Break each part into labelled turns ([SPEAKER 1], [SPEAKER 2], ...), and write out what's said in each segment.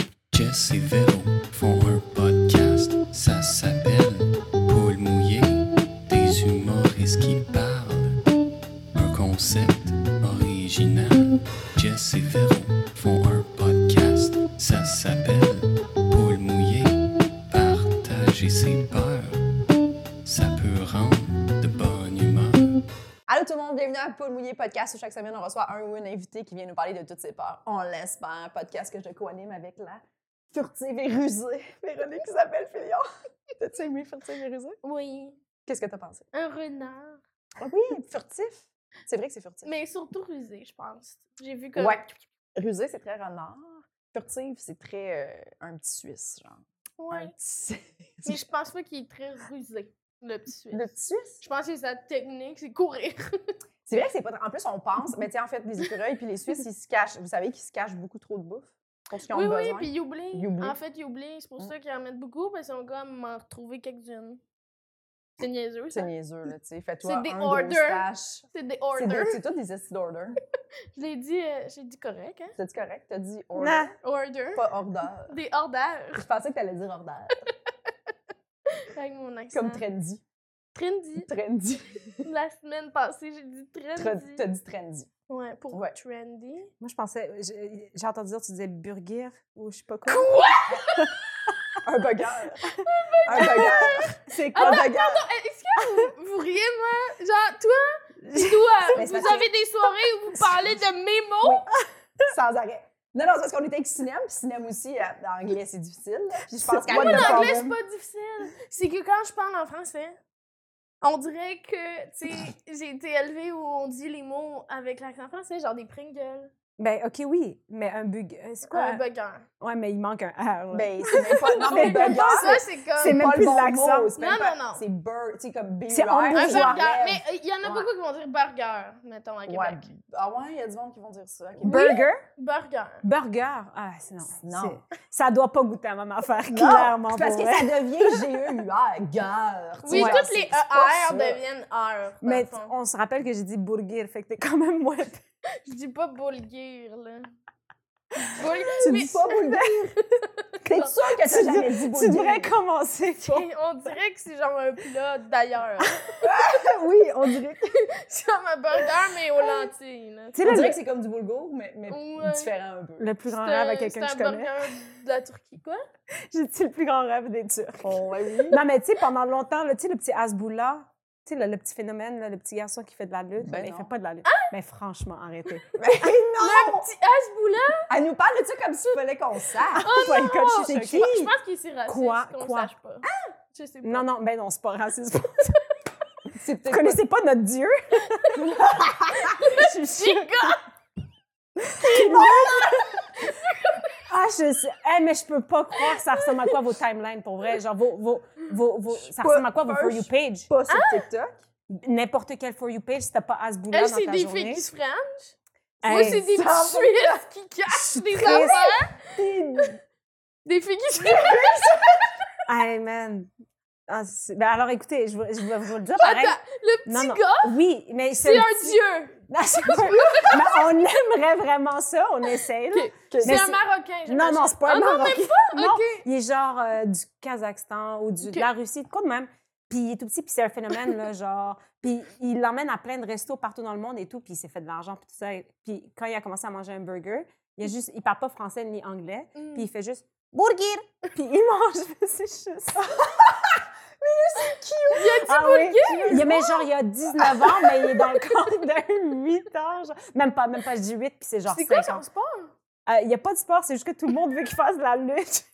[SPEAKER 1] et Véro font un podcast. Ça s'appelle Paul Mouillé, des humoristes qui parlent. Un concept original. Jess et Véro font un podcast. Ça s'appelle Paul Mouillé, partager ses peurs. Ça peut rendre de bonne humeur.
[SPEAKER 2] Allô tout le monde, bienvenue à Paul Mouillé Podcast. où Chaque semaine, on reçoit un ou une invitée qui vient nous parler de toutes ses peurs. On l'espère. Podcast que je co-anime avec la furtive et rusée Véronique Isabelle Fillon. T'as-tu aimé furtive et rusée?
[SPEAKER 3] Oui,
[SPEAKER 2] Qu'est-ce que t'as pensé?
[SPEAKER 3] un renard.
[SPEAKER 2] Ah Oui, furtif. C'est vrai que c'est furtif.
[SPEAKER 3] Mais surtout rusé, je pense. J'ai vu que.
[SPEAKER 2] Ouais. Rusé, c'est très renard. Furtive, c'est très euh, un petit Suisse, genre. Un
[SPEAKER 3] Ouais.
[SPEAKER 2] petit...
[SPEAKER 3] Mais je pense pas qu'il est très rusé, le petit Suisse.
[SPEAKER 2] Le petit Suisse?
[SPEAKER 3] Je pense que sa technique, c'est courir.
[SPEAKER 2] C'est vrai que c'est pas. En plus, on pense, mais tu sais, en fait, les écureuils puis les Suisses, ils se cachent. Vous savez qu'ils se cachent beaucoup trop de bouffe pour ce qu'ils ont
[SPEAKER 3] oui,
[SPEAKER 2] besoin.
[SPEAKER 3] oui, puis Youbling.
[SPEAKER 2] Ils oublient.
[SPEAKER 3] En fait, Youbling, c'est pour
[SPEAKER 2] Mm.
[SPEAKER 3] ça qu'ils en mettent beaucoup, parce qu'ils ont comme m'en retrouver quelques-unes. C'est niaiseux,
[SPEAKER 2] C'est
[SPEAKER 3] ça.
[SPEAKER 2] niaiseux, là, tu sais. Fais-toi
[SPEAKER 3] C'est
[SPEAKER 2] un
[SPEAKER 3] des
[SPEAKER 2] gros
[SPEAKER 3] orders.
[SPEAKER 2] stache.
[SPEAKER 3] C'est des
[SPEAKER 2] C'est
[SPEAKER 3] orders.
[SPEAKER 2] des- C'est tout des esti d'order.
[SPEAKER 3] Je l'ai dit, euh, j'ai dit correct, hein?
[SPEAKER 2] T'as dit correct? T'as dit order,
[SPEAKER 3] Order.
[SPEAKER 2] pas order.
[SPEAKER 3] Des orders.
[SPEAKER 2] Je pensais que t'allais dire order.
[SPEAKER 3] Avec mon accent.
[SPEAKER 2] Comme trendy.
[SPEAKER 3] trendy.
[SPEAKER 2] Trendy.
[SPEAKER 3] La semaine passée, j'ai dit
[SPEAKER 2] Tre-
[SPEAKER 3] trendy.
[SPEAKER 2] T'as dit trendy.
[SPEAKER 3] Ouais, pour
[SPEAKER 2] Ouais.
[SPEAKER 3] trendy.
[SPEAKER 4] Moi, je pensais. J'ai j'ai entendu dire, tu disais burgir ou je sais pas quoi.
[SPEAKER 2] Un bugger. un bugger.
[SPEAKER 4] C'est quoi?
[SPEAKER 2] Un bugger.
[SPEAKER 3] Hey, Eh, Est-ce que vous, vous riez, moi? Genre, toi, pis
[SPEAKER 2] Mais
[SPEAKER 3] toi,
[SPEAKER 2] c'est
[SPEAKER 3] vous
[SPEAKER 2] parce
[SPEAKER 3] avez des soirées où vous parlez de mes mots?
[SPEAKER 2] Sans arrêt. Non, non, c'est parce qu'on était avec Cinem, puis Cinem aussi, euh, en anglais, c'est difficile. là. Puis je pense qu'à
[SPEAKER 3] Moi, l'anglais, c'est pas difficile. C'est que quand je parle en français, on dirait que, tu sais, j'ai été élevée où on dit les mots avec l'accent français, genre des Pringles,
[SPEAKER 4] Ben, OK, oui, mais un bug. euh, C'est quoi?
[SPEAKER 3] un bugger.
[SPEAKER 4] Ouais, mais il manque un R. là.
[SPEAKER 2] Ben, c'est même pas. Non, mais
[SPEAKER 4] C'est
[SPEAKER 2] bugger,
[SPEAKER 3] Ça, c'est
[SPEAKER 4] c'est
[SPEAKER 3] comme
[SPEAKER 4] même
[SPEAKER 2] Ah, pas
[SPEAKER 4] plus
[SPEAKER 2] le bon
[SPEAKER 4] l'accent.
[SPEAKER 2] mot, c'est même
[SPEAKER 3] Non,
[SPEAKER 2] pas-
[SPEAKER 3] non, non.
[SPEAKER 2] C'est burger, tu sais, comme beer.
[SPEAKER 4] C'est
[SPEAKER 3] un
[SPEAKER 4] hamburger.
[SPEAKER 2] hamburger.
[SPEAKER 3] burger. Mais il y en a
[SPEAKER 2] Ouais.
[SPEAKER 3] beaucoup qui vont dire burger, mettons, à Québec.
[SPEAKER 2] Ouais. Ah ouais, il y a du monde qui vont dire ça. ok.
[SPEAKER 4] Burger?
[SPEAKER 3] Burger.
[SPEAKER 4] Burger? Ah, c'est non.
[SPEAKER 2] Non.
[SPEAKER 4] c'est- Ça doit pas goûter à ma même affaire,
[SPEAKER 2] Non,
[SPEAKER 4] clairement.
[SPEAKER 2] c'est Parce que
[SPEAKER 4] pour
[SPEAKER 2] ça devient G-E-U-R, gare. tu
[SPEAKER 3] Oui,
[SPEAKER 2] vois,
[SPEAKER 3] toutes
[SPEAKER 2] c'est-
[SPEAKER 3] les
[SPEAKER 2] c'est pas
[SPEAKER 3] ER
[SPEAKER 2] ça.
[SPEAKER 3] deviennent R.
[SPEAKER 4] Mais
[SPEAKER 3] Mais
[SPEAKER 4] t- on se rappelle que j'ai dit burger, fait que t'es quand même moins.
[SPEAKER 3] je dis pas bulgir, là. Bulgir,
[SPEAKER 2] Tu
[SPEAKER 3] mais-
[SPEAKER 2] dis pas boule T'es sûre que t'as
[SPEAKER 4] Tu
[SPEAKER 2] jamais dit boule
[SPEAKER 4] tu devrais commencer.
[SPEAKER 3] Et on dirait que c'est genre un plat d'ailleurs.
[SPEAKER 2] Oui, on dirait, que-
[SPEAKER 3] C'est comme un burger, mais aux lentilles. Là.
[SPEAKER 4] Tu sais,
[SPEAKER 2] on
[SPEAKER 4] là,
[SPEAKER 2] dirait
[SPEAKER 4] le,
[SPEAKER 2] que c'est comme du boulgour, mais, mais
[SPEAKER 3] Ouais.
[SPEAKER 2] différent un peu.
[SPEAKER 4] le plus grand
[SPEAKER 3] C'est
[SPEAKER 4] rêve
[SPEAKER 3] un-
[SPEAKER 4] à quelqu'un que
[SPEAKER 3] c'est
[SPEAKER 4] je
[SPEAKER 3] un
[SPEAKER 4] connais.
[SPEAKER 3] burger de la Turquie, quoi.
[SPEAKER 4] J'ai dit le plus grand rêve des Turcs.
[SPEAKER 2] Oh. oui.
[SPEAKER 4] Non, mais tu sais, pendant longtemps, là, tu sais, le petit Asboula, tu sais, le, le petit phénomène, là, le petit garçon qui fait de la lutte,
[SPEAKER 2] Ben
[SPEAKER 4] mais il
[SPEAKER 2] non.
[SPEAKER 4] fait pas de la lutte. Mais franchement, arrêtez.
[SPEAKER 2] non!
[SPEAKER 3] Petit
[SPEAKER 4] Ah,
[SPEAKER 3] Hasboula,
[SPEAKER 2] Elle nous parle de ça comme s'il fallait qu'on sache.
[SPEAKER 4] Oh my God, je suis
[SPEAKER 2] C'est
[SPEAKER 4] choquée.
[SPEAKER 3] je pense qu'il s'est raciste,
[SPEAKER 4] Quoi?
[SPEAKER 3] qu'on
[SPEAKER 4] Quoi? Ah!
[SPEAKER 3] sache pas. Je sais pas.
[SPEAKER 4] Non, non, ben non, c'est pas raciste. Vous
[SPEAKER 2] C'est peut-être pas-
[SPEAKER 4] connaissez pas notre Dieu? je suis
[SPEAKER 3] J'ai gars,
[SPEAKER 4] Ah, je sais. Eh, mais je peux pas croire ça ressemble à quoi vos timelines, pour vrai. Genre, vos, vos, vos, vos- ça
[SPEAKER 2] pas
[SPEAKER 4] ressemble à quoi vos
[SPEAKER 2] peur,
[SPEAKER 4] For
[SPEAKER 2] je
[SPEAKER 4] You
[SPEAKER 2] suis
[SPEAKER 4] page?
[SPEAKER 2] pas sur TikTok.
[SPEAKER 4] N'importe quel For You page, si t'as pas Asboula
[SPEAKER 3] elle,
[SPEAKER 4] dans ta
[SPEAKER 3] c'est des filles
[SPEAKER 4] journée.
[SPEAKER 3] qui se freinent. Moi,
[SPEAKER 4] Hey,
[SPEAKER 3] c'est des
[SPEAKER 2] ça
[SPEAKER 3] petits Suisses qui cachent des enfants. Des filles qui se freinent.
[SPEAKER 4] Hey, man. Ah, c'est- ben alors, écoutez, je vais je vais vous le dire pareil.
[SPEAKER 3] Attends, le petit
[SPEAKER 4] Non, non.
[SPEAKER 3] gars,
[SPEAKER 4] Oui, mais
[SPEAKER 3] c'est un
[SPEAKER 4] petit-
[SPEAKER 3] dieu.
[SPEAKER 4] Non, c'est pas- Ben, on aimerait vraiment ça, on essaye. là.
[SPEAKER 3] Ok. C'est
[SPEAKER 4] Mais
[SPEAKER 3] un
[SPEAKER 4] c'est-
[SPEAKER 3] Marocain,
[SPEAKER 4] Non, non, c'est pas un
[SPEAKER 3] Ah, non,
[SPEAKER 4] Marocain. Non,
[SPEAKER 3] Ok.
[SPEAKER 4] il est genre euh, du Kazakhstan ou du,
[SPEAKER 3] Ok.
[SPEAKER 4] de la Russie, de quoi de même. Puis il est tout petit, puis c'est un phénomène, là, genre. Puis il l'emmène à plein de restos partout dans le monde et tout, puis il s'est fait de l'argent, puis tout ça. Et- Puis quand il a commencé à manger un burger, il, a juste, il parle pas français ni anglais,
[SPEAKER 3] Mm.
[SPEAKER 4] puis il fait juste burger, puis il mange, c'est juste.
[SPEAKER 3] Ah, Il a dit
[SPEAKER 4] Ah oui.
[SPEAKER 3] bulgare.
[SPEAKER 4] Il y a- mais genre, il y a 19 ans, mais il est dans le corps d'un 8 ans, genre. Même pas, même pas, je dis 8, puis c'est genre
[SPEAKER 3] C'est quoi
[SPEAKER 4] 5 ans.
[SPEAKER 3] son sport?
[SPEAKER 4] Euh, Il n'y a pas de sport, c'est juste que tout le monde veut qu'il fasse de la lutte.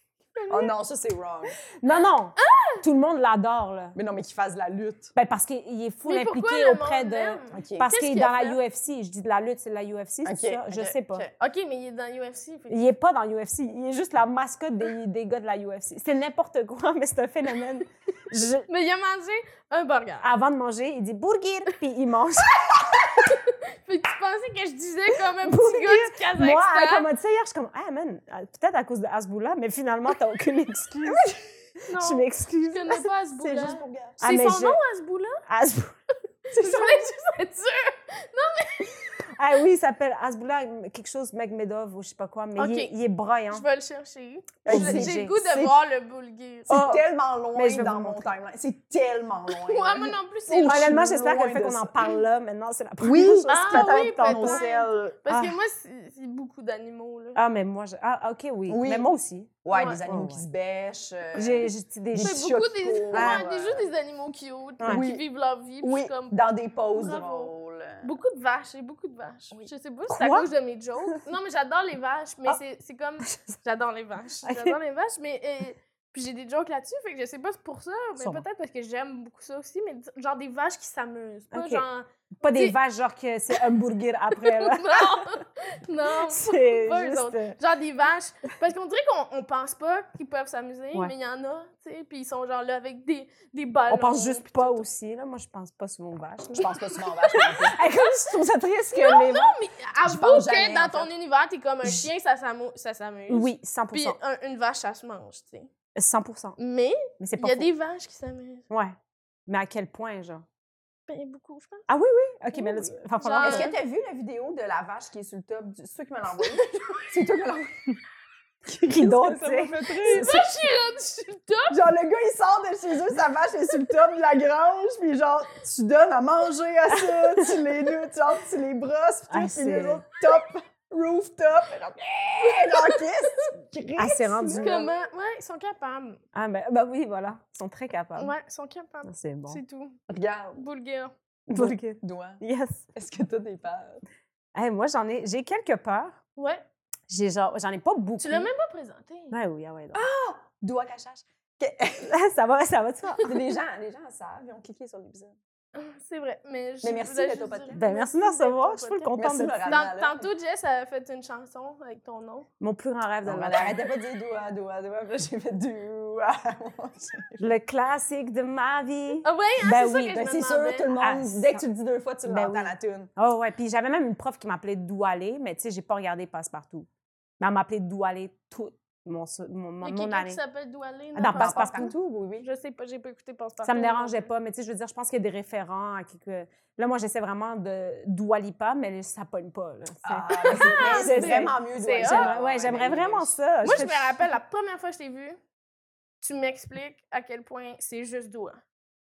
[SPEAKER 2] Oh non, ça c'est wrong.
[SPEAKER 4] Non, non!
[SPEAKER 3] Ah!
[SPEAKER 4] Tout le monde l'adore, là.
[SPEAKER 2] Mais non, mais qu'ils fassent de la lutte.
[SPEAKER 4] Ben, parce qu'il est fou
[SPEAKER 3] Mais pourquoi
[SPEAKER 4] impliqué
[SPEAKER 3] le
[SPEAKER 4] auprès
[SPEAKER 3] monde
[SPEAKER 4] de.
[SPEAKER 3] l'aime?
[SPEAKER 2] OK.
[SPEAKER 4] Parce
[SPEAKER 3] Qu'est-ce
[SPEAKER 4] qu'il est
[SPEAKER 3] qu'il a
[SPEAKER 4] dans
[SPEAKER 3] fait?
[SPEAKER 4] la UFC. Je dis de la lutte, c'est de la UFC, c'est
[SPEAKER 2] Ok,
[SPEAKER 4] ça? Je
[SPEAKER 2] ok,
[SPEAKER 4] sais pas.
[SPEAKER 2] ok.
[SPEAKER 3] Ok, mais il est dans UFC. fait que-
[SPEAKER 4] Il est pas dans UFC. Il est juste la mascotte des, des gars de la UFC. C'est n'importe quoi, mais c'est un phénomène. Je-
[SPEAKER 3] Mais il a mangé un burger.
[SPEAKER 4] Avant de manger, il dit burger, puis il mange.
[SPEAKER 3] Fait que tu pensais que je disais comme un petit
[SPEAKER 4] Burger.
[SPEAKER 3] gars du Kazakhstan.
[SPEAKER 4] Moi, à- comme on disait hier, je suis comme, ah man, ah, peut-être à cause de Hasbullah, mais finalement, t'as aucune excuse.
[SPEAKER 3] non,
[SPEAKER 4] Je m'excuse.
[SPEAKER 3] je connais pas Asboula.
[SPEAKER 4] C'est
[SPEAKER 3] C'est
[SPEAKER 4] juste
[SPEAKER 2] Burger.
[SPEAKER 4] Ah, mais
[SPEAKER 3] son hein,
[SPEAKER 4] je-
[SPEAKER 3] nom, Asboula?
[SPEAKER 4] Hasbullah.
[SPEAKER 3] Je voulais juste être sûre.
[SPEAKER 4] Ah oui, il s'appelle Asbullah, quelque chose, Megmedov ou je sais pas quoi, mais il, est,
[SPEAKER 3] Ok.
[SPEAKER 4] il est broyant.
[SPEAKER 3] Je vais le chercher.
[SPEAKER 4] Fait que
[SPEAKER 2] Je-
[SPEAKER 4] Ben, c'est-
[SPEAKER 3] J'ai le goût
[SPEAKER 2] c'est-
[SPEAKER 3] de voir le bulgare.
[SPEAKER 2] C'est
[SPEAKER 4] Oh,
[SPEAKER 2] tellement loin
[SPEAKER 4] mais je vais
[SPEAKER 2] dans
[SPEAKER 4] vous
[SPEAKER 2] mon
[SPEAKER 4] montrer.
[SPEAKER 2] timeline. C'est tellement loin.
[SPEAKER 3] Moi, moi non plus, c'est
[SPEAKER 2] Oh,
[SPEAKER 3] loin.
[SPEAKER 4] Honnêtement,
[SPEAKER 2] je suis
[SPEAKER 4] j'espère que le
[SPEAKER 2] loin
[SPEAKER 4] fait
[SPEAKER 2] de
[SPEAKER 4] qu'on
[SPEAKER 2] ça.
[SPEAKER 4] en parle là, maintenant, c'est la première
[SPEAKER 2] Oui,
[SPEAKER 4] chose
[SPEAKER 3] Ah,
[SPEAKER 4] qui me
[SPEAKER 2] peut-être
[SPEAKER 3] oui,
[SPEAKER 2] dans nos
[SPEAKER 3] peut-être.
[SPEAKER 2] selles.
[SPEAKER 3] Parce
[SPEAKER 4] Ah.
[SPEAKER 3] que moi, c'est c'est beaucoup d'animaux, là.
[SPEAKER 4] Ah, mais moi, je... ah, ok, oui.
[SPEAKER 2] Oui.
[SPEAKER 4] Mais moi aussi.
[SPEAKER 2] Ouais,
[SPEAKER 3] Ouais.
[SPEAKER 2] des animaux
[SPEAKER 4] Ouais,
[SPEAKER 2] qui se bêchent. euh,
[SPEAKER 4] J'ai j'ai des
[SPEAKER 2] des
[SPEAKER 4] choses.
[SPEAKER 3] C'est
[SPEAKER 2] chiots
[SPEAKER 3] beaucoup
[SPEAKER 2] de
[SPEAKER 3] des,
[SPEAKER 2] peau,
[SPEAKER 3] ouais,
[SPEAKER 2] euh,
[SPEAKER 3] des, juste des animaux cute
[SPEAKER 4] Ouais.
[SPEAKER 2] Oui.
[SPEAKER 3] qui vivent leur vie. puis je
[SPEAKER 2] Oui,
[SPEAKER 3] suis comme,
[SPEAKER 2] dans des poses
[SPEAKER 3] Bravo.
[SPEAKER 2] drôles.
[SPEAKER 3] Beaucoup de vaches, j'ai beaucoup de vaches.
[SPEAKER 2] Oui.
[SPEAKER 3] Je sais pas si c'est à
[SPEAKER 4] Quoi?
[SPEAKER 3] cause de mes jokes. Non, mais j'adore les vaches, mais
[SPEAKER 4] Ah.
[SPEAKER 3] c'est- c'est comme. J'adore les vaches.
[SPEAKER 4] Ok.
[SPEAKER 3] J'adore les vaches, mais. euh, puis j'ai des jokes là-dessus, fait que je sais pas si c'est pour ça, mais
[SPEAKER 4] Sûrement.
[SPEAKER 3] peut-être parce que j'aime beaucoup ça aussi, mais d- genre des vaches qui s'amusent. Pas
[SPEAKER 4] Ok.
[SPEAKER 3] genre.
[SPEAKER 4] Pas des
[SPEAKER 3] Dis-
[SPEAKER 4] vaches, genre que c'est hamburger après, là.
[SPEAKER 3] non! non!
[SPEAKER 4] C'est
[SPEAKER 3] Pas eux
[SPEAKER 4] juste...
[SPEAKER 3] autres.
[SPEAKER 4] euh,
[SPEAKER 3] Genre des vaches. Parce qu'on dirait qu'on on pense pas qu'ils peuvent s'amuser,
[SPEAKER 4] Ouais.
[SPEAKER 3] mais il y en a, tu sais, puis ils sont genre là avec des, des ballons.
[SPEAKER 4] On pense juste
[SPEAKER 3] puis
[SPEAKER 4] pas
[SPEAKER 3] tout.
[SPEAKER 4] aussi, là. Moi, je pense pas souvent aux vaches.
[SPEAKER 2] Je pense pas souvent aux vaches. non plus.
[SPEAKER 4] Hey, comme je trouve ça triste que les vaches...
[SPEAKER 3] Non, mais avoue
[SPEAKER 2] pense
[SPEAKER 3] que
[SPEAKER 2] jamais,
[SPEAKER 3] dans
[SPEAKER 2] en
[SPEAKER 3] ton univers, t'es comme un
[SPEAKER 4] Je-
[SPEAKER 3] chien, ça s'amo- ça s'amuse.
[SPEAKER 4] Oui, 100
[SPEAKER 3] Puis un- une vache, ça se mange, tu sais.
[SPEAKER 4] 100
[SPEAKER 3] Mais
[SPEAKER 4] Mais c'est
[SPEAKER 3] il
[SPEAKER 4] pas
[SPEAKER 3] y a
[SPEAKER 4] faux.
[SPEAKER 3] des vaches qui s'amusent.
[SPEAKER 4] Ouais. Mais à quel point, genre?
[SPEAKER 3] Ben, beaucoup, je pense.
[SPEAKER 4] Ah oui, oui. OK, mais là,
[SPEAKER 3] Oui.
[SPEAKER 4] tu- va falloir...
[SPEAKER 3] Genre- euh,
[SPEAKER 2] Est-ce que t'as vu la vidéo de la vache qui est sur le top du. C'est toi qui me l'as envoyée? C'est toi qui me l'as envoyée.
[SPEAKER 4] Qui d'autre, tu
[SPEAKER 2] Ça m'a
[SPEAKER 4] sais?
[SPEAKER 2] fait rire.
[SPEAKER 3] Moi, je suis rendue sur le top.
[SPEAKER 2] Genre, le gars, il sort de chez eux, sa vache est sur le top de la grange, puis genre, tu donnes à manger à ça, tu les noues, tu, genre, tu les brosses, puis
[SPEAKER 4] Ah,
[SPEAKER 2] tout, puis les
[SPEAKER 4] c'est-
[SPEAKER 2] autres, top, rooftop, et genre, Eh, genre, qu'est-ce que tu
[SPEAKER 4] Ah,
[SPEAKER 2] cries?
[SPEAKER 4] c'est rendu là.
[SPEAKER 3] Comment? Ouais, ils sont capables.
[SPEAKER 4] Ah, ben, ben oui, voilà. Ils sont très capables.
[SPEAKER 3] Ouais, ils sont capables.
[SPEAKER 4] Ah, C'est bon.
[SPEAKER 3] C'est tout.
[SPEAKER 2] Regarde,
[SPEAKER 3] Bulgare.
[SPEAKER 4] Burger.
[SPEAKER 2] doigt,
[SPEAKER 4] Yes.
[SPEAKER 2] est-ce que t'as des peurs?
[SPEAKER 4] Hey, moi, j'en ai... J'ai quelques peurs.
[SPEAKER 3] Ouais.
[SPEAKER 4] J'ai genre... J'en ai pas beaucoup.
[SPEAKER 3] Tu l'as même pas présenté.
[SPEAKER 4] Ouais, oui, ah ouais. donc. Ah!
[SPEAKER 2] Doigt cachage.
[SPEAKER 4] ça va, ça va, tu vois.
[SPEAKER 2] les, gens, les gens savent, ils ont cliqué sur l'épisode.
[SPEAKER 4] Ah,
[SPEAKER 3] C'est vrai. Mais, je
[SPEAKER 2] Mais merci
[SPEAKER 3] voulais
[SPEAKER 2] d'être au
[SPEAKER 3] juste
[SPEAKER 2] podcast.
[SPEAKER 3] dire
[SPEAKER 4] Ben, merci de me
[SPEAKER 3] d'être au
[SPEAKER 4] recevoir. Je suis full
[SPEAKER 3] podcast.
[SPEAKER 2] Merci,
[SPEAKER 4] contente
[SPEAKER 2] Laura.
[SPEAKER 4] de
[SPEAKER 3] Tant-
[SPEAKER 2] Madame.
[SPEAKER 3] Tantôt, Jess a fait une chanson avec ton nom.
[SPEAKER 4] Mon plus grand rêve de
[SPEAKER 2] Elle
[SPEAKER 4] ma
[SPEAKER 2] arrêtait pas de dire doigt, doigt, doigt, puis là, j'ai fait Ah, doigt.
[SPEAKER 4] Le classique de ma vie.
[SPEAKER 3] Ah ouais, hein, c'est
[SPEAKER 4] Ben
[SPEAKER 3] ça
[SPEAKER 4] oui,
[SPEAKER 3] que
[SPEAKER 2] Ben,
[SPEAKER 3] je
[SPEAKER 2] c'est
[SPEAKER 3] me
[SPEAKER 2] sûr,
[SPEAKER 3] demandais.
[SPEAKER 2] tout le monde,
[SPEAKER 4] Ah,
[SPEAKER 2] dès que tu le dis deux fois, tu
[SPEAKER 4] Ben
[SPEAKER 2] l'entends
[SPEAKER 4] oui.
[SPEAKER 2] la tune.
[SPEAKER 4] Oh ouais, puis j'avais même une prof qui m'appelait Doualé, mais tu sais, j'ai pas regardé Passe-Partout. Mais elle m'appelait Doualé toute mon, se- mon, mon,
[SPEAKER 3] Il y a quelqu'un
[SPEAKER 4] mon
[SPEAKER 3] qui
[SPEAKER 4] année.
[SPEAKER 3] s'appelle Doualé.
[SPEAKER 4] Ah, dans
[SPEAKER 3] non,
[SPEAKER 4] Passe-
[SPEAKER 3] pas-
[SPEAKER 4] Passe-Partout.
[SPEAKER 2] Ben, oui, oui.
[SPEAKER 3] Je sais pas, j'ai pas hein. écouté Passe-Partout.
[SPEAKER 4] Ça me dérangeait pas, mais tu sais, je veux dire, je pense qu'il y a des référents à quelque... Là, moi, j'essaie vraiment de Doualipa, mais ça pogne pas, là. tu sais.
[SPEAKER 2] Ah, ben, c'est- mais c'est
[SPEAKER 4] c'est-
[SPEAKER 2] vraiment mieux
[SPEAKER 3] c'est
[SPEAKER 2] doigt.
[SPEAKER 3] hot.
[SPEAKER 4] J'aimerais- ouais, j'aimerais
[SPEAKER 2] ben,
[SPEAKER 4] vraiment
[SPEAKER 2] oui.
[SPEAKER 4] ça.
[SPEAKER 3] Moi,
[SPEAKER 4] fais-
[SPEAKER 3] je me rappelle la première fois que je t'ai vu, tu m'expliques à quel point c'est juste doigt.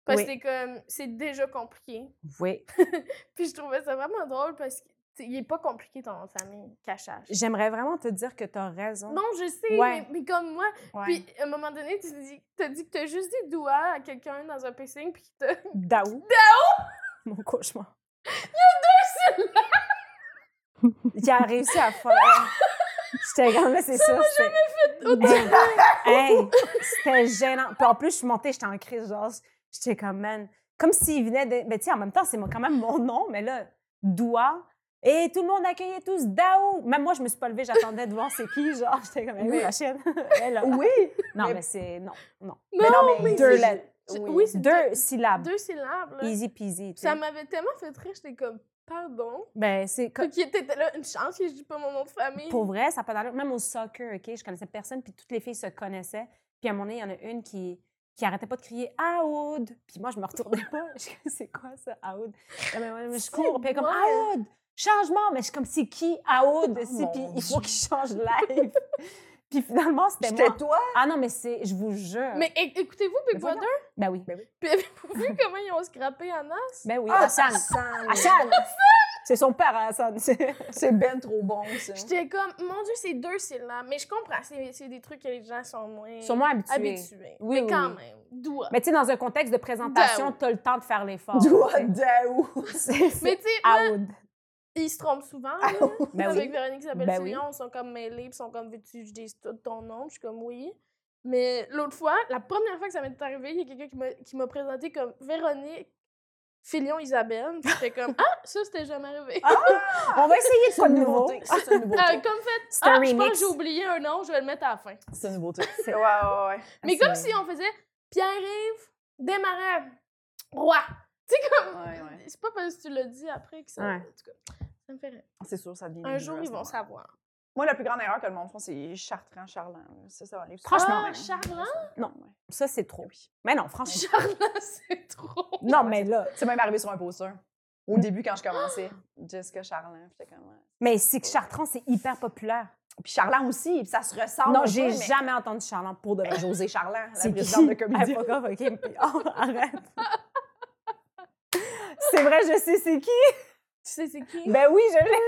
[SPEAKER 3] Parce que
[SPEAKER 4] Oui.
[SPEAKER 3] c'est comme, c'est déjà compliqué.
[SPEAKER 4] Oui.
[SPEAKER 3] Puis je trouvais ça vraiment drôle parce que tu sais, il est pas compliqué ton nom de famille, Cachache.
[SPEAKER 4] J'aimerais vraiment te dire que t'as raison.
[SPEAKER 3] Non, je sais,
[SPEAKER 4] Ouais.
[SPEAKER 3] mais, mais comme moi.
[SPEAKER 2] Ouais.
[SPEAKER 3] Puis à un moment donné, tu dis, t'as dit que t'as juste dit doigt à quelqu'un dans un piercing, puis que t'as
[SPEAKER 4] Daou. Daou! Mon cauchemar. Il y a deux syllabes! Il a réussi à faire. J'étais comme là, c'est ça. J'avais fait autant. Hey, c'était gênant. Puis en plus, je suis montée, j'étais en crise, genre, j'étais comme, man. Comme s'il venait de. Mais tu sais, en même temps, c'est mon- quand même mon nom, mais là, doigt. Et tout le monde accueillait tous Daou. Même moi, je me suis pas levée, j'attendais de voir c'est qui, genre, j'étais comme, hey,
[SPEAKER 2] Oui.
[SPEAKER 4] la chienne. Elle, là.
[SPEAKER 2] Oui.
[SPEAKER 4] Non,
[SPEAKER 2] Mais-
[SPEAKER 4] mais c'est. Non, non.
[SPEAKER 2] Mais non, mais
[SPEAKER 4] Ah, deux
[SPEAKER 2] c'est-
[SPEAKER 4] lettres.
[SPEAKER 3] Oui, c'est
[SPEAKER 4] Deux syllabes.
[SPEAKER 3] deux syllabes. Là.
[SPEAKER 4] Easy peasy. tu sais.
[SPEAKER 3] Ça m'avait tellement fait rire, j'étais comme, pardon.
[SPEAKER 4] Ben, c'est co-
[SPEAKER 3] Puis qu'il était là, une chance que je dis pas mon nom de famille.
[SPEAKER 4] pour vrai, ça n'a pas d'allure. Même au soccer, OK, je connaissais personne, puis toutes les filles se connaissaient. Puis à un moment donné, il y en a une qui, qui arrêtait pas de crier Aoud. Puis moi, je me retournais pas. Je dis, c'est quoi ça, Aoud? Là, mais, ouais, mais je cours, puis elle est comme
[SPEAKER 3] Ouais.
[SPEAKER 4] Aoud, changement. Mais je suis comme, c'est qui Aoud? Si,
[SPEAKER 2] mon
[SPEAKER 4] puis il faut qu'il change live. puis finalement, c'était
[SPEAKER 2] C'était
[SPEAKER 4] moi.
[SPEAKER 2] toi.
[SPEAKER 4] Ah non, mais c'est, je vous jure.
[SPEAKER 3] Mais é- écoutez-vous
[SPEAKER 4] euh Mais
[SPEAKER 3] Big
[SPEAKER 4] voyons.
[SPEAKER 3] Brother?
[SPEAKER 4] Ben oui.
[SPEAKER 3] Puis avez-vous vu comment ils ont scrappé Anna?
[SPEAKER 4] Ben oui,
[SPEAKER 2] Ah,
[SPEAKER 4] Hassan.
[SPEAKER 2] Hassan.
[SPEAKER 4] Hassan! C'est son père, Hassan.
[SPEAKER 2] C'est ben trop bon, ça.
[SPEAKER 3] J'étais comme, mon Dieu, c'est deux syllabes. Mais je comprends, c'est c'est des trucs que les gens sont moins
[SPEAKER 4] Ils sont moins habitués.
[SPEAKER 3] habitués.
[SPEAKER 4] Oui,
[SPEAKER 3] mais
[SPEAKER 4] oui,
[SPEAKER 3] quand
[SPEAKER 4] oui.
[SPEAKER 3] même, doigt.
[SPEAKER 4] Mais tu sais, dans un contexte de présentation,
[SPEAKER 3] Daoud.
[SPEAKER 4] t'as le temps de faire l'effort. tu
[SPEAKER 2] Doigt
[SPEAKER 4] sais.
[SPEAKER 2] d'Aou.
[SPEAKER 4] C'est- c'est
[SPEAKER 3] Ben Mais tu sais, moi,
[SPEAKER 4] Aoud.
[SPEAKER 3] ils se trompent souvent. là.
[SPEAKER 4] Ben
[SPEAKER 3] avec
[SPEAKER 4] oui.
[SPEAKER 3] Véronique s'appelle
[SPEAKER 4] Ben
[SPEAKER 3] Sillon, ils sont comme mêlés, puis ils sont comme, veux-tu que je dise tout ton nom? Puis Je suis comme, oui. Mais l'autre fois, la première fois que ça m'est arrivé, il y a quelqu'un qui m'a- qui m'a présenté comme Véronique Filion Isabelle. Puis J'étais comme, ah, ça, c'était jamais arrivé.
[SPEAKER 4] Ah, On va essayer de
[SPEAKER 2] C'est
[SPEAKER 4] quoi de
[SPEAKER 2] une
[SPEAKER 4] nouveau.
[SPEAKER 2] nouveauté. Ça, C'est une
[SPEAKER 3] Euh,
[SPEAKER 2] nouveauté.
[SPEAKER 3] comme fait,
[SPEAKER 4] C'est
[SPEAKER 3] ah,
[SPEAKER 4] un
[SPEAKER 3] je pense que
[SPEAKER 4] remix.
[SPEAKER 3] j'ai oublié un nom, je vais le mettre à la fin.
[SPEAKER 2] C'est une nouveauté.
[SPEAKER 4] C'est-
[SPEAKER 2] ouais, ouais.
[SPEAKER 3] Mais comme
[SPEAKER 4] Ah, c'est-
[SPEAKER 3] si on faisait Pierre-Yves Desmarais, roi. Tu sais, comme.
[SPEAKER 2] Ouais, ouais.
[SPEAKER 3] C'est pas parce que tu l'as dit après que ça.
[SPEAKER 4] Ouais.
[SPEAKER 3] En tout cas, ça me fait rire.
[SPEAKER 2] Mmh, C'est sûr, ça devient.
[SPEAKER 3] Un jour,
[SPEAKER 2] dangereux,
[SPEAKER 3] ils vont
[SPEAKER 2] ça.
[SPEAKER 3] savoir.
[SPEAKER 2] Moi, la plus grande erreur que le monde font, c'est Chartrand, Charland. Ça, ça va aller.
[SPEAKER 4] Franchement,
[SPEAKER 3] Ah, Charland?
[SPEAKER 4] Non. Ça,
[SPEAKER 3] Ben
[SPEAKER 4] c'est trop. Mais non, franchement.
[SPEAKER 3] Charland, c'est trop.
[SPEAKER 4] Non, mais là.
[SPEAKER 2] C'est même arrivé sur un poster. Au début, quand je commençais, Jessica Charland, puis j'étais comme... euh.
[SPEAKER 4] Mais c'est que Chartrand, c'est hyper populaire.
[SPEAKER 2] Puis Charland aussi, puis ça se
[SPEAKER 3] Ah,
[SPEAKER 2] ressort.
[SPEAKER 4] non,
[SPEAKER 2] un
[SPEAKER 4] j'ai
[SPEAKER 2] peu, mais-
[SPEAKER 4] jamais entendu Charland pour de vrai.
[SPEAKER 2] José Charland, la
[SPEAKER 4] C'est
[SPEAKER 2] présidente
[SPEAKER 4] qui?
[SPEAKER 2] de Comédie.
[SPEAKER 4] Ah, fuck off, ok. Puis, oh, arrête. c'est vrai, je sais c'est qui.
[SPEAKER 3] Tu sais, c'est qui?
[SPEAKER 4] Ben oui, je l'ai.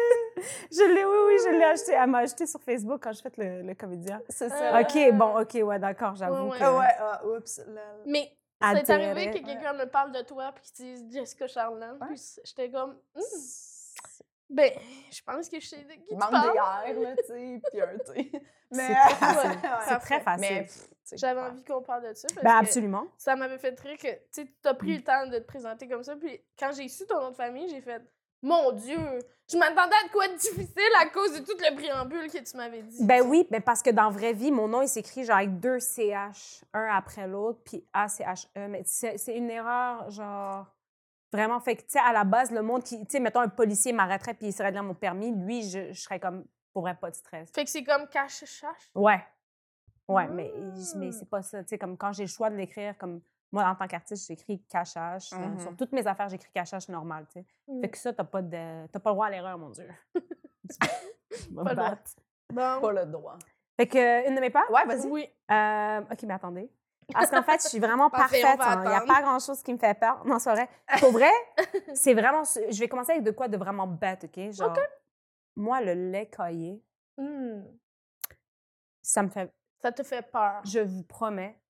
[SPEAKER 4] Je l'ai, oui, oui, je l'ai acheté. Elle m'a acheté sur Facebook quand je fais le, le comédien.
[SPEAKER 2] C'est
[SPEAKER 3] ça. Euh,
[SPEAKER 4] OK, bon, OK, ouais, d'accord, j'avoue
[SPEAKER 3] ouais.
[SPEAKER 4] que...
[SPEAKER 2] Ah ouais, ah, oups. là, là.
[SPEAKER 3] Mais
[SPEAKER 4] à
[SPEAKER 3] c'est arrivé
[SPEAKER 4] dire-
[SPEAKER 3] que quelqu'un me parle de toi puis qu'il dise Jessica Charland.
[SPEAKER 2] Ouais.
[SPEAKER 3] Puis j'étais comme, Hmm, ben, je pense que je sais de qui tu
[SPEAKER 2] Il manque
[SPEAKER 3] parles.
[SPEAKER 2] des airs, là, tu sais, puis un thé.
[SPEAKER 4] C'est
[SPEAKER 2] Mais...
[SPEAKER 4] très facile.
[SPEAKER 2] Ouais, ouais.
[SPEAKER 4] C'est très facile.
[SPEAKER 2] Mais, pff, tu sais,
[SPEAKER 3] J'avais
[SPEAKER 2] ouais.
[SPEAKER 3] envie qu'on parle de ça. parce
[SPEAKER 4] Ben
[SPEAKER 3] que
[SPEAKER 4] absolument.
[SPEAKER 3] Ça m'avait fait très que tu sais, t'as pris
[SPEAKER 2] Mmh.
[SPEAKER 3] le temps de te présenter comme ça. Puis quand j'ai su ton nom de famille, j'ai fait Mon Dieu, je m'attendais à de quoi de difficile à cause de tout le préambule que tu m'avais dit.
[SPEAKER 4] Ben oui, ben parce que dans vraie vie, mon nom, il s'écrit genre avec deux CH, un après l'autre, puis A-C-H-E. E, Mais c'est c'est une erreur, genre, vraiment. Fait que, tu sais, à la base, le monde qui, tu sais, mettons, un policier m'arrêterait puis il serait de là mon permis, lui, je, je serais comme, pour vrai, pas de stress.
[SPEAKER 3] Fait que c'est comme cache-chache.
[SPEAKER 4] Ouais. Ouais, mais,
[SPEAKER 3] Ah.
[SPEAKER 4] mais c'est pas ça. Tu sais, comme quand j'ai le choix de l'écrire, comme moi, en tant qu'artiste, j'écris cache-hache. euh,
[SPEAKER 3] Mmh
[SPEAKER 2] Mhm.
[SPEAKER 4] Sur toutes mes affaires, j'écris cache-hache normal, tu sais. Fait que ça, t'as pas, de... t'as pas le droit à l'erreur, mon Dieu. Je vais
[SPEAKER 3] Pas
[SPEAKER 4] me
[SPEAKER 3] le droit.
[SPEAKER 4] battre.
[SPEAKER 3] Bon.
[SPEAKER 2] Pas le droit.
[SPEAKER 4] Fait que, euh, une de mes peurs?
[SPEAKER 2] Ouais, vas-y.
[SPEAKER 3] Oui.
[SPEAKER 4] Euh, OK, mais attendez. Parce qu'en fait, je suis vraiment
[SPEAKER 3] Parfait,
[SPEAKER 4] parfaite.
[SPEAKER 3] on va
[SPEAKER 4] hein. Il n'y a
[SPEAKER 3] attendre.
[SPEAKER 4] pas grand-chose qui me fait peur. Non, c'est vrai. Pour vrai, c'est vraiment... ce- Je vais commencer avec de quoi de vraiment bête, OK? Genre, moi, le lait caillé,
[SPEAKER 3] Hmm.
[SPEAKER 4] ça me fait...
[SPEAKER 3] Ça te fait peur.
[SPEAKER 4] Je vous promets,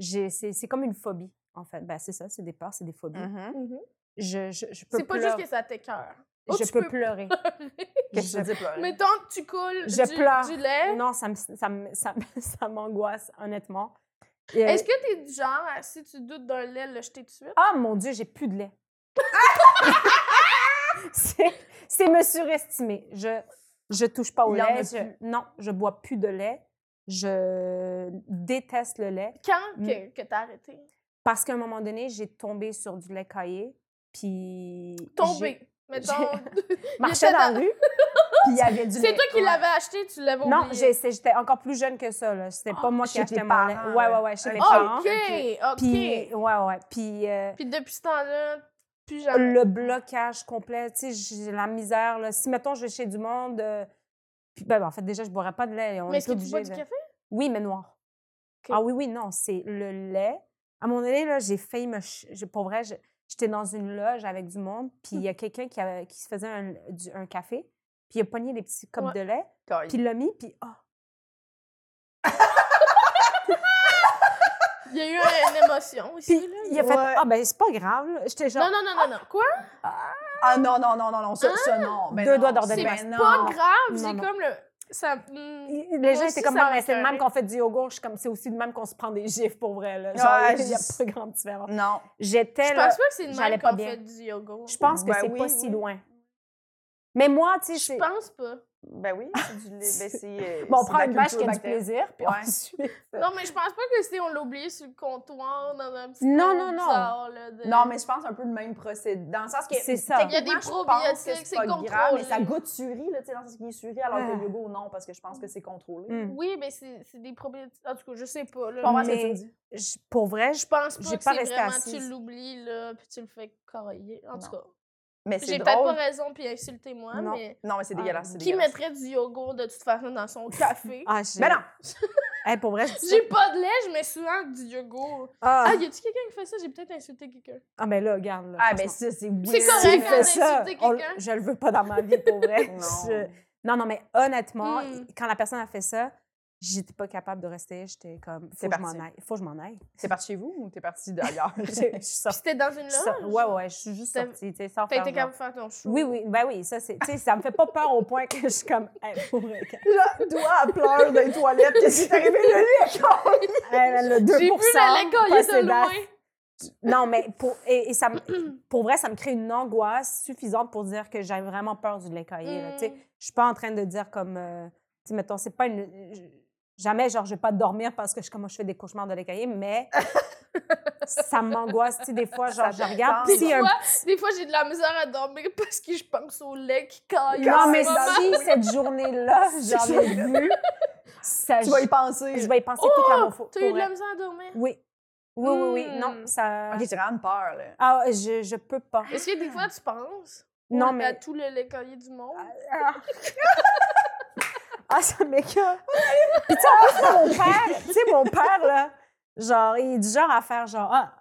[SPEAKER 4] j'ai- c'est c'est comme une phobie, en fait. Ben, c'est ça, c'est des peurs, c'est des phobies.
[SPEAKER 3] Mm-hmm.
[SPEAKER 4] Je, je, je peux
[SPEAKER 3] Mmh. C'est pas
[SPEAKER 4] pleurer.
[SPEAKER 3] juste que ça t'écoeure. Oh,
[SPEAKER 4] Je
[SPEAKER 3] tu
[SPEAKER 4] peux
[SPEAKER 3] peux
[SPEAKER 4] pleurer.
[SPEAKER 2] Qu'est-ce que
[SPEAKER 4] Je-
[SPEAKER 2] tu dis, pleurer?
[SPEAKER 3] Mettons que tu coules
[SPEAKER 4] Je
[SPEAKER 3] du,
[SPEAKER 4] pleure.
[SPEAKER 3] du lait.
[SPEAKER 4] Non, ça me- ça me- ça me- ça m'angoisse, honnêtement. Et-
[SPEAKER 3] Est-ce que t'es du genre, à, si tu doutes d'un lait, le jeter tout de suite?
[SPEAKER 4] Ah mon Dieu, j'ai plus de lait. c'est c'est me surestimer. Je je touche pas au
[SPEAKER 2] Il y en a
[SPEAKER 4] lait. je- non, je bois plus de lait. Je déteste le lait
[SPEAKER 3] Quand que,
[SPEAKER 4] Mm.
[SPEAKER 3] que t'as arrêté?
[SPEAKER 4] parce qu'à un moment donné, j'ai tombé sur du lait caillé, puis
[SPEAKER 3] Tombé. Mettons.
[SPEAKER 4] j'ai- marchais
[SPEAKER 3] était
[SPEAKER 4] dans la
[SPEAKER 3] dans-
[SPEAKER 4] rue.
[SPEAKER 2] Puis il y avait du
[SPEAKER 3] C'est
[SPEAKER 2] lait.
[SPEAKER 3] toi qui
[SPEAKER 2] Ouais.
[SPEAKER 3] l'avais acheté, tu l'avais oublié. Oh,
[SPEAKER 4] Non, j'ai- c'est- j'étais encore plus jeune que ça là, c'était pas moi qui
[SPEAKER 2] chez tes
[SPEAKER 4] achetais mon lait.
[SPEAKER 2] parents,
[SPEAKER 4] Ouais
[SPEAKER 2] là.
[SPEAKER 4] ouais ouais, chez mes
[SPEAKER 2] Ok.
[SPEAKER 4] parents.
[SPEAKER 3] OK, OK.
[SPEAKER 4] Puis ouais ouais, puis euh,
[SPEAKER 3] Puis depuis ce temps-là, plus jamais.
[SPEAKER 4] le blocage complet, tu sais, j'ai la misère. Là. Si, mettons, je vais chez du monde, euh, puis, ben, ben, en fait, déjà, je ne boirais pas de lait. On
[SPEAKER 3] Mais
[SPEAKER 4] est
[SPEAKER 3] est-ce que tu
[SPEAKER 4] obligé
[SPEAKER 3] bois du
[SPEAKER 4] de-
[SPEAKER 3] café?
[SPEAKER 4] Oui, mais noir.
[SPEAKER 3] Ok.
[SPEAKER 4] Ah oui, oui, non, c'est le lait. À mon donné, là, j'ai failli me... ch- je- Pour vrai, je- j'étais dans une loge avec du monde, puis
[SPEAKER 3] Mmh.
[SPEAKER 4] il y a quelqu'un qui, avait- qui se faisait un, du- un café, puis il a pogné les petits copes
[SPEAKER 3] Ouais.
[SPEAKER 4] de lait, puis il l'a mis, puis... ah,
[SPEAKER 3] Il y a eu une émotion
[SPEAKER 4] Puis
[SPEAKER 3] aussi, là.
[SPEAKER 4] il a fait,
[SPEAKER 2] Ouais.
[SPEAKER 4] ah ben c'est pas grave, là. j'étais genre...
[SPEAKER 3] Non, non, non, non, non. Quoi?
[SPEAKER 2] Ah non, non, non, non, non, ça, ça non. Ben
[SPEAKER 4] Deux
[SPEAKER 2] non,
[SPEAKER 4] doigts d'ordonnée.
[SPEAKER 3] Ah! C'est
[SPEAKER 2] ben
[SPEAKER 4] pas
[SPEAKER 2] non.
[SPEAKER 3] pas grave,
[SPEAKER 4] Non,
[SPEAKER 3] c'est
[SPEAKER 4] non.
[SPEAKER 3] comme le... Ça... hmm.
[SPEAKER 4] Les gens
[SPEAKER 3] Moi
[SPEAKER 4] étaient
[SPEAKER 3] aussi,
[SPEAKER 4] comme,
[SPEAKER 3] ça
[SPEAKER 4] Ah, mais c'est le
[SPEAKER 3] m'écoeurait.
[SPEAKER 4] même qu'on fait du yogourt. Je suis comme, c'est aussi le même qu'on se prend des gifs pour vrai. Là.
[SPEAKER 2] Ouais,
[SPEAKER 4] Genre, il n'y a
[SPEAKER 2] je-
[SPEAKER 4] pas grande différence.
[SPEAKER 2] Non.
[SPEAKER 4] J'étais
[SPEAKER 3] Je
[SPEAKER 4] là.
[SPEAKER 3] pense pas que c'est le
[SPEAKER 4] j'allais
[SPEAKER 3] même
[SPEAKER 4] pas
[SPEAKER 3] qu'on
[SPEAKER 4] bien.
[SPEAKER 3] fait du yoga.
[SPEAKER 4] Je pense que
[SPEAKER 2] Ben
[SPEAKER 4] c'est
[SPEAKER 2] oui,
[SPEAKER 4] pas
[SPEAKER 2] oui.
[SPEAKER 4] si loin. Mais moi, tu sais,
[SPEAKER 3] Je
[SPEAKER 4] c'est-
[SPEAKER 3] pense pas.
[SPEAKER 2] Ben oui, c'est du lait. Ben, c'est, euh,
[SPEAKER 4] Bon, on
[SPEAKER 2] c'est de
[SPEAKER 4] prend
[SPEAKER 2] la
[SPEAKER 4] une vache qui
[SPEAKER 2] culture
[SPEAKER 4] a du
[SPEAKER 2] bactérienne.
[SPEAKER 4] plaisir, puis
[SPEAKER 2] Ouais.
[SPEAKER 4] on suit.
[SPEAKER 3] Non, mais je pense pas que c'est on l'a oublié sur le comptoir dans un petit
[SPEAKER 4] Non,
[SPEAKER 3] coin
[SPEAKER 4] non, non.
[SPEAKER 3] bizarre, là, de-
[SPEAKER 2] Non, mais je pense un peu le même procédé. Dans le sens que.
[SPEAKER 4] C'est ça.
[SPEAKER 2] techniquement,
[SPEAKER 3] Il y a des
[SPEAKER 2] je pense que
[SPEAKER 3] probiotiques, c'est
[SPEAKER 2] pas
[SPEAKER 3] contrôlé.
[SPEAKER 2] grave, mais ça goûte suri, là, tu sais, dans le sens qu'il est suri, alors que
[SPEAKER 4] Ah.
[SPEAKER 2] le yogourt, non, parce que je pense que c'est contrôlé.
[SPEAKER 4] Mm.
[SPEAKER 3] Oui, mais c'est c'est des problématiques. En tout cas, je sais pas. Là,
[SPEAKER 2] Je comprends ce que
[SPEAKER 4] Mais-
[SPEAKER 2] tu me dis.
[SPEAKER 4] Je- Pour vrai, je
[SPEAKER 3] Je pense
[SPEAKER 4] J'ai
[SPEAKER 3] pas que
[SPEAKER 4] pas
[SPEAKER 3] c'est
[SPEAKER 4] resté
[SPEAKER 3] vraiment
[SPEAKER 4] assise.
[SPEAKER 3] tu l'oublies là puis tu le fais corroyer. En tout
[SPEAKER 2] Non.
[SPEAKER 3] cas,
[SPEAKER 2] Mais c'est
[SPEAKER 3] j'ai
[SPEAKER 2] drôle.
[SPEAKER 3] peut-être pas raison puis insultez-moi,
[SPEAKER 4] Non.
[SPEAKER 3] mais
[SPEAKER 2] Non, mais c'est
[SPEAKER 4] Ah,
[SPEAKER 2] dégueulasse. c'est
[SPEAKER 3] qui
[SPEAKER 2] dégueulasse.
[SPEAKER 3] mettrait du yogourt de toute façon dans son café
[SPEAKER 4] Ah, j'ai-
[SPEAKER 2] Ben non!
[SPEAKER 4] Hey, pour vrai, je dis ça.
[SPEAKER 3] J'ai pas de lait, je mets souvent du yogourt.
[SPEAKER 4] Ah,
[SPEAKER 3] Ah, y a-tu quelqu'un qui fait ça J'ai peut-être insulté quelqu'un.
[SPEAKER 4] ah, ben là, regarde. Là,
[SPEAKER 2] Ah, ben
[SPEAKER 4] franchement.
[SPEAKER 2] ça, c'est weird.
[SPEAKER 3] C'est
[SPEAKER 4] S'il
[SPEAKER 3] correct,
[SPEAKER 4] fait
[SPEAKER 3] hein,
[SPEAKER 4] ça,
[SPEAKER 3] d'insulter
[SPEAKER 4] on-
[SPEAKER 3] quelqu'un.
[SPEAKER 4] je le veux pas dans ma vie, pour vrai.
[SPEAKER 2] Non. Hmm.
[SPEAKER 4] Je- Non, non, mais honnêtement,
[SPEAKER 3] Mm.
[SPEAKER 4] quand la personne a fait ça, j'étais pas capable de rester. J'étais comme, faut
[SPEAKER 2] C'est
[SPEAKER 4] que je m'en
[SPEAKER 2] parti.
[SPEAKER 4] aille. Faut que je m'en aille.
[SPEAKER 2] T'es parti chez vous ou t'es parti d'ailleurs?
[SPEAKER 4] Je suis
[SPEAKER 3] Puis
[SPEAKER 4] sortie.
[SPEAKER 3] c'était dans une
[SPEAKER 4] je suis sortie.
[SPEAKER 3] loge.
[SPEAKER 4] Ouais, ouais, je suis juste
[SPEAKER 3] T'as-
[SPEAKER 4] sortie, tu sais, sans
[SPEAKER 3] T'as
[SPEAKER 4] faire
[SPEAKER 3] été
[SPEAKER 4] genre.
[SPEAKER 3] capable de faire ton show.
[SPEAKER 4] Oui, oui, ben oui, ça, c'est, tu sais, ça me fait pas peur au point que je suis comme, hey, pour vrai, quand-
[SPEAKER 2] Genre, doigt à pleurs dans les toilettes. Qu'est-ce qui t'est arrivé? Le lait est con! Euh,
[SPEAKER 4] Hey, le 2
[SPEAKER 3] J'ai vu la lait caillée de
[SPEAKER 4] possédace.
[SPEAKER 3] loin.
[SPEAKER 4] Non, mais pour, et, et ça, me- pour vrai, ça me crée une angoisse suffisante pour dire que j'ai vraiment peur du lait caillé. là, tu sais.
[SPEAKER 3] Mm.
[SPEAKER 4] Je suis pas en train de dire comme, euh, tu sais, mettons, c'est pas une. je- Jamais, genre, je vais pas dormir parce que je, comme, je fais des cauchemars de lait caillé, mais ça m'angoisse, tu sais, des fois, genre, je
[SPEAKER 2] Ça
[SPEAKER 4] regarde,
[SPEAKER 2] te
[SPEAKER 4] puis s'il y a un
[SPEAKER 3] Des fois, des fois, j'ai de la misère à dormir parce que je pense au lait qui caille.
[SPEAKER 4] Non, mais
[SPEAKER 2] Quand c'est
[SPEAKER 4] si
[SPEAKER 2] dans-
[SPEAKER 4] cette journée-là, j'en ai vu, ça,
[SPEAKER 2] Tu vas y
[SPEAKER 4] je,
[SPEAKER 2] penser.
[SPEAKER 3] Oh,
[SPEAKER 4] je vais y penser toute la mon
[SPEAKER 3] T'as eu de la misère à dormir?
[SPEAKER 4] Oui. Oui, oui, oui. Non,
[SPEAKER 3] Hmm.
[SPEAKER 4] ça.
[SPEAKER 2] Ok, Ah, j'ai vraiment peur, là.
[SPEAKER 4] Ah, je, je peux pas.
[SPEAKER 3] Est-ce que des fois, tu penses
[SPEAKER 4] Non,
[SPEAKER 3] à- à
[SPEAKER 4] mais.
[SPEAKER 3] tout le l'écolier du monde?
[SPEAKER 4] Ah, Ah, ça m'écoeure. Puis, tu sais, en plus, mon père, tu sais, mon père, là, genre, il est du genre à faire, genre, ah,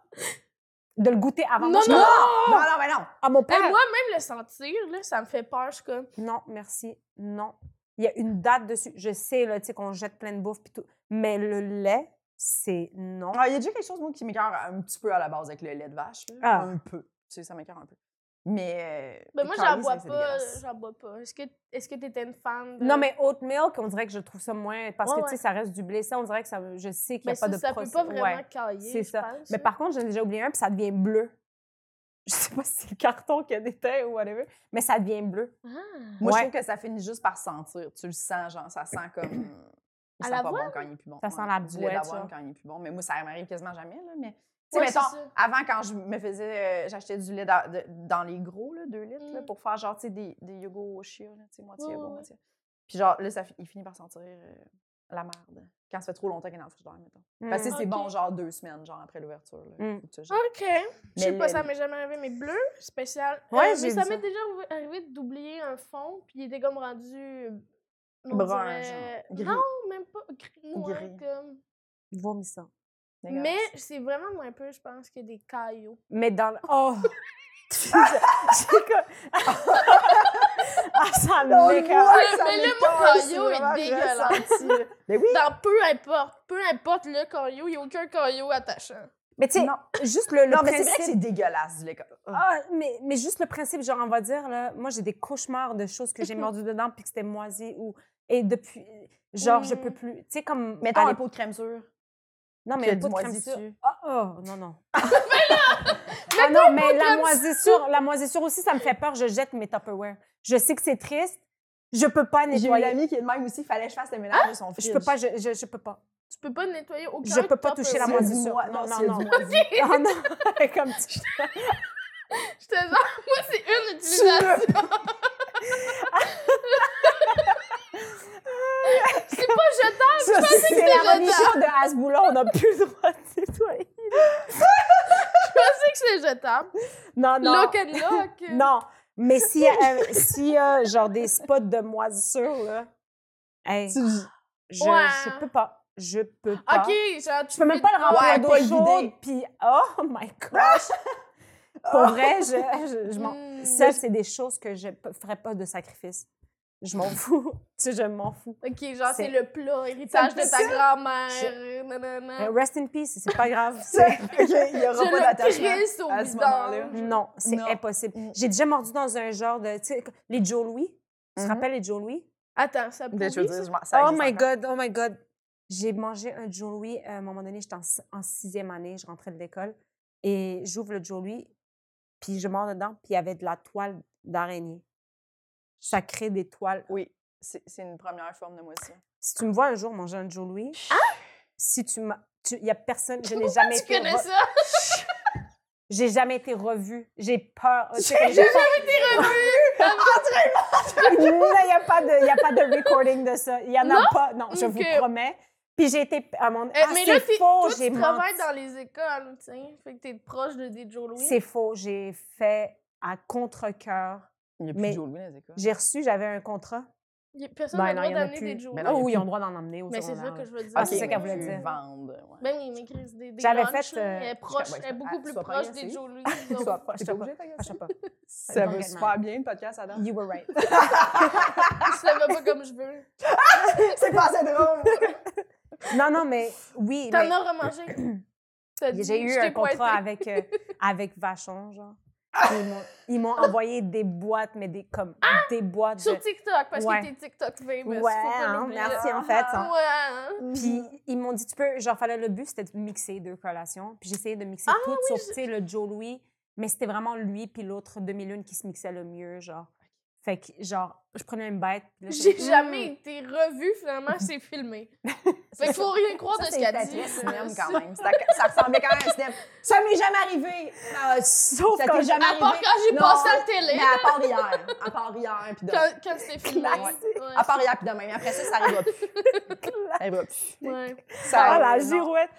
[SPEAKER 4] de le goûter avant
[SPEAKER 3] Non,
[SPEAKER 4] moi. Je-
[SPEAKER 3] non,
[SPEAKER 2] Non, non, mais non!
[SPEAKER 4] Ah, mon
[SPEAKER 3] Hey,
[SPEAKER 4] père.
[SPEAKER 3] Ben, moi, même le sentir, là, ça me fait peur. Je suis comme,
[SPEAKER 4] Non, merci. Non. Il y a une date dessus. Je sais, là, tu sais, qu'on jette plein de bouffe, puis tout. Mais le lait, c'est non.
[SPEAKER 2] Ah, Il y a déjà quelque chose, moi, qui m'écœure un petit peu à la base avec le lait de vache. là.
[SPEAKER 4] Ah.
[SPEAKER 2] Un peu. Tu sais, ça m'écœure un peu. Mais. euh,
[SPEAKER 3] ben moi,
[SPEAKER 2] les
[SPEAKER 3] j'en
[SPEAKER 2] caries,
[SPEAKER 3] bois
[SPEAKER 2] c'est
[SPEAKER 3] pas.
[SPEAKER 2] dégueulasse.
[SPEAKER 3] J'en bois pas. Est-ce que est-ce que t'étais une fan de.
[SPEAKER 4] Non, mais oat milk, on dirait que je trouve ça moins. Parce
[SPEAKER 3] Ouais,
[SPEAKER 4] que, tu sais, ça reste du blé. Ça, on dirait que ça, je sais qu'il n'y
[SPEAKER 3] Ben, ça,
[SPEAKER 4] a pas de
[SPEAKER 3] ça peut
[SPEAKER 4] procé-
[SPEAKER 3] pas vraiment
[SPEAKER 4] Ouais.
[SPEAKER 3] cailler.
[SPEAKER 4] c'est
[SPEAKER 3] je
[SPEAKER 4] ça.
[SPEAKER 3] pense,
[SPEAKER 4] Mais
[SPEAKER 3] là.
[SPEAKER 4] par contre, j'en ai déjà oublié un, puis ça devient bleu. Je sais pas si c'est le carton qu'il y a des teints ou whatever, mais ça devient bleu.
[SPEAKER 2] Moi,
[SPEAKER 4] Ouais.
[SPEAKER 2] je trouve que ça finit juste par sentir. Tu le sens, genre, ça sent comme.
[SPEAKER 3] À
[SPEAKER 2] Ça sent pas bon
[SPEAKER 3] l'avoine?
[SPEAKER 2] quand il est plus bon.
[SPEAKER 4] Ça
[SPEAKER 2] Ouais,
[SPEAKER 4] sent la
[SPEAKER 2] Du lait
[SPEAKER 4] boîte,
[SPEAKER 2] d'avoine
[SPEAKER 4] ça.
[SPEAKER 2] quand il est plus bon. Mais moi, ça m'arrive quasiment jamais, là. Mais. Tu sais,
[SPEAKER 3] Ouais,
[SPEAKER 2] mettons,
[SPEAKER 3] c'est ça.
[SPEAKER 2] avant, quand je me faisais. euh, J'achetais du lait dans, de- dans les gros, là, 2 litres, là,
[SPEAKER 3] Mm.
[SPEAKER 2] pour faire, genre, tu sais, des, des yogos chia, là, tu sais, moitié
[SPEAKER 3] Ouais,
[SPEAKER 2] yogourt,
[SPEAKER 3] ouais,
[SPEAKER 2] moitié. Puis, genre, là, ça, fi- il finit par sentir euh, la merde. Quand ça fait trop longtemps qu'il est dans le frigidaire, mettons. Parce que
[SPEAKER 4] Mm.
[SPEAKER 2] c'est
[SPEAKER 3] Ok.
[SPEAKER 2] bon, genre, deux semaines, genre, après l'ouverture, là.
[SPEAKER 4] Mm.
[SPEAKER 2] Faut que tu jettes.
[SPEAKER 3] OK. Je sais
[SPEAKER 2] Mais
[SPEAKER 3] pas,
[SPEAKER 2] le-
[SPEAKER 3] ça m'est jamais arrivé, mais bleu, spécial. Euh,
[SPEAKER 4] Ouais,
[SPEAKER 3] mais
[SPEAKER 4] j'ai
[SPEAKER 3] ça
[SPEAKER 4] vu
[SPEAKER 3] m'est
[SPEAKER 4] ça.
[SPEAKER 3] déjà ouv- arrivé d'oublier un fond, puis il était comme rendu. euh, on
[SPEAKER 2] Brun,
[SPEAKER 3] dirait-
[SPEAKER 2] genre, gris.
[SPEAKER 3] Non, même pas. Gris, noir,
[SPEAKER 2] Gris.
[SPEAKER 3] comme.
[SPEAKER 4] Vomissant.
[SPEAKER 2] Dégueulasse.
[SPEAKER 3] Mais c'est vraiment moins peu, je pense, que des caillots.
[SPEAKER 4] Mais dans le. Oh! J'ai comme- ah, ça
[SPEAKER 2] Non,
[SPEAKER 4] me décolle.
[SPEAKER 2] ouais, ça
[SPEAKER 3] Mais le
[SPEAKER 2] m'écoeure,
[SPEAKER 3] mot caillot
[SPEAKER 2] c'est
[SPEAKER 3] est
[SPEAKER 2] vraiment
[SPEAKER 3] dégueulasse.
[SPEAKER 2] ressenti. Mais oui,
[SPEAKER 3] Dans peu importe, peu importe le caillot, il n'y a aucun caillot attachant.
[SPEAKER 4] Mais tu sais,
[SPEAKER 2] Non.
[SPEAKER 4] juste le, le
[SPEAKER 2] non, mais c'est
[SPEAKER 4] principe.
[SPEAKER 2] vrai que c'est dégueulasse du lait. comme- Ah,
[SPEAKER 4] Ah, mais, mais juste le principe, genre, on va dire, là, moi, j'ai des cauchemars de choses que j'ai mordu dedans puis que c'était moisi ou. Et depuis. Genre, je
[SPEAKER 3] Mm.
[SPEAKER 4] peux plus. Tu sais, comme.
[SPEAKER 2] Mmh. Mettons
[SPEAKER 4] à
[SPEAKER 2] un
[SPEAKER 4] l'époque-
[SPEAKER 2] pot de crème sûre.
[SPEAKER 4] Non,
[SPEAKER 2] qu'il y
[SPEAKER 4] mais
[SPEAKER 2] a
[SPEAKER 4] un
[SPEAKER 2] du
[SPEAKER 4] pot de crème
[SPEAKER 2] moisi
[SPEAKER 4] sûre.
[SPEAKER 2] dessus.
[SPEAKER 4] Ah, oh, non, non. mais là! ah non, mais la
[SPEAKER 3] crème
[SPEAKER 4] moisissure, la moisissure aussi, ça me fait peur. Je jette mes Tupperware. Je sais que c'est triste. Je peux pas
[SPEAKER 2] J'ai une
[SPEAKER 4] nettoyer.
[SPEAKER 2] amie qui est de même aussi, il fallait que je fasse le ménage de son fils.
[SPEAKER 4] Je peux pas, je, je, je peux pas.
[SPEAKER 3] Tu peux pas nettoyer aucun
[SPEAKER 4] Je peux pas toucher la
[SPEAKER 3] Tupperware.
[SPEAKER 2] moitié.
[SPEAKER 4] moisissure.
[SPEAKER 2] moi-
[SPEAKER 4] Non,
[SPEAKER 2] non,
[SPEAKER 4] non,
[SPEAKER 2] c'est
[SPEAKER 4] non.
[SPEAKER 2] du Ah,
[SPEAKER 4] Ah non, comme tu...
[SPEAKER 3] J'étais genre, moi, c'est une utilisation. c'est pas jetable.
[SPEAKER 4] Ça, c'est la religion de Hasboula, on n'a plus le droit de nettoyer.
[SPEAKER 3] Je pensais que c'est jetable.
[SPEAKER 4] Non, non.
[SPEAKER 3] Lock and lock.
[SPEAKER 4] Non, mais s'il y a, euh, s'il y a, genre des spots de moisissure, là, hey,
[SPEAKER 2] Tu-
[SPEAKER 4] je,
[SPEAKER 3] Ouais.
[SPEAKER 4] je peux pas. Je peux pas.
[SPEAKER 3] Ok, genre, tu
[SPEAKER 4] Je peux même pas le
[SPEAKER 2] Ouais,
[SPEAKER 4] remplir
[SPEAKER 2] pas
[SPEAKER 4] d'eau
[SPEAKER 2] le
[SPEAKER 4] chaude,
[SPEAKER 2] vider.
[SPEAKER 4] puis oh my gosh! Pour vrai, je, je, je m'en...
[SPEAKER 2] Mm.
[SPEAKER 3] Hmm.
[SPEAKER 4] Ça, c'est des choses que je p- ferais pas de sacrifice. Je
[SPEAKER 2] Mm.
[SPEAKER 4] m'en fous. tu sais, je m'en fous.
[SPEAKER 3] Ok, genre, c'est
[SPEAKER 4] C'est-
[SPEAKER 3] le plat, héritage de ta
[SPEAKER 2] ça. Eh
[SPEAKER 3] grand-mère. nanana.
[SPEAKER 2] Mm.
[SPEAKER 4] Mais rest in peace, c'est pas grave. c'est-
[SPEAKER 2] Il n'y
[SPEAKER 3] Je
[SPEAKER 2] aura pas
[SPEAKER 3] le
[SPEAKER 2] d'attachement.
[SPEAKER 3] crisse au
[SPEAKER 2] à ce moment-là.
[SPEAKER 3] bidon.
[SPEAKER 4] Non, c'est
[SPEAKER 2] Non. Mm.
[SPEAKER 4] impossible. J'ai déjà mordu dans un genre de... Tu sais, les Joe Louis. Tu te
[SPEAKER 2] Mhm.
[SPEAKER 4] rappelles les Joe Louis?
[SPEAKER 3] Attends, ça pourrit,
[SPEAKER 2] Des choses,
[SPEAKER 3] ça?
[SPEAKER 2] je m'en- ça
[SPEAKER 4] oh
[SPEAKER 2] existe
[SPEAKER 4] my
[SPEAKER 2] encore.
[SPEAKER 4] God, oh my God. J'ai mangé un Joe Louis. euh, À un moment donné, j'étais en, si- en sixième année, je rentrais de l'école. Et j'ouvre le Joe Louis, puis je mords dedans, puis il y avait de la toile d'araignée. Ça crée des toiles.
[SPEAKER 2] Oui, c'est c'est une première forme de moisissure.
[SPEAKER 4] Si tu me vois un jour manger un Joe Louis, si tu m'as... tu- Il n'y a personne, je n'ai jamais
[SPEAKER 3] Ah! Tu
[SPEAKER 4] été...
[SPEAKER 3] connais
[SPEAKER 4] re-
[SPEAKER 3] ça?
[SPEAKER 4] J'ai jamais été revue. J'ai peur. Tu sais,
[SPEAKER 2] J'ai
[SPEAKER 4] comme J'ai peur. Non, Il n'y a, pas de- il y a pas de recording de ça. Il n'y en
[SPEAKER 3] Non?
[SPEAKER 4] a pas. Non, je vous
[SPEAKER 3] Ok.
[SPEAKER 4] promets. Puis j'ai été... à mon-
[SPEAKER 3] Eh,
[SPEAKER 4] Ah,
[SPEAKER 3] mais là,
[SPEAKER 4] c'est
[SPEAKER 3] t'es-
[SPEAKER 4] faux,
[SPEAKER 3] toi,
[SPEAKER 4] j'ai
[SPEAKER 3] tu travailles
[SPEAKER 4] menti.
[SPEAKER 3] dans les écoles, tu sais. Fait que t'es proche de des Joe Louis.
[SPEAKER 4] C'est faux. J'ai fait à contre-cœur.
[SPEAKER 2] Il n'y a plus
[SPEAKER 4] Mais-
[SPEAKER 2] de Joe Louis dans les écoles.
[SPEAKER 4] J'ai reçu, j'avais un contrat.
[SPEAKER 3] Y a-
[SPEAKER 4] Ben
[SPEAKER 3] Personne n'a le droit d'amener des Joe
[SPEAKER 2] Mais non, il y a
[SPEAKER 3] Louis.
[SPEAKER 4] oh, oui,
[SPEAKER 2] plus.
[SPEAKER 4] ils ont le droit d'en emmener au
[SPEAKER 3] Mais c'est ça
[SPEAKER 4] secondaire,
[SPEAKER 3] que
[SPEAKER 4] là.
[SPEAKER 3] je veux dire.
[SPEAKER 4] Ah, c'est
[SPEAKER 2] Ok,
[SPEAKER 4] ça qu'elle voulait
[SPEAKER 2] tu
[SPEAKER 4] dire.
[SPEAKER 2] vendre, ouais.
[SPEAKER 3] Ben oui, mais Chris, des, des
[SPEAKER 4] J'avais
[SPEAKER 3] lunchs,
[SPEAKER 4] fait,
[SPEAKER 3] là,
[SPEAKER 4] euh,
[SPEAKER 3] Elle est proche,
[SPEAKER 2] ben,
[SPEAKER 3] elle est
[SPEAKER 2] ah,
[SPEAKER 3] beaucoup
[SPEAKER 2] tu
[SPEAKER 3] plus
[SPEAKER 2] vas pas
[SPEAKER 3] proche
[SPEAKER 2] y
[SPEAKER 3] des
[SPEAKER 2] essayer?
[SPEAKER 3] Joe Louis.
[SPEAKER 4] Je sais pas, je sais
[SPEAKER 2] T'es
[SPEAKER 4] pas,
[SPEAKER 2] obligée, t'as
[SPEAKER 4] je sais pas.
[SPEAKER 2] Ça va
[SPEAKER 4] Vulgairement.
[SPEAKER 2] super bien, le podcast, Adam.
[SPEAKER 4] You were right.
[SPEAKER 3] Je le veux pas comme je veux.
[SPEAKER 2] C'est pas assez drôle.
[SPEAKER 4] Non, non, mais oui.
[SPEAKER 3] T'en
[SPEAKER 4] mais
[SPEAKER 3] as remangé. T'as dit,
[SPEAKER 4] J'ai eu
[SPEAKER 3] je t'ai
[SPEAKER 4] un contrat
[SPEAKER 3] pointé.
[SPEAKER 4] avec, euh, avec Vachon, genre. Ils m'ont- Ils m'ont envoyé des boîtes, mais des, comme, des boîtes. de-
[SPEAKER 3] Ah! Sur TikTok, parce
[SPEAKER 4] Ouais.
[SPEAKER 3] que t'es TikTok famous.
[SPEAKER 4] Ouais,
[SPEAKER 3] faut pas
[SPEAKER 4] hein,
[SPEAKER 3] l'oublier.
[SPEAKER 4] merci en fait. hein.
[SPEAKER 3] Ouais.
[SPEAKER 4] Puis
[SPEAKER 3] Mm-hmm.
[SPEAKER 4] ils m'ont dit, tu peux, genre, fallait le but, c'était de mixer deux collations. Puis j'essayais de
[SPEAKER 3] Ah
[SPEAKER 4] mixer toutes, sauf, tu sais, le Joe Louis. Mais c'était vraiment lui puis l'autre demi-lune qui se mixait le mieux, genre. Fait que, genre, je prenais une bête. puis là,
[SPEAKER 3] J'ai
[SPEAKER 4] j'étais-
[SPEAKER 3] jamais été revue, finalement, c'est filmé. Fait qu'il faut rien croire
[SPEAKER 2] Ça,
[SPEAKER 3] de ce
[SPEAKER 2] c'est
[SPEAKER 3] qu'elle a
[SPEAKER 2] très,
[SPEAKER 3] dit.
[SPEAKER 2] très slim, quand même. Ça, ça ressemblait quand même à Steph. Ça m'est jamais arrivé. Euh,
[SPEAKER 4] Sauf
[SPEAKER 2] ça
[SPEAKER 4] quand
[SPEAKER 2] t'est
[SPEAKER 4] je-
[SPEAKER 2] jamais
[SPEAKER 3] À
[SPEAKER 2] arrivé.
[SPEAKER 3] part quand j'ai
[SPEAKER 2] Non,
[SPEAKER 3] passé à la télé,
[SPEAKER 2] Mais à part hier. À part hier, puis demain.
[SPEAKER 3] quand, quand c'était filmé.
[SPEAKER 2] Classique.
[SPEAKER 3] Ouais.
[SPEAKER 2] À part hier, puis demain. Mais après ça, ça arrivera plus. Ça arrivera plus.
[SPEAKER 3] Ouais.
[SPEAKER 2] Ça
[SPEAKER 4] Ah, la
[SPEAKER 2] arrive, non.
[SPEAKER 4] girouette!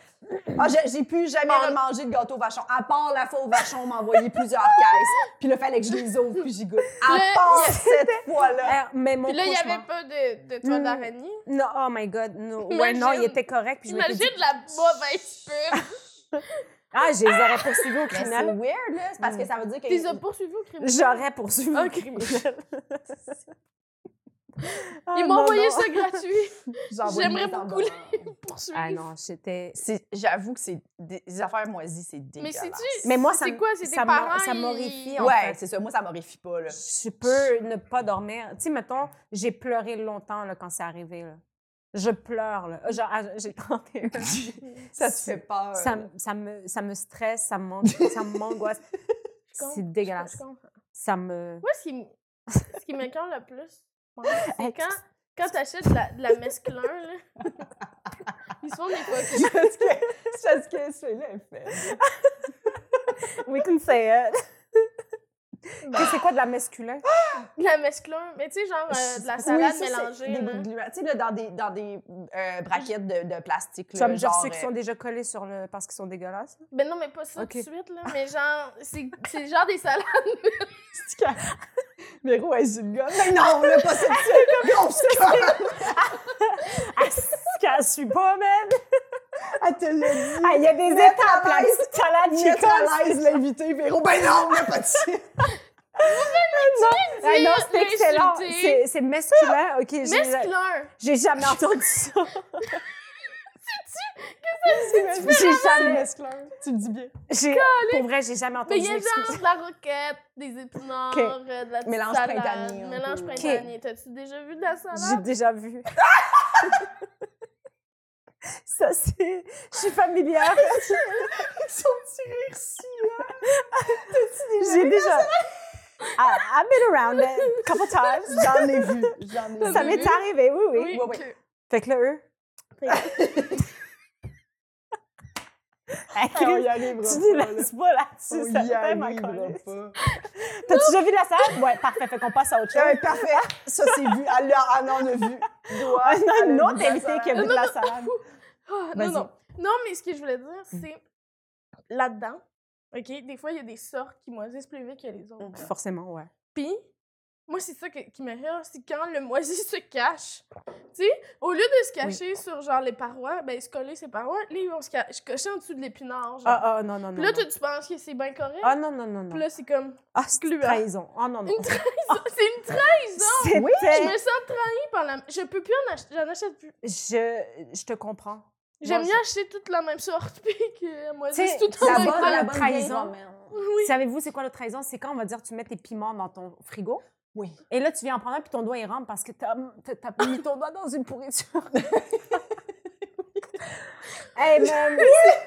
[SPEAKER 2] Ah, j'ai- j'ai plus jamais
[SPEAKER 3] Ah.
[SPEAKER 2] remangé de gâteau au vachon. À part la fois au vachon, on m'a envoyé plusieurs caisses. Puis le fallait que je les ouvre, puis j'y goûte. À
[SPEAKER 3] Le-
[SPEAKER 2] part cette fois-là.
[SPEAKER 4] Ah, mais mon
[SPEAKER 3] Puis là, il n'y
[SPEAKER 4] cauchemar-
[SPEAKER 3] avait pas de, de toile
[SPEAKER 4] Mm.
[SPEAKER 3] d'araignée.
[SPEAKER 4] Non, oh my God, no. Ouais,
[SPEAKER 3] Imagine.
[SPEAKER 4] non, il était correct. Puis je m'étais
[SPEAKER 3] Imagine
[SPEAKER 4] dit,
[SPEAKER 3] la mauvaise pub.
[SPEAKER 4] ah, je les aurais poursuivis
[SPEAKER 3] Ben,
[SPEAKER 4] au
[SPEAKER 2] Mais c'est
[SPEAKER 4] criminel.
[SPEAKER 2] weird, là. C'est parce que ça veut dire que.
[SPEAKER 3] Tu les as poursuivis au crime.
[SPEAKER 4] J'aurais poursuivi
[SPEAKER 3] Un
[SPEAKER 4] au criminel. Ah,
[SPEAKER 3] Ils m'ont
[SPEAKER 4] non,
[SPEAKER 3] envoyé
[SPEAKER 4] non.
[SPEAKER 3] ça gratuit.
[SPEAKER 2] J'ai envoyé
[SPEAKER 3] J'aimerais
[SPEAKER 2] des
[SPEAKER 3] beaucoup
[SPEAKER 2] emballants.
[SPEAKER 3] Poursuivre.
[SPEAKER 4] Ah non, j'étais...
[SPEAKER 2] C'est- J'avoue que c'est des des affaires moisies, c'est
[SPEAKER 3] Mais
[SPEAKER 2] dégueulasse.
[SPEAKER 3] c'est-tu.
[SPEAKER 4] Mais moi, ça
[SPEAKER 3] C'est
[SPEAKER 4] me-
[SPEAKER 3] quoi? C'est tes
[SPEAKER 4] ça me-
[SPEAKER 3] parents.
[SPEAKER 4] ça
[SPEAKER 3] ils-
[SPEAKER 4] m'horrifie, en
[SPEAKER 2] Ouais,
[SPEAKER 4] fait.
[SPEAKER 2] c'est ça. Moi, ça m'horrifie pas, là.
[SPEAKER 4] Je peux ne pas dormir. Tu sais, mettons, j'ai pleuré longtemps là, quand c'est arrivé. Là. Je pleure. Là. Genre, ah, j'ai 31.
[SPEAKER 2] Ça te fait peur.
[SPEAKER 4] ça,
[SPEAKER 2] là.
[SPEAKER 4] me- ça me, ça me stresse, ça m'an- ça m'angoisse.
[SPEAKER 3] comprends,
[SPEAKER 4] c'est dégueulasse.
[SPEAKER 3] Je comprends.
[SPEAKER 4] Ça me...
[SPEAKER 3] Moi, ce qui, m- ce qui m'écoeure le plus, c'est
[SPEAKER 4] Hey,
[SPEAKER 3] quand, quand t'achètes de la, de la mesclun, là. Ils sont des fois.
[SPEAKER 2] Parce que, parce que celui-là est fait.
[SPEAKER 4] We can say it. E Que c'est quoi de la masculin?
[SPEAKER 3] De la mesclun. Mais tu sais, genre euh, de la salade mélangée. là.
[SPEAKER 2] Tu sais, là, dans des, dans des euh, braquettes de, de plastique,
[SPEAKER 4] Tu
[SPEAKER 2] là,
[SPEAKER 4] vas me dire
[SPEAKER 2] genre,
[SPEAKER 4] ceux qui
[SPEAKER 2] euh,
[SPEAKER 4] sont déjà collés sur le... parce qu'ils sont dégueulasses?
[SPEAKER 3] Ben non, mais pas ça
[SPEAKER 4] Ok.
[SPEAKER 3] tout de suite, là. Mais genre, c'est c'est genre des salades.
[SPEAKER 2] C'est quand- Véro, elle joue le gars. Mais non, là, pas cette fille. Grosse conne.
[SPEAKER 4] Ah, je suis pas, man!
[SPEAKER 2] Elle te l'a dit.
[SPEAKER 4] Ah, il y a des
[SPEAKER 2] Mettre
[SPEAKER 4] étapes,
[SPEAKER 2] à
[SPEAKER 4] là!
[SPEAKER 2] l'aise.
[SPEAKER 4] C'est salade
[SPEAKER 2] Qui est à
[SPEAKER 4] Nicolas!
[SPEAKER 2] l'aise, l'invité, Véro. Ben non, là, pas de suite.
[SPEAKER 4] Ah non, c'est
[SPEAKER 3] Dire,
[SPEAKER 4] excellent!
[SPEAKER 3] l'insulter.
[SPEAKER 4] C'est- C'est masculin, ok. j'ai- Oh,
[SPEAKER 3] Mesclun!
[SPEAKER 4] Ah, J'ai jamais entendu ça.
[SPEAKER 2] Tu
[SPEAKER 4] J'ai jamais.
[SPEAKER 2] le dis bien.
[SPEAKER 4] j'ai- Pour vrai, j'ai jamais
[SPEAKER 3] Mais
[SPEAKER 4] entendu
[SPEAKER 3] il y a genre de la roquette, des épinards,
[SPEAKER 4] Ok.
[SPEAKER 3] euh, de la petite
[SPEAKER 2] Mélange
[SPEAKER 3] salade,
[SPEAKER 2] printanier, un
[SPEAKER 3] Mélange
[SPEAKER 2] peu.
[SPEAKER 3] printanier. T'as-tu déjà vu de la
[SPEAKER 4] J'ai
[SPEAKER 3] salade?
[SPEAKER 4] déjà vu. ça, c'est. Je suis familière.
[SPEAKER 2] Son petit rire si.
[SPEAKER 4] J'ai hein. déjà. I- I've been around it a couple times.
[SPEAKER 2] J'en ai vu. J'en ai
[SPEAKER 4] Ça
[SPEAKER 2] vu.
[SPEAKER 3] vu?
[SPEAKER 4] m'est arrivé, oui, oui.
[SPEAKER 2] oui,
[SPEAKER 3] Oui,
[SPEAKER 2] oui.
[SPEAKER 3] que-
[SPEAKER 4] Fait que là, eux. Hey,
[SPEAKER 2] Ah, On y
[SPEAKER 4] Chris,
[SPEAKER 2] arrivera
[SPEAKER 4] tu
[SPEAKER 2] pas, là.
[SPEAKER 4] délasses pas
[SPEAKER 2] On
[SPEAKER 4] là-dessus, ça
[SPEAKER 2] y
[SPEAKER 4] fait ma
[SPEAKER 2] arrivera
[SPEAKER 4] colère.
[SPEAKER 2] pas.
[SPEAKER 4] T'as-tu déjà vu de la salade? Ouais, parfait, fait qu'on passe à autre chose.
[SPEAKER 2] Euh, parfait. Ça, c'est vu. Ah, Elle l'a- elle en a vu.
[SPEAKER 4] Ah,
[SPEAKER 2] Doit.
[SPEAKER 4] non,
[SPEAKER 2] elle
[SPEAKER 4] une
[SPEAKER 2] a
[SPEAKER 4] autre
[SPEAKER 2] vu de la
[SPEAKER 4] invitée qui a vu de la salade.
[SPEAKER 3] Ah,
[SPEAKER 4] Vas-y. Mmh.
[SPEAKER 3] non, non. Non, mais ce que je voulais dire, c'est là-dedans, OK, des fois, il y a des sortes qui moisissent plus vite que les autres.
[SPEAKER 4] Forcément, ouais.
[SPEAKER 3] Puis, moi, c'est ça que- qui me rire, c'est quand le moisi se cache. Tu sais, au lieu de se cacher sur, genre, les parois, ben, se coller ses parois, là, ils vont se ca- se cacher en dessous de l'épinard, genre.
[SPEAKER 4] Ah, ah, non, non, non.
[SPEAKER 3] Puis là,
[SPEAKER 4] non.
[SPEAKER 3] toi, tu penses que c'est bien correct.
[SPEAKER 4] Ah, non, non, non, non.
[SPEAKER 3] Puis là, c'est comme,
[SPEAKER 4] Ah, c'est une
[SPEAKER 3] Gluant.
[SPEAKER 4] trahison. Ah non, non.
[SPEAKER 3] Une c'est une trahison!
[SPEAKER 4] C'était-
[SPEAKER 2] Oui,
[SPEAKER 3] Je me sens trahie par la... Je peux plus en acheter, j'en achète plus.
[SPEAKER 4] je, je te comprends.
[SPEAKER 3] J'aime
[SPEAKER 4] Moi,
[SPEAKER 3] mieux acheter toute la même sorte, puis que moi,
[SPEAKER 4] Tu sais,
[SPEAKER 3] c'est tout
[SPEAKER 4] la
[SPEAKER 3] en
[SPEAKER 4] bonne-
[SPEAKER 3] même temps.
[SPEAKER 4] la bonne trahison.
[SPEAKER 3] Oui.
[SPEAKER 4] Savez-vous c'est quoi le trahison? C'est quand on va dire tu mets tes piments dans ton frigo.
[SPEAKER 2] Oui.
[SPEAKER 4] Et là, tu viens en prendre un puis ton doigt il rampe parce que t'as t'as- t'as mis ton doigt dans une pourriture. Eh hey, man!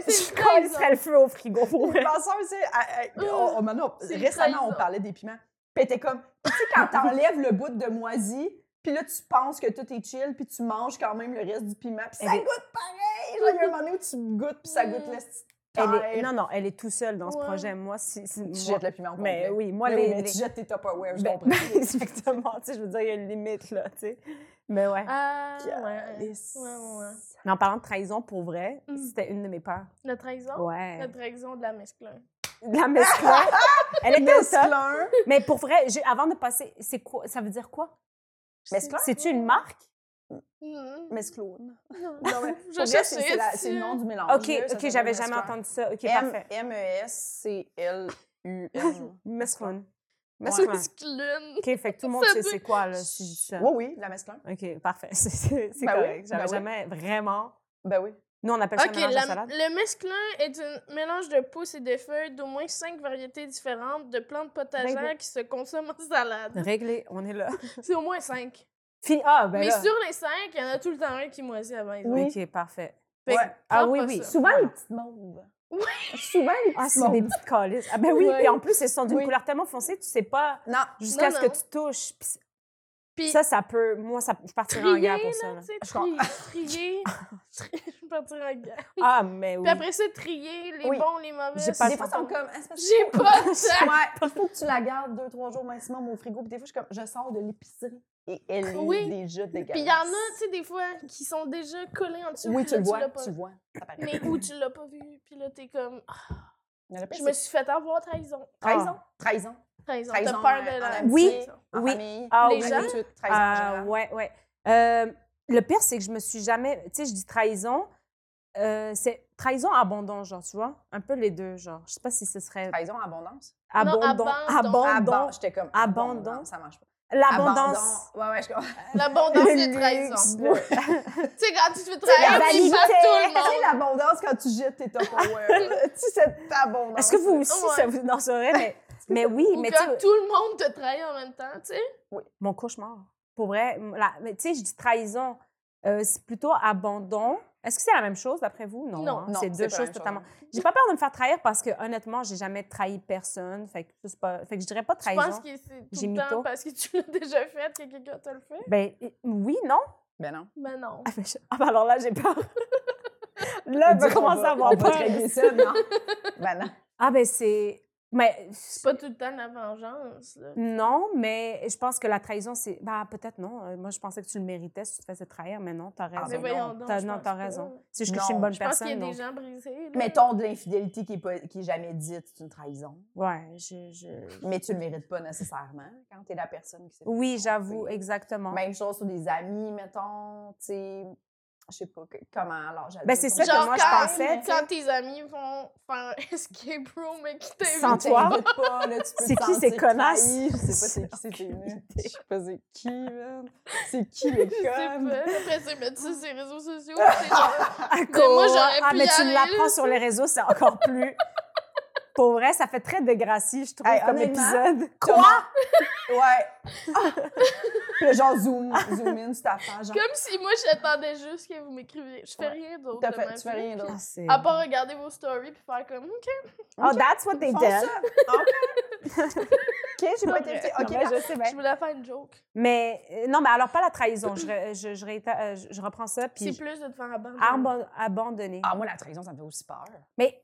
[SPEAKER 4] Je
[SPEAKER 3] une
[SPEAKER 4] collerais le feu au frigo pour
[SPEAKER 2] Une
[SPEAKER 4] vrai.
[SPEAKER 2] penseuse, tu sais, elle-
[SPEAKER 4] Ah,
[SPEAKER 2] elle- on- on- maintenant, on-
[SPEAKER 3] C'est une
[SPEAKER 2] récemment, on
[SPEAKER 3] trahison.
[SPEAKER 2] parlait des piments. Puis t'es comme, tu sais, quand t'enlèves le bout de moisi, puis là, tu penses que tout est chill, puis tu manges quand même le reste du piment, puis ça
[SPEAKER 4] Elle est- Mmh.
[SPEAKER 2] goûte pareil! Genre, il y a un moment donné où tu goûtes, puis ça goûte la petite
[SPEAKER 4] Elle
[SPEAKER 2] terre.
[SPEAKER 4] est, non, non, elle est tout seule dans ce
[SPEAKER 3] Ouais.
[SPEAKER 4] projet. Moi, c'est. c'est-
[SPEAKER 2] Tu
[SPEAKER 4] moi-
[SPEAKER 2] jettes le piment au
[SPEAKER 4] Mais
[SPEAKER 2] complet.
[SPEAKER 4] oui, moi,
[SPEAKER 2] Mais
[SPEAKER 4] les.
[SPEAKER 2] Ben oui, mais
[SPEAKER 4] les-
[SPEAKER 2] tu jettes tes Tupperware, je
[SPEAKER 4] Ben,
[SPEAKER 2] comprends.
[SPEAKER 4] exactement. Tu sais, je veux dire, il y a une limite, là, tu sais. Mais ouais.
[SPEAKER 3] Ah,
[SPEAKER 2] Puis, euh,
[SPEAKER 3] ouais.
[SPEAKER 2] les-
[SPEAKER 3] Ouais, ouais, ouais.
[SPEAKER 4] Mais en parlant de trahison, pour vrai,
[SPEAKER 3] Mm.
[SPEAKER 4] c'était une de mes peurs.
[SPEAKER 3] La trahison?
[SPEAKER 2] Ah.
[SPEAKER 4] Ouais.
[SPEAKER 3] La trahison de la mesclun.
[SPEAKER 4] De La mesclun. Elle était au top.
[SPEAKER 2] Mesclun.
[SPEAKER 4] Mais pour vrai, j'ai- avant de passer, c'est quoi ça veut dire quoi
[SPEAKER 2] Mesclun?
[SPEAKER 4] C'est-tu une marque
[SPEAKER 3] Mhm.
[SPEAKER 2] Mesclun.
[SPEAKER 3] Non,
[SPEAKER 2] Non, mais
[SPEAKER 3] je
[SPEAKER 2] pour vrai,
[SPEAKER 3] cherchais
[SPEAKER 2] c'est- c'est la-
[SPEAKER 3] dessus.
[SPEAKER 2] c'est le nom du mélange.
[SPEAKER 4] Ok,
[SPEAKER 2] là, ça
[SPEAKER 4] ok,
[SPEAKER 2] s'appelle
[SPEAKER 4] j'avais jamais
[SPEAKER 2] mesclun.
[SPEAKER 4] entendu ça. Ok,
[SPEAKER 2] M- E
[SPEAKER 4] parfait.
[SPEAKER 2] M-E-S-C-L-U-N.
[SPEAKER 4] Mesclun.
[SPEAKER 2] Ouais.
[SPEAKER 4] Mesclun.
[SPEAKER 3] Mesclun.
[SPEAKER 4] Ok, fait que tout le monde
[SPEAKER 3] Ça
[SPEAKER 4] sait
[SPEAKER 3] doit-
[SPEAKER 4] c'est quoi là si je dis ça.
[SPEAKER 2] Oui, oui, la mesclun.
[SPEAKER 4] Ok, parfait. C'est- C'est c'est
[SPEAKER 2] Ben oui,
[SPEAKER 4] correct. J'avais
[SPEAKER 2] ben oui.
[SPEAKER 4] jamais vraiment.
[SPEAKER 2] Ben oui.
[SPEAKER 4] Nous on appelle ça
[SPEAKER 3] Ok,
[SPEAKER 4] mélange
[SPEAKER 3] la-
[SPEAKER 4] à salade.
[SPEAKER 3] le mesclun est un mélange de pousses et de feuilles d'au moins cinq variétés différentes de plantes potagères
[SPEAKER 4] Ben, ben.
[SPEAKER 3] qui se consomment en salade.
[SPEAKER 4] Réglé, on est là.
[SPEAKER 3] C'est au moins cinq.
[SPEAKER 4] Fini. Ah ben
[SPEAKER 3] Mais
[SPEAKER 4] là.
[SPEAKER 3] sur les cinq, il y en a tout le temps un qui moisit avant les autres.
[SPEAKER 2] Oui.
[SPEAKER 4] Ok, parfait.
[SPEAKER 3] Fait que
[SPEAKER 2] Ouais.
[SPEAKER 4] Ah
[SPEAKER 3] prends
[SPEAKER 4] oui
[SPEAKER 3] pas
[SPEAKER 4] oui.
[SPEAKER 3] ça.
[SPEAKER 2] Souvent,
[SPEAKER 4] Voilà.
[SPEAKER 2] les petites mauves.
[SPEAKER 3] Oui.
[SPEAKER 2] Souvent, les
[SPEAKER 4] Ah,
[SPEAKER 2] petites
[SPEAKER 4] c'est des
[SPEAKER 2] mauves.
[SPEAKER 4] petites calices. Ah ben oui,
[SPEAKER 2] Ouais.
[SPEAKER 4] puis en plus, elles sont d'une
[SPEAKER 2] Oui.
[SPEAKER 4] couleur tellement foncée, tu sais pas
[SPEAKER 2] Non.
[SPEAKER 4] jusqu'à
[SPEAKER 3] Non,
[SPEAKER 4] ce que
[SPEAKER 3] non.
[SPEAKER 4] tu touches. Puis c'est-
[SPEAKER 3] Puis,
[SPEAKER 4] Ça, ça peut. Moi, ça, je partirais en
[SPEAKER 3] trier,
[SPEAKER 4] guerre
[SPEAKER 3] là,
[SPEAKER 4] pour ça. là.
[SPEAKER 3] tu sais,
[SPEAKER 4] Je comprends.
[SPEAKER 3] tri- trier, tri- je partirais en guerre.
[SPEAKER 4] Ah, mais oui.
[SPEAKER 3] Puis après ça, trier les
[SPEAKER 2] Oui.
[SPEAKER 3] bons, les mauvais.
[SPEAKER 4] J'ai pas
[SPEAKER 2] des
[SPEAKER 4] le
[SPEAKER 2] fois, ils sont comme. Ah, c'est parce que-
[SPEAKER 3] J'ai pas de temps.
[SPEAKER 2] Ouais, il faut que tu la gardes deux, trois jours maximum au frigo. Puis des fois, je suis comme, je sors de l'épicerie et elle est
[SPEAKER 3] Oui.
[SPEAKER 2] déjà dégueulasse.
[SPEAKER 3] Puis il y en a, tu sais, des fois, qui sont déjà collés en dessous.
[SPEAKER 2] Oui,
[SPEAKER 3] puis
[SPEAKER 2] tu
[SPEAKER 3] là,
[SPEAKER 2] le
[SPEAKER 3] l'as
[SPEAKER 2] vois,
[SPEAKER 3] pas
[SPEAKER 2] tu le
[SPEAKER 3] vu.
[SPEAKER 2] vois. Ça paraît.
[SPEAKER 3] Mais où tu l'as pas vu. Puis là, t'es comme. ah,
[SPEAKER 2] Mais
[SPEAKER 4] Ben,
[SPEAKER 2] le pire,
[SPEAKER 3] je me
[SPEAKER 2] c'est
[SPEAKER 3] suis fait avoir trahison.
[SPEAKER 2] Trahison, trahison.
[SPEAKER 3] Trahison.
[SPEAKER 2] Trahison,
[SPEAKER 3] T'as peur
[SPEAKER 2] euh,
[SPEAKER 3] de
[SPEAKER 2] en
[SPEAKER 3] la.
[SPEAKER 2] amitié,
[SPEAKER 4] Oui.
[SPEAKER 2] en
[SPEAKER 4] Oui.
[SPEAKER 2] famille,
[SPEAKER 4] Ah,
[SPEAKER 2] en
[SPEAKER 3] oui.
[SPEAKER 2] amitié, trahison en
[SPEAKER 4] Ah,
[SPEAKER 2] général.
[SPEAKER 4] ouais, ouais. Euh, le pire, c'est que je me suis jamais. Tu sais, je dis trahison. euh, c'est trahison abondant, genre, tu vois? Un peu les deux, genre. Je sais pas si ce serait
[SPEAKER 2] Trahison, abondance.
[SPEAKER 4] abondant.
[SPEAKER 3] abandon.
[SPEAKER 4] abondant.
[SPEAKER 2] Abondance. J'étais comme.
[SPEAKER 4] Abandon.
[SPEAKER 2] abondance, Ça marche pas.
[SPEAKER 4] L'abondance.
[SPEAKER 2] Abandon. Ouais, ouais, je comprends.
[SPEAKER 3] L'abondance
[SPEAKER 4] Le
[SPEAKER 3] de trahison.
[SPEAKER 4] luxe,
[SPEAKER 2] Ouais.
[SPEAKER 4] le-
[SPEAKER 3] tu sais, quand tu te fais
[SPEAKER 4] La
[SPEAKER 3] trahir, puis ça
[SPEAKER 4] vanité.
[SPEAKER 3] tout le
[SPEAKER 2] Tu sais,
[SPEAKER 3] monde.
[SPEAKER 2] l'abondance quand tu jettes tes Tupperware. là. tu sais, cette abondance.
[SPEAKER 4] Est-ce que vous aussi,
[SPEAKER 3] Ouais.
[SPEAKER 4] ça vous en saurait? Mais, mais oui,
[SPEAKER 3] Ou
[SPEAKER 4] mais tu
[SPEAKER 3] quand
[SPEAKER 4] sais,
[SPEAKER 3] tout le monde te trahit en même temps, tu sais.
[SPEAKER 4] mon cauchemar. Pour vrai, m- la- mais tu sais, je dis trahison. euh, c'est plutôt abandon. Est-ce que c'est la même chose, d'après vous? Non.
[SPEAKER 3] Non,
[SPEAKER 4] hein?
[SPEAKER 2] Non, pas la
[SPEAKER 4] c'est deux
[SPEAKER 2] même
[SPEAKER 4] choses
[SPEAKER 2] chose.
[SPEAKER 4] totalement. J'ai pas peur de me faire trahir parce que, honnêtement, j'ai jamais trahi personne. Fait que, ça, c'est pas... fait que je dirais pas
[SPEAKER 3] Je
[SPEAKER 4] trahison.
[SPEAKER 3] pense que c'est tout
[SPEAKER 4] J'ai
[SPEAKER 3] le temps
[SPEAKER 4] mytho.
[SPEAKER 3] parce que tu l'as déjà fait que quelqu'un te le fait.
[SPEAKER 4] Ben euh, oui, non.
[SPEAKER 2] Ben non.
[SPEAKER 3] Mais non.
[SPEAKER 4] Ah, ben, je- ah, ben, alors là, j'ai peur.
[SPEAKER 2] Là,
[SPEAKER 4] on va commencer à avoir
[SPEAKER 2] On va
[SPEAKER 4] peur.
[SPEAKER 2] traiter ça, non? Ben non.
[SPEAKER 4] Ah ben c'est... Mais
[SPEAKER 3] C'est pas tout le temps de la vengeance. là.
[SPEAKER 4] non, mais je pense que la trahison, c'est... Ben peut-être non. Euh, Moi, je pensais que tu le méritais si tu te faisais trahir, mais non, t'as raison.
[SPEAKER 2] ben
[SPEAKER 3] mais Ah, voyons donc.
[SPEAKER 4] T'as-
[SPEAKER 3] je
[SPEAKER 4] non,
[SPEAKER 3] pense
[SPEAKER 4] t'as
[SPEAKER 3] pas.
[SPEAKER 4] raison. C'est juste que je suis
[SPEAKER 2] Non,
[SPEAKER 4] une bonne
[SPEAKER 3] Je pense
[SPEAKER 4] personne.
[SPEAKER 3] qu'il y a des
[SPEAKER 4] donc-
[SPEAKER 3] gens brisés. là.
[SPEAKER 2] Mettons de l'infidélité qui est, pas- qui est jamais dite, c'est une trahison.
[SPEAKER 4] Ouais, je... je-
[SPEAKER 2] Mais tu le mérites pas nécessairement quand t'es la personne qui s'est fait
[SPEAKER 4] Oui,
[SPEAKER 2] tromper.
[SPEAKER 4] j'avoue, exactement.
[SPEAKER 2] Même chose sur des amis, mettons, tu sais, je sais pas que- comment, alors j'allais
[SPEAKER 4] Ben, c'est
[SPEAKER 2] dire,
[SPEAKER 4] ça que
[SPEAKER 3] Genre,
[SPEAKER 4] moi, je
[SPEAKER 3] quand,
[SPEAKER 4] pensais, tu sais.
[SPEAKER 3] quand tes amis vont faire escape room et qu'ils t'invitent.
[SPEAKER 4] Sans
[SPEAKER 2] on
[SPEAKER 4] toi.
[SPEAKER 2] t'invite pas, là, tu peux te
[SPEAKER 4] C'est qui
[SPEAKER 2] sentir
[SPEAKER 4] ces connasses?
[SPEAKER 2] trahi, Je sais pas c'est qui ces
[SPEAKER 4] Aucune
[SPEAKER 2] féminines.
[SPEAKER 4] idée.
[SPEAKER 2] Je sais pas c'est qui, man. C'est qui les
[SPEAKER 3] Je sais pas.
[SPEAKER 2] connes?
[SPEAKER 3] Après, c'est mettre ça sur les réseaux sociaux. c'est genre, moi, j'aurais
[SPEAKER 4] ah,
[SPEAKER 3] pu
[SPEAKER 4] mais
[SPEAKER 3] y
[SPEAKER 4] tu
[SPEAKER 3] aller,
[SPEAKER 4] l'apprends
[SPEAKER 3] là,
[SPEAKER 4] sur les réseaux, c'est encore plus... Pour vrai, ça fait très dégracie, je trouve,
[SPEAKER 2] Hey,
[SPEAKER 4] comme
[SPEAKER 2] honnêtement,
[SPEAKER 4] épisode.
[SPEAKER 2] Quoi? Ouais. Puis là, genre, zoom, zoom in sur ta page. genre,
[SPEAKER 3] comme si moi, j'attendais juste que vous m'écriviez. Je fais
[SPEAKER 2] Ouais.
[SPEAKER 3] rien d'autre.
[SPEAKER 2] t'as
[SPEAKER 3] de
[SPEAKER 2] fait-
[SPEAKER 3] ma
[SPEAKER 2] tu fais
[SPEAKER 3] vie.
[SPEAKER 2] rien d'autre.
[SPEAKER 4] Ah, c'est-
[SPEAKER 3] À part regarder vos stories puis faire comme OK.
[SPEAKER 4] Oh, that's what they
[SPEAKER 2] Font
[SPEAKER 4] did.
[SPEAKER 2] ça. OK. OK, j'ai pas été invitée.
[SPEAKER 4] Non,
[SPEAKER 2] OK,
[SPEAKER 4] mais je sais bien.
[SPEAKER 3] Je voulais faire une joke.
[SPEAKER 4] Mais euh, non, mais alors pas la trahison. Je, re- je, je, réita- euh, je- je reprends ça, puis
[SPEAKER 3] C'est plus de te faire abandonner.
[SPEAKER 4] abandonner. abandonné.
[SPEAKER 2] Ah, moi, la trahison, ça me fait aussi peur.
[SPEAKER 4] Mais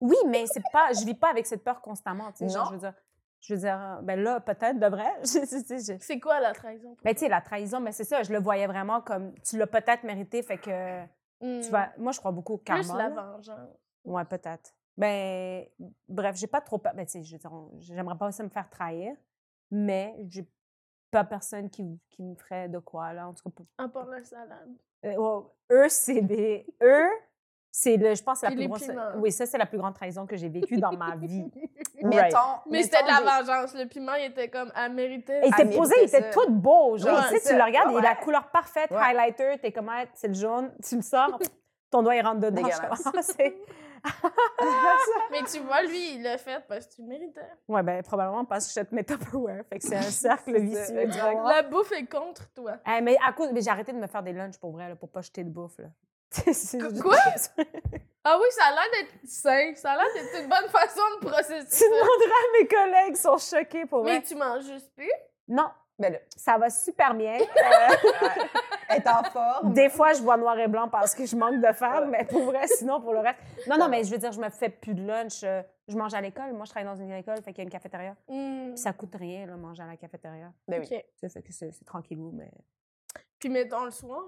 [SPEAKER 4] oui, mais c'est pas, je vis pas avec cette peur constamment. Tu sais, genre,
[SPEAKER 2] Non.
[SPEAKER 4] je veux dire, je veux dire, euh, ben là, peut-être de vrai. Je- je- je- je-
[SPEAKER 3] C'est quoi la trahison? pour
[SPEAKER 4] Mais tu sais, la trahison, mais c'est ça, je le voyais vraiment comme tu l'as peut-être mérité, fait que
[SPEAKER 3] toi? Hmm.
[SPEAKER 4] tu vas. Moi, je crois beaucoup au karma.
[SPEAKER 3] Plus la
[SPEAKER 4] là.
[SPEAKER 3] vengeance.
[SPEAKER 4] Ouais, peut-être. Ben, bref, j'ai pas trop peur. Ben, tu sais, je veux dire, on- j'aimerais pas aussi me faire trahir, mais j'ai pas personne qui, qui me ferait de quoi, là. En tout cas,
[SPEAKER 3] À part la salade.
[SPEAKER 4] Euh, wow. Eux, c'est des. Eux, c'est le. Je pense que la
[SPEAKER 3] Puis
[SPEAKER 4] plus
[SPEAKER 3] les
[SPEAKER 4] grosse.
[SPEAKER 3] piments.
[SPEAKER 4] Oui, ça, c'est la plus grande trahison que j'ai vécue dans ma vie. Right.
[SPEAKER 2] Mettons.
[SPEAKER 3] Mais c'était de la
[SPEAKER 2] vengeance.
[SPEAKER 3] vengeance. Le piment, il était comme à mériter.
[SPEAKER 4] Et
[SPEAKER 2] Ah,
[SPEAKER 4] t'es
[SPEAKER 2] mais
[SPEAKER 4] posé,
[SPEAKER 2] c'est
[SPEAKER 4] il était
[SPEAKER 2] ça.
[SPEAKER 4] tout beau. Genre,
[SPEAKER 3] Ouais,
[SPEAKER 4] tu sais,
[SPEAKER 2] c'est-
[SPEAKER 4] tu le regardes,
[SPEAKER 2] ouais,
[SPEAKER 4] il a la
[SPEAKER 2] ouais.
[SPEAKER 4] couleur parfaite,
[SPEAKER 2] Ouais.
[SPEAKER 4] highlighter, t'es comme, ah, c'est le jaune, tu le sors, ton doigt, il rentre dedans.
[SPEAKER 2] Dégueulasse.
[SPEAKER 4] Je pense, c'est-
[SPEAKER 3] Mais tu vois, lui, il l'a fait parce que tu le méritais.
[SPEAKER 4] ouais, ben, probablement parce que je te mets Tupperware. Fait que c'est un cercle
[SPEAKER 2] C'est
[SPEAKER 4] vicieux.
[SPEAKER 2] ça, exact.
[SPEAKER 4] tu vois.
[SPEAKER 3] La bouffe est contre toi.
[SPEAKER 4] Eh, mais à cause, mais j'ai arrêté de me faire des lunchs pour vrai, là, pour pas jeter de bouffe. Là. C'est-
[SPEAKER 3] Quoi? Ah oui, ça a l'air d'être sain. Ça a l'air d'être une bonne façon de processer
[SPEAKER 4] tu
[SPEAKER 3] ça.
[SPEAKER 4] demanderas à mes collègues, ils sont choqués pour vrai.
[SPEAKER 3] Mais tu manges juste plus.
[SPEAKER 4] Non,
[SPEAKER 2] Ben là,
[SPEAKER 4] ça va super bien.
[SPEAKER 2] ouais, elle est en
[SPEAKER 3] Oh
[SPEAKER 2] forme.
[SPEAKER 4] Des fois, je vois noir et blanc parce que je manque de femmes, mais pour vrai, sinon, pour le reste. Non, non, mais je veux dire, je me fais plus de lunch. euh, Je mange à l'école. Moi, je travaille dans une école, fait qu'il y a une cafétéria.
[SPEAKER 3] Hmm.
[SPEAKER 4] Puis ça coûte rien, là, manger à la cafétéria.
[SPEAKER 2] Ben oui.
[SPEAKER 3] OK.
[SPEAKER 4] Tu sais, fait que c'est c'est tranquillou, mais.
[SPEAKER 3] Puis mettons le soir.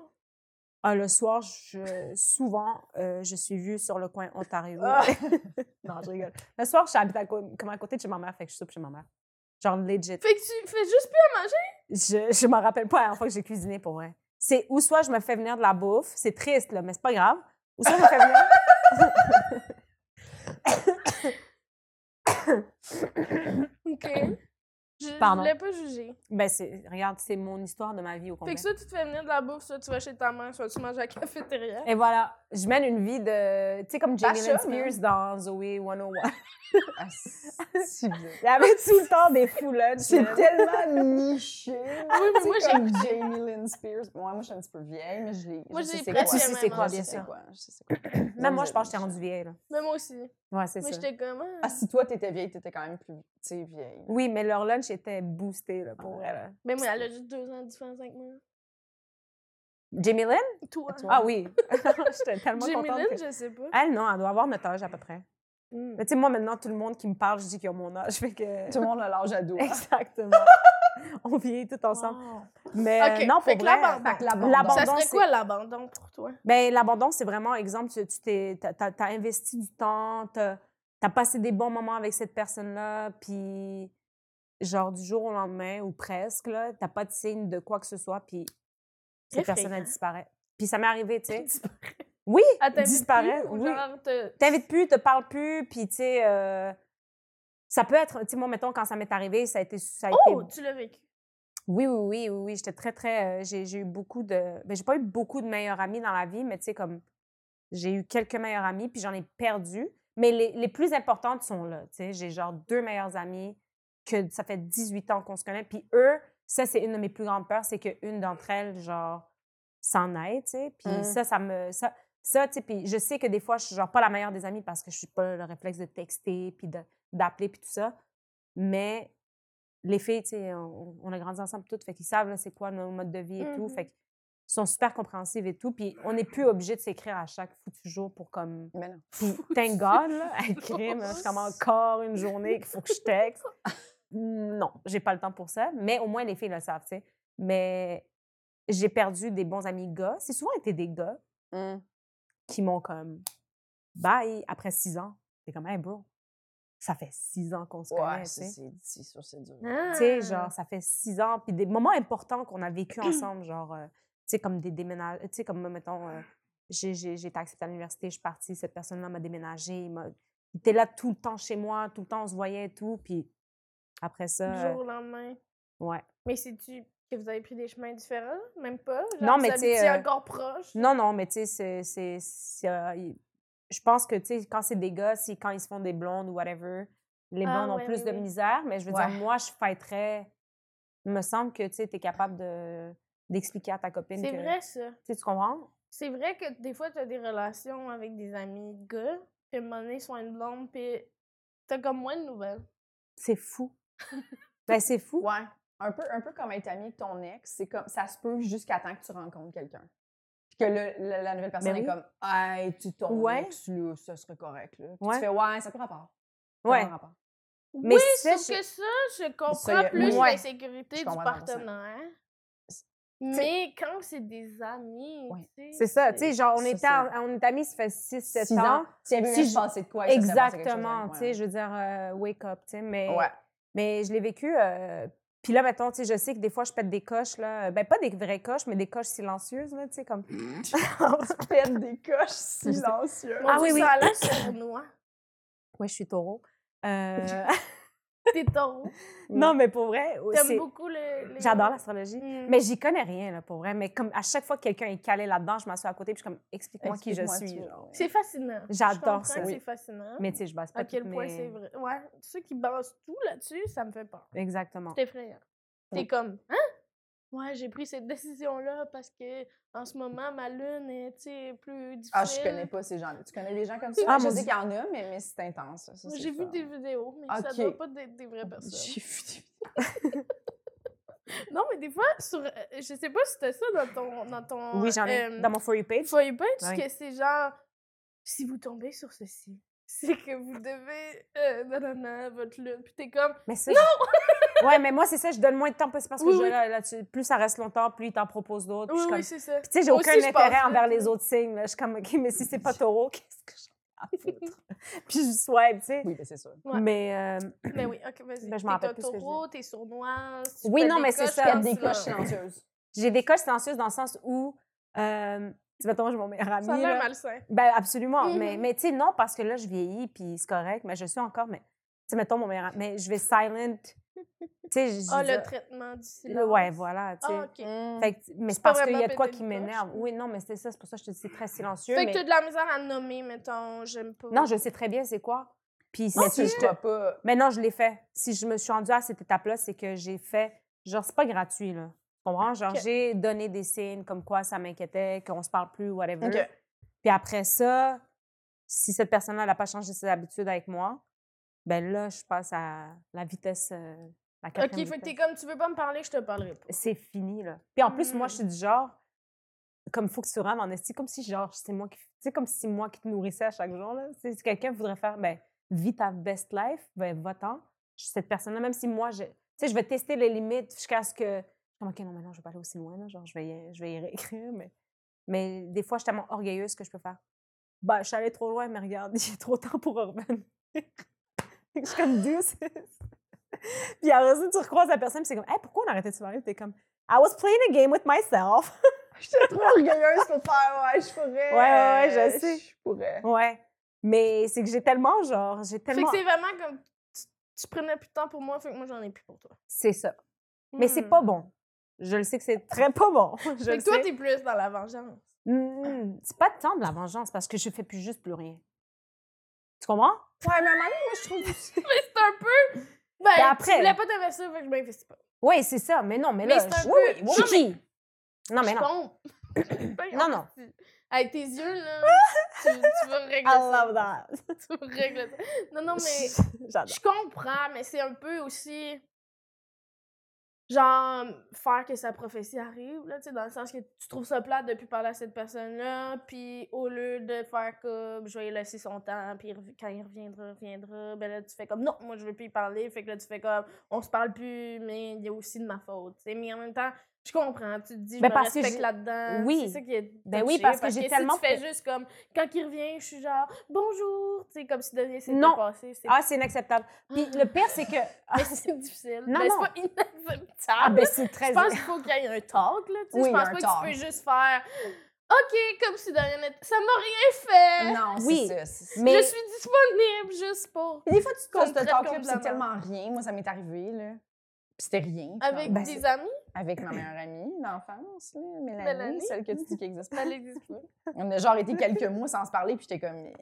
[SPEAKER 4] Ah, le soir, je, souvent, euh, je suis vue sur le coin Ontario.
[SPEAKER 2] Ah!
[SPEAKER 4] non, je rigole. Le soir, je suis habite à, cô- comme à côté de chez ma mère, fait que je soupe chez ma mère. Genre, legit.
[SPEAKER 3] Fait que tu fais juste plus à manger.
[SPEAKER 4] Je, je m'en rappelle pas la dernière fois que j'ai cuisiné pour vrai. C'est ou soit je me fais venir de la bouffe, c'est triste là, mais c'est pas grave. Ou soit je me fais venir.
[SPEAKER 3] OK. Je, je
[SPEAKER 4] Pardon.
[SPEAKER 3] voulais pas juger.
[SPEAKER 4] Ben c'est, regarde, c'est mon histoire de ma vie au
[SPEAKER 3] Fait
[SPEAKER 4] complet.
[SPEAKER 3] que soit tu te fais venir de la bouffe, soit tu vas chez ta mère, soit tu manges à la cafétéria.
[SPEAKER 4] Et voilà, Je mène une vie de. Tu sais, comme Jamie Lynn
[SPEAKER 2] Bacha,
[SPEAKER 4] Spears dans Zoé 101.
[SPEAKER 2] Ah, c'est bien.
[SPEAKER 4] Elle avait tout le temps des full lunch.
[SPEAKER 2] C'est
[SPEAKER 4] man.
[SPEAKER 2] tellement niché. Oui,
[SPEAKER 3] mais moi, j'ai-
[SPEAKER 2] comme Jamie Lynn Spears. Bon, ouais, moi, je suis un petit peu vieille, mais je l'ai.
[SPEAKER 3] Moi,
[SPEAKER 2] je sais
[SPEAKER 3] j'ai
[SPEAKER 2] c'est
[SPEAKER 3] pris
[SPEAKER 2] quoi.
[SPEAKER 4] Tu sais
[SPEAKER 3] même
[SPEAKER 4] c'est quoi,
[SPEAKER 3] âge.
[SPEAKER 2] Je
[SPEAKER 4] bien
[SPEAKER 2] sais
[SPEAKER 4] sûr.
[SPEAKER 2] quoi, je sais quoi.
[SPEAKER 4] Même moi, je pense que j'étais rendue vieille. là.
[SPEAKER 3] Mais moi aussi.
[SPEAKER 4] Ouais, c'est
[SPEAKER 3] Moi,
[SPEAKER 4] ça.
[SPEAKER 3] j'étais comme. ah.
[SPEAKER 2] Ah, si toi, t'étais vieille, t'étais quand même plus, tu sais, vieille.
[SPEAKER 4] Oui, mais leur lunch était boosté là, pour elle.
[SPEAKER 3] Mais moi, elle a juste deux ans de différence avec moi.
[SPEAKER 4] Jamie Lynn?
[SPEAKER 3] Toi.
[SPEAKER 4] Ah oui. J'étais tellement
[SPEAKER 3] Jamie
[SPEAKER 4] contente.
[SPEAKER 3] Lynn,
[SPEAKER 4] que-
[SPEAKER 3] je sais pas.
[SPEAKER 4] Elle, non, elle doit avoir notre âge à peu près.
[SPEAKER 3] Mm.
[SPEAKER 4] Mais tu sais, moi, maintenant, tout le monde qui me parle, je dis qu'ils ont mon âge. Fait que...
[SPEAKER 2] Tout le monde a l'âge ado. hein.
[SPEAKER 4] Exactement. On vieillit tout ensemble.
[SPEAKER 3] Wow.
[SPEAKER 4] Mais
[SPEAKER 3] OK,
[SPEAKER 4] euh, non,
[SPEAKER 3] fait
[SPEAKER 4] pour
[SPEAKER 3] que
[SPEAKER 4] vrai,
[SPEAKER 3] l'abandon.
[SPEAKER 2] Fait que l'abandon.
[SPEAKER 4] L'abandon,
[SPEAKER 3] Ça serait
[SPEAKER 4] c'est-
[SPEAKER 3] quoi l'abandon pour toi?
[SPEAKER 4] Ben, l'abandon, c'est vraiment, exemple, tu tu t'es, t'as, t'as- t'as investi du temps, t'as, t'as passé des bons moments avec cette personne-là, puis genre du jour au lendemain, ou presque, là, t'as pas de signe de quoi que ce soit, puis cette
[SPEAKER 3] Effrayant.
[SPEAKER 4] personne, elle disparaît. Puis ça m'est arrivé, tu sais. Oui,
[SPEAKER 3] Elle t'invite
[SPEAKER 4] disparaît,
[SPEAKER 3] plus ou
[SPEAKER 4] oui.
[SPEAKER 3] genre te-
[SPEAKER 4] t'invites plus, te parles plus, puis tu sais, euh, ça peut être, tu sais, moi, mettons, quand ça m'est arrivé, ça a été... Ça a
[SPEAKER 3] Oh,
[SPEAKER 4] été
[SPEAKER 3] tu l'as vécu.
[SPEAKER 4] oui, oui, oui, oui, oui, j'étais très, très... euh, j'ai, j'ai eu beaucoup de... Ben, j'ai pas eu beaucoup de meilleurs amis dans la vie, mais tu sais, comme... J'ai eu quelques meilleurs amis, puis j'en ai perdu. Mais les, les plus importantes sont là, tu sais. J'ai genre deux meilleurs amis que ça fait 18 ans qu'on se connaît. Puis eux, ça, c'est une de mes plus grandes peurs, c'est qu'une d'entre elles, genre, s'en aille, tu sais. Puis
[SPEAKER 2] Mm.
[SPEAKER 4] ça, ça me... Ça, ça, tu sais, puis je sais que des fois, je suis genre pas la meilleure des amies parce que je suis pas le réflexe de texter, puis de- d'appeler, puis tout ça. Mais les filles, tu sais, on, on a grandi ensemble toutes, fait qu'ils savent, là, c'est quoi nos modes de vie et tout.
[SPEAKER 2] Mmh
[SPEAKER 3] Mhm.
[SPEAKER 4] Fait qu'ils sont super compréhensives et tout. Puis on n'est plus obligé de s'écrire à chaque foutu jour pour comme...
[SPEAKER 2] Mais non.
[SPEAKER 4] Puis, thank God, là, elle crime, c'est comme encore une journée qu'il faut que je texte. Non, j'ai pas le temps pour ça, mais au moins les filles le savent, tu sais. Mais j'ai perdu des bons amis gars. C'est souvent été des gars
[SPEAKER 2] Hum.
[SPEAKER 4] qui m'ont comme bye après six ans. C'est comme, hey bro, ça fait six ans qu'on se connaît,
[SPEAKER 2] Ouais,
[SPEAKER 4] tu
[SPEAKER 2] c'est
[SPEAKER 4] sais. Hein?
[SPEAKER 2] c'est- c'est sûr, c'est dur.
[SPEAKER 4] Tu
[SPEAKER 3] Ah!
[SPEAKER 4] sais, genre, ça fait six ans. Puis des moments importants qu'on a vécu ensemble, genre, euh, tu sais, comme des déménages. Tu sais, comme, mettons, euh, j'ai j'ai- j'ai été acceptée à l'université, je suis partie, cette personne-là m'a déménagé. Il m'a- il était là tout le temps chez moi, tout le temps on se voyait et tout. Puis après ça.
[SPEAKER 3] Du
[SPEAKER 4] euh,
[SPEAKER 3] jour au lendemain.
[SPEAKER 4] ouais.
[SPEAKER 3] Mais sais-tu que vous avez pris des chemins différents? Même pas? Genre,
[SPEAKER 4] Non, mais
[SPEAKER 3] vous
[SPEAKER 4] tu sais,
[SPEAKER 3] habitiez
[SPEAKER 4] euh,
[SPEAKER 3] encore proche?
[SPEAKER 4] Non, non, mais tu sais, c'est- c'est. c'est, euh, il- Je pense que, tu sais, quand c'est des gars, si, quand ils se font des blondes ou whatever, les
[SPEAKER 3] Ah,
[SPEAKER 4] blondes
[SPEAKER 3] ouais,
[SPEAKER 4] ont plus
[SPEAKER 3] oui,
[SPEAKER 4] de
[SPEAKER 3] oui.
[SPEAKER 4] misère, mais je veux
[SPEAKER 2] Ouais.
[SPEAKER 4] dire, moi, je fêterais. Il me semble que, tu sais, t'es capable de d'expliquer à ta copine
[SPEAKER 3] C'est
[SPEAKER 4] que-
[SPEAKER 3] vrai, ça.
[SPEAKER 4] Tu sais, tu comprends?
[SPEAKER 3] C'est vrai que des fois, t'as des relations avec des amis gars, puis à un moment donné, ils sont une blonde, puis t'as comme moins de nouvelles.
[SPEAKER 4] C'est fou. ben, c'est fou.
[SPEAKER 2] Ouais. Un peu, un peu comme être ami avec ton ex, c'est comme ça se peut jusqu'à temps que tu rencontres quelqu'un. Puis que le- le- la nouvelle personne
[SPEAKER 4] Ben
[SPEAKER 2] est
[SPEAKER 4] oui.
[SPEAKER 2] comme Hey, tu ton
[SPEAKER 4] Ouais.
[SPEAKER 2] ex, là, ça serait correct. Là. Puis
[SPEAKER 4] Ouais.
[SPEAKER 2] Tu fais Ouais, ça peut rapport. Ça
[SPEAKER 4] Ouais.
[SPEAKER 2] a un rapport.
[SPEAKER 4] Mais
[SPEAKER 3] oui,
[SPEAKER 4] ça,
[SPEAKER 3] sauf
[SPEAKER 4] je-
[SPEAKER 3] que ça, je
[SPEAKER 2] Ça, il y
[SPEAKER 3] comprends
[SPEAKER 2] a-
[SPEAKER 3] plus
[SPEAKER 4] Ouais.
[SPEAKER 3] l'insécurité
[SPEAKER 2] Je
[SPEAKER 3] du
[SPEAKER 2] comprends 100%.
[SPEAKER 3] partenaire. Mais quand c'est des amis,
[SPEAKER 2] Ouais.
[SPEAKER 3] tu sais,
[SPEAKER 4] C'est ça, tu sais, genre, on
[SPEAKER 2] Ça,
[SPEAKER 4] était,
[SPEAKER 2] c'est-
[SPEAKER 4] en- on est amis, ça fait 6-7
[SPEAKER 2] Six
[SPEAKER 4] ans.
[SPEAKER 2] S'il y avait
[SPEAKER 4] Si
[SPEAKER 2] eu
[SPEAKER 4] je-
[SPEAKER 2] je pensais de quoi il se serait passé quelque chose
[SPEAKER 4] Exactement,
[SPEAKER 2] avec- ouais,
[SPEAKER 4] tu sais, je veux dire, euh, wake up, tu sais, mais,
[SPEAKER 2] ouais. Ouais.
[SPEAKER 4] mais je l'ai vécu. euh, Puis là, mettons, tu sais, je sais que des fois, je pète des coches, là. Ben, pas des vraies coches, mais des coches silencieuses, là, tu sais, comme...
[SPEAKER 2] Pète des coches silencieuses.
[SPEAKER 3] mon
[SPEAKER 4] Ah
[SPEAKER 3] Dieu,
[SPEAKER 4] oui, oui.
[SPEAKER 3] ça a l'air sournois.
[SPEAKER 4] Ouais, je suis taureau. Euh,
[SPEAKER 3] T'es taureau.
[SPEAKER 4] non, mais pour vrai, c'est-
[SPEAKER 3] T'aimes beaucoup le. les-
[SPEAKER 4] j'adore l'astrologie.
[SPEAKER 3] Mm.
[SPEAKER 4] Mais j'y connais rien, là, pour vrai. Mais comme à chaque fois que quelqu'un est calé là-dedans, je m'assois à côté, puis je suis comme, explique-moi qui je
[SPEAKER 2] Explique-moi
[SPEAKER 4] suis.
[SPEAKER 2] tout.
[SPEAKER 4] genre.
[SPEAKER 3] C'est fascinant.
[SPEAKER 4] J'adore
[SPEAKER 3] Je comprends
[SPEAKER 4] ça.
[SPEAKER 3] que
[SPEAKER 4] Oui.
[SPEAKER 3] C'est fascinant.
[SPEAKER 4] Mais tu sais, je base pas
[SPEAKER 3] à quel
[SPEAKER 4] toutes
[SPEAKER 3] point
[SPEAKER 4] mes-
[SPEAKER 3] c'est vrai. Ouais. Ceux qui balancent tout là-dessus, ça me fait peur.
[SPEAKER 4] Exactement.
[SPEAKER 3] C'est effrayant. T'es
[SPEAKER 2] Oui.
[SPEAKER 3] comme, hein? Ouais, j'ai pris cette décision-là parce que en ce moment, ma lune est tu sais, plus difficile.
[SPEAKER 2] Ah, je connais pas ces gens-là. Tu connais des gens comme ça?
[SPEAKER 4] Ah,
[SPEAKER 2] je
[SPEAKER 4] mon
[SPEAKER 2] sais
[SPEAKER 4] Dieu.
[SPEAKER 2] qu'il y en a, mais, mais c'est intense. ça, ça,
[SPEAKER 3] Moi,
[SPEAKER 2] c'est
[SPEAKER 3] J'ai vu
[SPEAKER 2] fun.
[SPEAKER 3] des vidéos, mais ça
[SPEAKER 2] Ok.
[SPEAKER 3] doit pas être des
[SPEAKER 4] Oh,
[SPEAKER 3] vraies personnes.
[SPEAKER 2] J'ai vu des-
[SPEAKER 3] Non, mais des fois, sur, euh, je sais pas si c'était ça dans ton. Dans ton
[SPEAKER 4] Oui, j'en ai.
[SPEAKER 3] euh,
[SPEAKER 4] Dans mon For You page.
[SPEAKER 3] For You page,
[SPEAKER 4] Ouais.
[SPEAKER 3] que c'est genre, si vous tombez sur ceci, c'est que vous devez. Euh, nanana, votre lune. Puis t'es comme,
[SPEAKER 4] Mais ça, je- ouais, mais moi, c'est ça, je donne moins de temps parce parce que
[SPEAKER 3] Oui,
[SPEAKER 4] je-
[SPEAKER 3] oui.
[SPEAKER 4] là, là, tu- plus ça reste longtemps, plus il t'en propose d'autres.
[SPEAKER 3] oui,
[SPEAKER 4] puis je
[SPEAKER 3] oui,
[SPEAKER 4] suis
[SPEAKER 3] c'est ça.
[SPEAKER 4] comme- Puis tu sais, j'ai
[SPEAKER 3] Aussi,
[SPEAKER 4] aucun
[SPEAKER 3] je
[SPEAKER 4] intérêt
[SPEAKER 3] pense, là,
[SPEAKER 4] envers
[SPEAKER 3] tu
[SPEAKER 4] les
[SPEAKER 3] sais.
[SPEAKER 4] autres signes. là. Je suis comme, OK, mais si c'est pas taureau, qu'est-ce que j'en ai à foutre? Puis je swipe, tu sais.
[SPEAKER 2] Oui, ben, c'est sûr.
[SPEAKER 3] Ouais.
[SPEAKER 4] Mais euh,
[SPEAKER 3] Mais oui, ok, vas-y.
[SPEAKER 4] Ben, je m'en
[SPEAKER 3] T'es
[SPEAKER 4] rappelle
[SPEAKER 3] un
[SPEAKER 4] plus ce que je
[SPEAKER 3] taureau, t'es sournoise. tu
[SPEAKER 4] Oui,
[SPEAKER 3] fais
[SPEAKER 4] non,
[SPEAKER 3] des
[SPEAKER 4] mais c'est
[SPEAKER 3] coches
[SPEAKER 4] ça.
[SPEAKER 3] en
[SPEAKER 2] Pète des
[SPEAKER 3] silence.
[SPEAKER 2] coches silencieuses.
[SPEAKER 4] j'ai des coches silencieuses dans le sens où, euh, tu sais, mettons, j'ai mon meilleur ami.
[SPEAKER 3] Ça a l'air
[SPEAKER 4] là.
[SPEAKER 3] malsain.
[SPEAKER 4] Ben absolument. Mais,
[SPEAKER 3] Mhm.
[SPEAKER 4] mais tu sais, non, parce que là, je vieillis, puis c'est correct, mais je suis encore, mais tu sais, mettons mon meilleur ami, mais je vais silent Tu sais, je- je
[SPEAKER 3] Ah, le
[SPEAKER 4] disais-
[SPEAKER 3] traitement du
[SPEAKER 4] le-
[SPEAKER 3] silence.
[SPEAKER 4] ouais, voilà, tu sais.
[SPEAKER 3] Ah, OK.
[SPEAKER 4] Fait que- mais c'est
[SPEAKER 3] pas
[SPEAKER 4] parce qu'il y a
[SPEAKER 3] vraiment
[SPEAKER 4] de quoi
[SPEAKER 3] péter
[SPEAKER 4] qui
[SPEAKER 3] une coche.
[SPEAKER 4] m'énerve. Oui, non, mais c'est ça, c'est pour ça que je te dis c'est très silencieux.
[SPEAKER 3] Fait
[SPEAKER 4] mais-
[SPEAKER 3] que t'as de la misère à nommer, mettons, j'aime pas.
[SPEAKER 4] Non, je sais très bien c'est quoi. Puis
[SPEAKER 3] Oh,
[SPEAKER 2] Mais
[SPEAKER 4] si
[SPEAKER 2] tu
[SPEAKER 4] je
[SPEAKER 2] ne pas.
[SPEAKER 4] Maintenant, je l'ai fait. Si je me suis rendue à cette étape-là, c'est que j'ai fait. Genre, c'est pas gratuit, là. Tu comprends? Genre,
[SPEAKER 3] Ok.
[SPEAKER 4] j'ai donné des signes comme quoi ça m'inquiétait, qu'on se parle plus, whatever.
[SPEAKER 2] OK.
[SPEAKER 4] Puis après ça, si cette personne-là n'a pas changé ses habitudes avec moi, ben là, je passe à la vitesse. euh, la
[SPEAKER 3] OK,
[SPEAKER 4] quatrième
[SPEAKER 3] fait que
[SPEAKER 4] vitesse.
[SPEAKER 3] t'es comme, tu veux pas me parler, je te parlerai pas.
[SPEAKER 4] C'est fini, là. Puis en plus, moi,
[SPEAKER 3] Mm.
[SPEAKER 4] je suis du genre. Comme faut que tu rames en esti, comme si genre c'est moi qui, tu sais comme si moi qui te nourrissais à chaque jour là. Tu sais, Si quelqu'un voudrait faire, ben vis ta best life, ben va-t'en. Je suis cette personne-là, même si moi, je, tu sais, je vais tester les limites jusqu'à ce que, comme, ok, non, mais non, je vais pas aller aussi loin là, genre je vais, y- je vais y réécrire, mais, mais des fois, je suis tellement orgueilleuse que je peux faire. Bah, je suis allée trop loin, mais regarde, j'ai trop de temps pour revenir. je suis comme douce. Puis après ça, tu recroises la personne, puis c'est comme, hey, pourquoi on a arrêté de se parler? Puis t'es comme, I was playing a game with myself.
[SPEAKER 2] J'étais trop orgueilleuse pour faire, ouais, je pourrais.
[SPEAKER 4] Ouais, ouais, ouais, je
[SPEAKER 2] euh,
[SPEAKER 4] sais.
[SPEAKER 2] Je pourrais.
[SPEAKER 4] Ouais. Mais c'est que j'ai tellement, genre, j'ai
[SPEAKER 3] Fait que
[SPEAKER 4] tellement.
[SPEAKER 3] c'est vraiment comme, tu, tu prenais plus de temps pour moi, fait que moi, j'en ai plus pour toi.
[SPEAKER 4] C'est ça. Mais c'est
[SPEAKER 3] Hmm.
[SPEAKER 4] pas bon. Je le sais que c'est très pas bon. Je
[SPEAKER 3] Fait
[SPEAKER 4] le
[SPEAKER 3] que toi,
[SPEAKER 4] sais.
[SPEAKER 3] t'es plus dans la vengeance.
[SPEAKER 4] Hmm, c'est pas de temps de la vengeance parce que je fais plus juste plus rien. Tu comprends?
[SPEAKER 2] Ouais, mais à un moment donné, moi, je trouve
[SPEAKER 3] C'est un peu. Ben,
[SPEAKER 4] Ben
[SPEAKER 3] après...
[SPEAKER 4] après-
[SPEAKER 3] tu voulais pas t'investir, fait que je m'investis pas.
[SPEAKER 4] Oui, c'est ça. Mais non, mais
[SPEAKER 3] Mais
[SPEAKER 4] là,
[SPEAKER 3] c'est un
[SPEAKER 4] je-
[SPEAKER 3] peu-
[SPEAKER 4] oui, oui,
[SPEAKER 3] Non,
[SPEAKER 4] je suis qui? Non, mais
[SPEAKER 3] je
[SPEAKER 4] non.
[SPEAKER 3] tombe. Ben,
[SPEAKER 4] Non, non.
[SPEAKER 3] tu- Avec tes yeux, là, tu, tu vas régler
[SPEAKER 4] I
[SPEAKER 3] ça.
[SPEAKER 4] love that.
[SPEAKER 3] Tu vas régler ça. Non, non, mais
[SPEAKER 4] J'adore.
[SPEAKER 3] je comprends, mais c'est un peu aussi. Genre, faire que sa prophétie arrive, là, tu sais, dans le sens que tu trouves ça plate de plus parler à cette personne-là, puis au lieu de faire comme je vais lui laisser son temps, puis il rev- quand il reviendra, il reviendra, ben là, tu fais comme non, moi je veux plus y parler, fait que là, tu fais comme on se parle plus, mais il y a aussi de ma faute, tu sais, mais en même temps, je comprends, tu te dis, je
[SPEAKER 4] Ben,
[SPEAKER 3] me
[SPEAKER 4] parce que
[SPEAKER 3] respecte
[SPEAKER 4] j'ai-
[SPEAKER 3] là-dedans.
[SPEAKER 4] Oui.
[SPEAKER 3] C'est ça qui est.
[SPEAKER 4] Ben oui,
[SPEAKER 3] touché,
[SPEAKER 4] parce que j'ai tellement
[SPEAKER 3] Si tu fais
[SPEAKER 4] fait-
[SPEAKER 3] juste comme quand il revient, je suis genre bonjour, tu sais, comme si de rien s'était
[SPEAKER 4] Non.
[SPEAKER 3] passé, c'est
[SPEAKER 4] Ah, c'est inacceptable. Puis le pire, c'est que.
[SPEAKER 3] mais c'est difficile.
[SPEAKER 4] Non,
[SPEAKER 3] mais
[SPEAKER 4] non.
[SPEAKER 3] c'est pas inacceptable.
[SPEAKER 4] Ah, ben c'est
[SPEAKER 3] je
[SPEAKER 4] très.
[SPEAKER 3] pense qu'il faut qu'il y ait un talk, là. tu sais.
[SPEAKER 2] Oui,
[SPEAKER 3] je
[SPEAKER 2] il y a
[SPEAKER 3] pense
[SPEAKER 2] un talk.
[SPEAKER 3] pas que tu peux juste faire OK, comme si de rien n'était. Ça m'a rien fait.
[SPEAKER 2] Non,
[SPEAKER 4] Oui,
[SPEAKER 2] c'est ça. c'est-
[SPEAKER 4] Mm, Mais
[SPEAKER 3] Je suis disponible juste pour.
[SPEAKER 2] Des fois, tu te
[SPEAKER 3] Qu'on me
[SPEAKER 2] causes de
[SPEAKER 3] traite
[SPEAKER 2] talk
[SPEAKER 3] comme de la
[SPEAKER 2] c'est tellement rien. Moi, ça m'est arrivé, là. Puis c'était rien.
[SPEAKER 3] Avec
[SPEAKER 2] genre.
[SPEAKER 4] Ben,
[SPEAKER 3] des
[SPEAKER 4] c'est-
[SPEAKER 3] amis.
[SPEAKER 2] Avec ma meilleure amie d'enfance, là, Mélanie,
[SPEAKER 3] Mélanie.
[SPEAKER 2] celle que tu dis qui existe pas.
[SPEAKER 3] Ça n'existe pas.
[SPEAKER 2] On a genre été quelques mois sans se parler, puis j'étais comme. euh,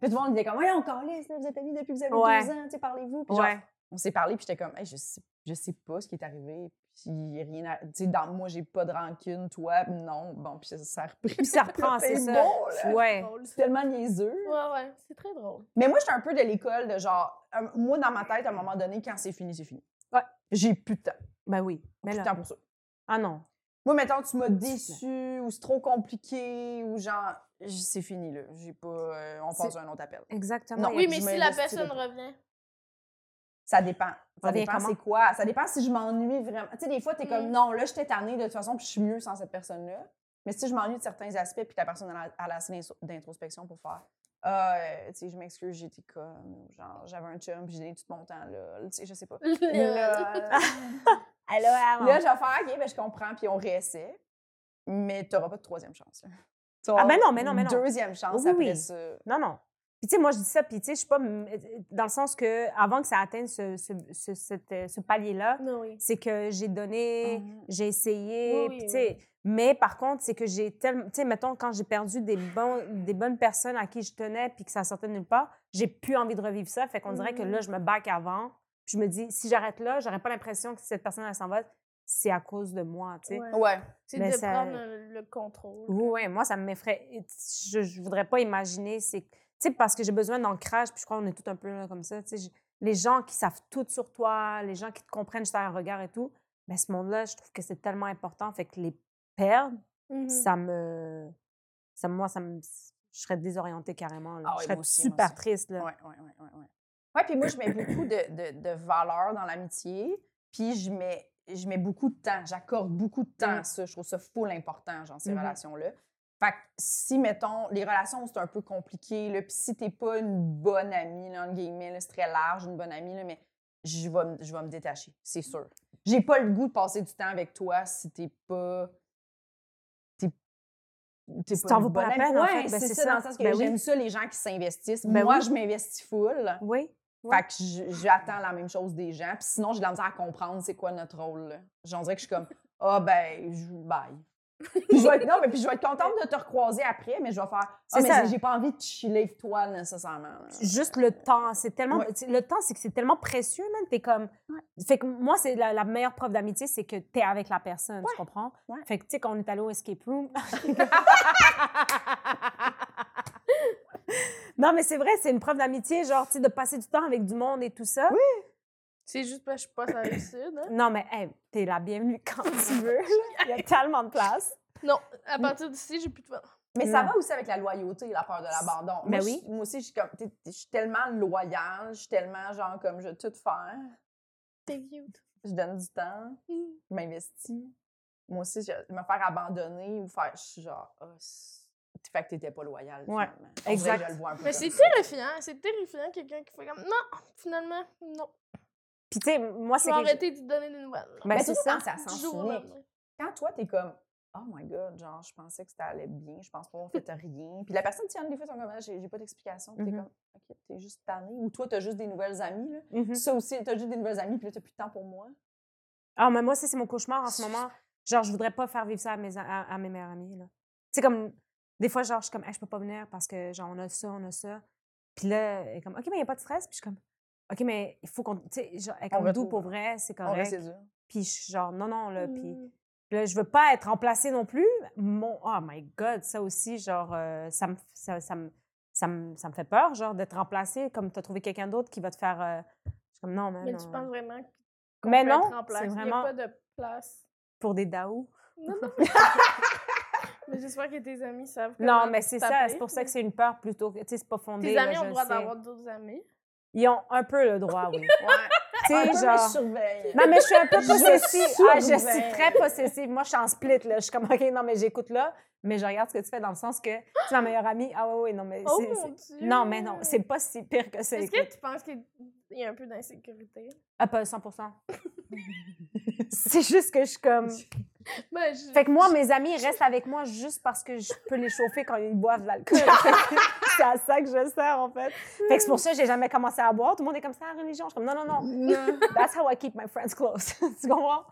[SPEAKER 2] Puis tout le monde était comme, ouais, on calisse, là, vous êtes amis depuis que vous avez
[SPEAKER 4] Ouais.
[SPEAKER 2] 12 ans, tu sais, parlez-vous. Puis genre,
[SPEAKER 4] Ouais.
[SPEAKER 2] on s'est parlé, puis j'étais comme, hey, je sais, je sais pas ce qui est arrivé, puis rien à. Tu sais, dans moi, j'ai pas de rancune, toi, non. Bon, puis ça, ça a repris.
[SPEAKER 4] Puis ça reprend, c'est
[SPEAKER 2] C'est
[SPEAKER 4] ça.
[SPEAKER 2] beau, là.
[SPEAKER 3] oh C'est
[SPEAKER 4] Ouais.
[SPEAKER 3] drôle.
[SPEAKER 2] C'est tellement niaiseux.
[SPEAKER 3] Ouais, ouais, c'est très drôle.
[SPEAKER 2] Mais moi, j'étais un peu de l'école de genre, euh, moi, dans ma tête, à un moment donné, quand c'est fini, c'est fini.
[SPEAKER 4] Ouais.
[SPEAKER 2] J'ai plus de temps.
[SPEAKER 4] Ben oui.
[SPEAKER 2] Plus
[SPEAKER 3] Oh,
[SPEAKER 4] Mais
[SPEAKER 2] de
[SPEAKER 4] là.
[SPEAKER 2] temps pour ça.
[SPEAKER 4] Ah non.
[SPEAKER 2] Moi, mettons, tu m'as
[SPEAKER 4] plaît.
[SPEAKER 2] déçu ou c'est trop compliqué ou genre, j- c'est fini, là. J'ai pas. euh, on passe
[SPEAKER 4] C'est-
[SPEAKER 2] à un autre appel.
[SPEAKER 4] Exactement.
[SPEAKER 2] Non.
[SPEAKER 4] Ah, il y a-
[SPEAKER 3] Oui,
[SPEAKER 2] du
[SPEAKER 3] mais si
[SPEAKER 2] mal
[SPEAKER 3] la
[SPEAKER 2] de style.
[SPEAKER 3] personne revient.
[SPEAKER 2] Ça dépend. Ça
[SPEAKER 4] Revient
[SPEAKER 2] dépend,
[SPEAKER 4] comment?
[SPEAKER 2] c'est quoi. Ça dépend si je m'ennuie vraiment. Tu sais, des fois, t'es comme,
[SPEAKER 3] Mm.
[SPEAKER 2] non, là, j'étais tannée de toute façon, puis je suis mieux sans cette personne-là. Mais si je m'ennuie de certains aspects, puis que la personne a la- a assez d'inso- d'introspection pour faire. Ah, euh, tu sais, je m'excuse, j'étais comme, genre, j'avais un chum, puis j'ai donné tout mon temps, là. Tu sais, je sais pas. Là,
[SPEAKER 4] Allô, allô.
[SPEAKER 2] Là, je vais faire, OK, ben, je comprends, puis on réessaie. Mais tu n'auras pas de troisième chance. là. Tu auras
[SPEAKER 4] Ah, ben non, mais non, mais non.
[SPEAKER 2] Deuxième chance
[SPEAKER 4] Oui,
[SPEAKER 2] après
[SPEAKER 4] oui.
[SPEAKER 2] ça.
[SPEAKER 4] Non, non. Puis, tu sais, moi, je dis ça, puis, tu sais, je suis pas. m- Dans le sens que, avant que ça atteigne ce, ce, ce, cette, euh, ce palier-là,
[SPEAKER 3] Non, oui.
[SPEAKER 4] c'est que j'ai donné,
[SPEAKER 2] Mhm.
[SPEAKER 4] j'ai essayé,
[SPEAKER 3] Mmh. Oui,
[SPEAKER 4] puis,
[SPEAKER 3] oui,
[SPEAKER 4] tu sais. Mais par contre, c'est que j'ai tellement. Tu sais, mettons, quand j'ai perdu des, bons, des bonnes personnes à qui je tenais, puis que ça sortait de nulle part, j'ai plus envie de revivre ça. Fait qu'on dirait que
[SPEAKER 3] Mhm.
[SPEAKER 4] là, je me back avant. Puis, je me dis, si j'arrête là, j'aurais pas l'impression que si cette personne, elle s'en va, c'est à cause de moi, tu sais.
[SPEAKER 3] Ouais.
[SPEAKER 2] Ouais.
[SPEAKER 3] C'est
[SPEAKER 4] Mais
[SPEAKER 3] de
[SPEAKER 4] ça-
[SPEAKER 3] prendre le, le contrôle.
[SPEAKER 4] Oui, oui, moi, ça m'effraie. Et tu- Je, je voudrais pas imaginer. C'est, tu sais, parce que j'ai besoin d'ancrage, puis je crois qu'on est tout un peu là comme ça. tu sais, je- les gens qui savent tout sur toi, les gens qui te comprennent juste à un regard et tout, ben, ce monde-là, je trouve que c'est tellement important. Fait que les perdre,
[SPEAKER 2] Mmh
[SPEAKER 3] Mhm.
[SPEAKER 4] ça me. Ça, moi, ça me. Je serais désorientée carrément. là.
[SPEAKER 2] Ah ouais,
[SPEAKER 4] je serais
[SPEAKER 2] moi aussi, moi
[SPEAKER 4] super
[SPEAKER 2] aussi.
[SPEAKER 4] triste.
[SPEAKER 2] Ouais,
[SPEAKER 4] Là.
[SPEAKER 2] ouais, ouais, ouais, ouais. Ouais, puis moi, je mets beaucoup de, de, de valeur dans l'amitié, puis je mets, je mets beaucoup de temps. J'accorde beaucoup de temps à
[SPEAKER 4] Mm.
[SPEAKER 2] ça. Je trouve ça full important, genre, ces
[SPEAKER 4] Mhm.
[SPEAKER 2] relations-là. Fait que si, mettons, les relations, où c'est un peu compliqué, là, puis si t'es pas une bonne amie, là, entre guillemets, là, c'est très large, une bonne amie, là, mais je vais, me- je vais me détacher, c'est
[SPEAKER 4] Mm.
[SPEAKER 2] sûr. J'ai pas le goût de passer du temps avec toi si t'es pas... T'es t'es
[SPEAKER 4] Si t'en
[SPEAKER 2] une
[SPEAKER 4] vaux pas
[SPEAKER 2] bonne
[SPEAKER 4] la
[SPEAKER 2] amie.
[SPEAKER 4] peine, en
[SPEAKER 2] Ouais,
[SPEAKER 4] fait, ben,
[SPEAKER 2] c'est
[SPEAKER 4] c'est
[SPEAKER 2] ça,
[SPEAKER 4] ça.
[SPEAKER 2] dans le sens que
[SPEAKER 4] Ben oui.
[SPEAKER 2] j'aime ça, les gens qui s'investissent.
[SPEAKER 4] Ben
[SPEAKER 2] Moi,
[SPEAKER 4] oui.
[SPEAKER 2] je m'investis full.
[SPEAKER 4] Oui. Ouais.
[SPEAKER 2] Fait que j- j'attends la même chose des gens. Puis sinon, j'ai de la misère à comprendre c'est quoi notre rôle. là. J'en dirais que je suis comme, ah ben, je bye. Puis je vais être- non, mais puis je vais être contente de te recroiser après, mais je vais faire, ah,
[SPEAKER 4] C'est
[SPEAKER 2] mais
[SPEAKER 4] ça.
[SPEAKER 2] c'est- j'ai pas envie de chiller avec toi nécessairement. là.
[SPEAKER 4] Juste le temps, c'est tellement
[SPEAKER 2] Ouais.
[SPEAKER 4] c'est- le temps c'est que c'est tellement précieux même t'es comme fait que moi c'est la, la meilleure preuve d'amitié c'est que t'es avec la personne tu comprends
[SPEAKER 2] Ouais.
[SPEAKER 4] fait que tu sais quand on est allé au escape room non mais c'est vrai c'est une preuve d'amitié genre tu sais de passer du temps avec du monde et tout ça
[SPEAKER 3] C'est juste parce que je passe à la sud. hein.
[SPEAKER 4] non mais hey, t'es la bienvenue quand tu veux il y a tellement de place
[SPEAKER 3] Non,
[SPEAKER 4] Mm.
[SPEAKER 3] à partir d'ici, j'ai plus de fun.
[SPEAKER 2] Mais ça
[SPEAKER 4] Non.
[SPEAKER 2] va aussi avec la loyauté, la peur de l'abandon.
[SPEAKER 4] Ben
[SPEAKER 2] moi, je-
[SPEAKER 4] oui.
[SPEAKER 2] moi aussi, je suis comme, t'es- t'es- je suis tellement loyale, je suis tellement genre comme je vais tout faire.
[SPEAKER 3] T'es cute.
[SPEAKER 2] Je donne du temps,
[SPEAKER 3] Mm.
[SPEAKER 2] je m'investis. Moi aussi, je, me faire abandonner ou faire, je suis genre, Ah, c'est- fait que t'étais pas loyale.
[SPEAKER 4] Ouais,
[SPEAKER 2] finalement. On dirait que
[SPEAKER 4] exact.
[SPEAKER 2] je le vois un peu
[SPEAKER 3] Mais
[SPEAKER 2] comme
[SPEAKER 3] c'est
[SPEAKER 2] ça.
[SPEAKER 3] terrifiant. C'est terrifiant, quelqu'un qui fait comme non, finalement, non.
[SPEAKER 4] puis tu sais moi
[SPEAKER 3] Je
[SPEAKER 4] Ah, c'est
[SPEAKER 3] vais
[SPEAKER 4] quelque-
[SPEAKER 3] arrêter de donner des nouvelles.
[SPEAKER 4] ben,
[SPEAKER 2] Mais
[SPEAKER 4] c'est
[SPEAKER 2] surtout
[SPEAKER 4] ça
[SPEAKER 2] quand c'est à
[SPEAKER 3] Du
[SPEAKER 2] sens
[SPEAKER 3] jour au
[SPEAKER 2] unique.
[SPEAKER 3] lendemain.
[SPEAKER 2] Quand toi, t'es comme, oh my god, genre, je pensais que ça allait bien, je pense pas qu'on fait rien. Puis la personne, tiens, des fois, t'es comme, Ah, j'ai j'ai pas d'explication. Puis t'es
[SPEAKER 4] Mhm.
[SPEAKER 2] comme, ok, t'es juste tannée. Ou toi, t'as juste des nouvelles amies, là.
[SPEAKER 4] Mhm.
[SPEAKER 2] Ça aussi, t'as juste des nouvelles amies, puis là, t'as plus de temps pour moi.
[SPEAKER 4] Ah, mais moi, ça, c'est mon cauchemar en ce moment. Genre, je voudrais pas faire vivre ça à mes, à, à mes meilleurs amis. là. Tu sais, comme, des fois, genre, je suis comme, Hey, je peux pas venir parce que, genre, on a ça, on a ça. Puis là, elle est comme, OK, mais il a pas de stress. Puis je suis comme, OK, mais il faut qu'on. Tu sais, genre, elle est
[SPEAKER 2] On
[SPEAKER 4] comme doux
[SPEAKER 2] retourne.
[SPEAKER 4] pour vrai, c'est
[SPEAKER 2] On reste
[SPEAKER 4] correct.
[SPEAKER 2] dur.
[SPEAKER 4] Puis je suis genre, non, non, là. Puis
[SPEAKER 3] Mm.
[SPEAKER 4] là, je veux pas être remplacée non plus. Mon, oh my God, ça aussi, genre, euh, ça me ça, ça me- ça me- ça me fait peur, genre, d'être remplacée, comme t'as trouvé quelqu'un d'autre qui va te faire. euh, je suis comme, non, mais.
[SPEAKER 3] Mais
[SPEAKER 4] non.
[SPEAKER 3] tu penses vraiment que
[SPEAKER 4] mais
[SPEAKER 3] peut
[SPEAKER 4] non,
[SPEAKER 3] être en place.
[SPEAKER 4] c'est
[SPEAKER 3] Il n'y a
[SPEAKER 4] vraiment
[SPEAKER 3] pas de place.
[SPEAKER 4] pour des daos.
[SPEAKER 3] Non, non. mais j'espère que tes amis savent.
[SPEAKER 4] Non, mais c'est ça, c'est pour ça que c'est une peur plutôt. que- Tu sais, c'est pas fondé.
[SPEAKER 3] Tes
[SPEAKER 4] là,
[SPEAKER 3] amis
[SPEAKER 4] je
[SPEAKER 3] ont le droit
[SPEAKER 4] sais.
[SPEAKER 3] d'avoir d'autres amis.
[SPEAKER 4] Ils ont un peu le droit, oui.
[SPEAKER 2] Ouais.
[SPEAKER 4] tu
[SPEAKER 2] Un peu,
[SPEAKER 4] sais,
[SPEAKER 2] mais
[SPEAKER 4] genre.
[SPEAKER 2] je surveille.
[SPEAKER 4] Non, mais je suis un peu
[SPEAKER 2] Je
[SPEAKER 4] possessive. Ah, je suis
[SPEAKER 3] Ben.
[SPEAKER 2] surveille.
[SPEAKER 4] très possessive. Moi, je suis en split, là. Je suis comme, OK, non, mais j'écoute là, mais je regarde ce que tu fais dans le sens que tu es ma meilleure amie. Ah, ouais, ouais, non, mais.
[SPEAKER 3] Oh
[SPEAKER 4] c'est-
[SPEAKER 3] mon
[SPEAKER 4] c'est-
[SPEAKER 3] dieu!
[SPEAKER 4] Non, mais non, c'est pas si pire que ça.
[SPEAKER 3] Est-ce
[SPEAKER 4] écoute.
[SPEAKER 3] que tu penses qu'il y a un peu d'insécurité?
[SPEAKER 4] Ah, pas 100 C'est juste que je suis comme.
[SPEAKER 3] Ben, je-
[SPEAKER 4] Fait que moi, mes amis restent avec moi juste parce que je peux les chauffer quand ils boivent de l'alcool. c'est à ça que je sers, en fait. Fait que c'est pour ça que j'ai jamais commencé à boire. Tout le monde est comme ça, la religion. Je suis comme, non, non, non. That's how I keep my friends close. tu comprends?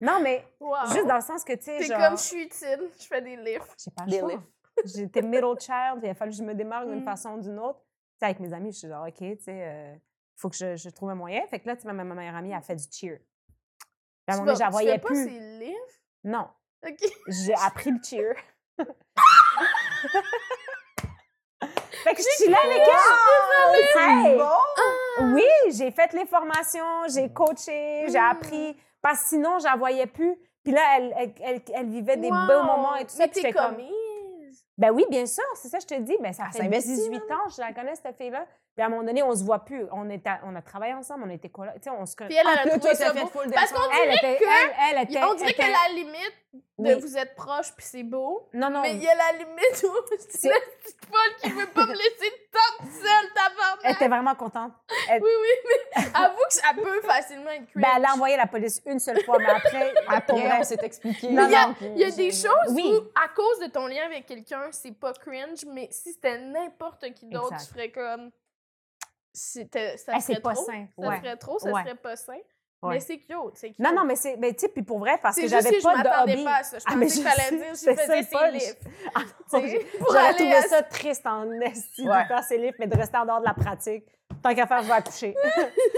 [SPEAKER 4] Non, mais
[SPEAKER 3] Wow.
[SPEAKER 4] juste dans le sens que, tu sais,
[SPEAKER 3] Ah. T'es
[SPEAKER 4] genre...
[SPEAKER 3] comme, je suis utile, je fais des livres.
[SPEAKER 4] J'ai pas
[SPEAKER 2] Des
[SPEAKER 4] le choix.
[SPEAKER 2] lifts.
[SPEAKER 4] J'étais middle child. Il a fallu que je me démarque d'une
[SPEAKER 3] Mm.
[SPEAKER 4] façon ou d'une autre. Tu sais, avec mes amis, je suis genre, OK, tu sais, euh, faut que je, je trouve un moyen. Fait que là, tu sais, ma, ma meilleure amie, elle fait du cheer. Puis à un moment donné, je la voyais
[SPEAKER 3] pas
[SPEAKER 4] plus.
[SPEAKER 3] ces livres?
[SPEAKER 4] Non.
[SPEAKER 3] OK.
[SPEAKER 4] J'ai appris le cheer. fait que je suis là avec elle. Hey! Oui, j'ai fait les formations, j'ai coaché, j'ai
[SPEAKER 3] Mm.
[SPEAKER 4] appris. Parce que sinon, je la voyais plus. Puis là, elle, elle, elle- elle vivait des beaux moments et tout ça.
[SPEAKER 3] Mais
[SPEAKER 4] puis
[SPEAKER 3] t'es
[SPEAKER 4] j'étais comme-
[SPEAKER 3] commise.
[SPEAKER 4] Ben oui, bien sûr, c'est ça que je te dis. Ben, ça
[SPEAKER 3] Ah,
[SPEAKER 2] Elle
[SPEAKER 4] fait
[SPEAKER 2] s'investit,
[SPEAKER 4] 18
[SPEAKER 3] hein?
[SPEAKER 4] ans, je la connais, cette fille-là. Puis à un moment donné, on se voit plus. On, est à- on a travaillé ensemble, on était collègues. Tu sais, on se
[SPEAKER 3] Puis
[SPEAKER 4] connaît.
[SPEAKER 3] elle, elle
[SPEAKER 2] Ah,
[SPEAKER 3] a
[SPEAKER 2] que
[SPEAKER 3] trouvé
[SPEAKER 2] toi, t'as
[SPEAKER 3] ça
[SPEAKER 2] fait
[SPEAKER 3] beau.
[SPEAKER 2] full
[SPEAKER 3] Parce
[SPEAKER 2] d'échanges.
[SPEAKER 3] qu'on
[SPEAKER 4] Elle
[SPEAKER 3] dirait que-
[SPEAKER 4] était, elle, elle était.
[SPEAKER 3] On dirait
[SPEAKER 4] était-
[SPEAKER 3] qu'à la limite de
[SPEAKER 4] Oui.
[SPEAKER 3] vous êtes proches puis c'est beau,
[SPEAKER 4] Non, non.
[SPEAKER 3] mais il y a la limite où c'est
[SPEAKER 4] C'est-
[SPEAKER 3] la petite folle qui veut pas me laisser tant seule, ta
[SPEAKER 4] Elle
[SPEAKER 3] femme.
[SPEAKER 4] était vraiment contente.
[SPEAKER 3] Oui, oui, mais avoue que ça peut facilement être cringe.
[SPEAKER 4] Ben, elle a envoyé la police une seule fois, mais après,
[SPEAKER 3] Ah,
[SPEAKER 4] pour
[SPEAKER 2] Après,
[SPEAKER 4] vrai,
[SPEAKER 2] on s'est expliqué.
[SPEAKER 4] Non,
[SPEAKER 3] Il y a-
[SPEAKER 4] non,
[SPEAKER 3] Il y a des choses
[SPEAKER 4] Oui.
[SPEAKER 3] où, à cause de ton lien avec quelqu'un, c'est pas cringe, mais si c'était n'importe qui d'autre,
[SPEAKER 4] Exact.
[SPEAKER 3] tu ferais comme. C'était, ça
[SPEAKER 4] Ah,
[SPEAKER 3] serait
[SPEAKER 4] c'est pas
[SPEAKER 3] trop.
[SPEAKER 4] sain.
[SPEAKER 3] Ça
[SPEAKER 4] ouais.
[SPEAKER 3] serait trop, ça
[SPEAKER 4] Ouais.
[SPEAKER 3] serait pas sain.
[SPEAKER 4] Ouais.
[SPEAKER 3] Mais c'est cute, c'est cute.
[SPEAKER 4] Non, non, mais c'est. Mais tu sais, puis pour vrai, parce
[SPEAKER 3] c'est
[SPEAKER 4] que
[SPEAKER 3] juste
[SPEAKER 4] j'avais
[SPEAKER 3] que
[SPEAKER 4] pas
[SPEAKER 3] je
[SPEAKER 4] de
[SPEAKER 3] m'attendais
[SPEAKER 4] hobby.
[SPEAKER 3] pas à ça. Je
[SPEAKER 4] Ah, mais
[SPEAKER 3] pensais que
[SPEAKER 4] je
[SPEAKER 3] t'allais
[SPEAKER 4] sais,
[SPEAKER 3] dire, je
[SPEAKER 4] c'est ça
[SPEAKER 3] faisais
[SPEAKER 4] le
[SPEAKER 3] ses
[SPEAKER 4] punch.
[SPEAKER 3] livres.
[SPEAKER 4] Ah,
[SPEAKER 3] tu sais, pour
[SPEAKER 4] J'aurais
[SPEAKER 3] aller
[SPEAKER 4] trouvé
[SPEAKER 3] à-
[SPEAKER 4] ça triste en esti
[SPEAKER 2] Ouais.
[SPEAKER 4] de faire ses livres, mais de rester en dehors de la pratique. Tant qu'à faire, je vais accoucher.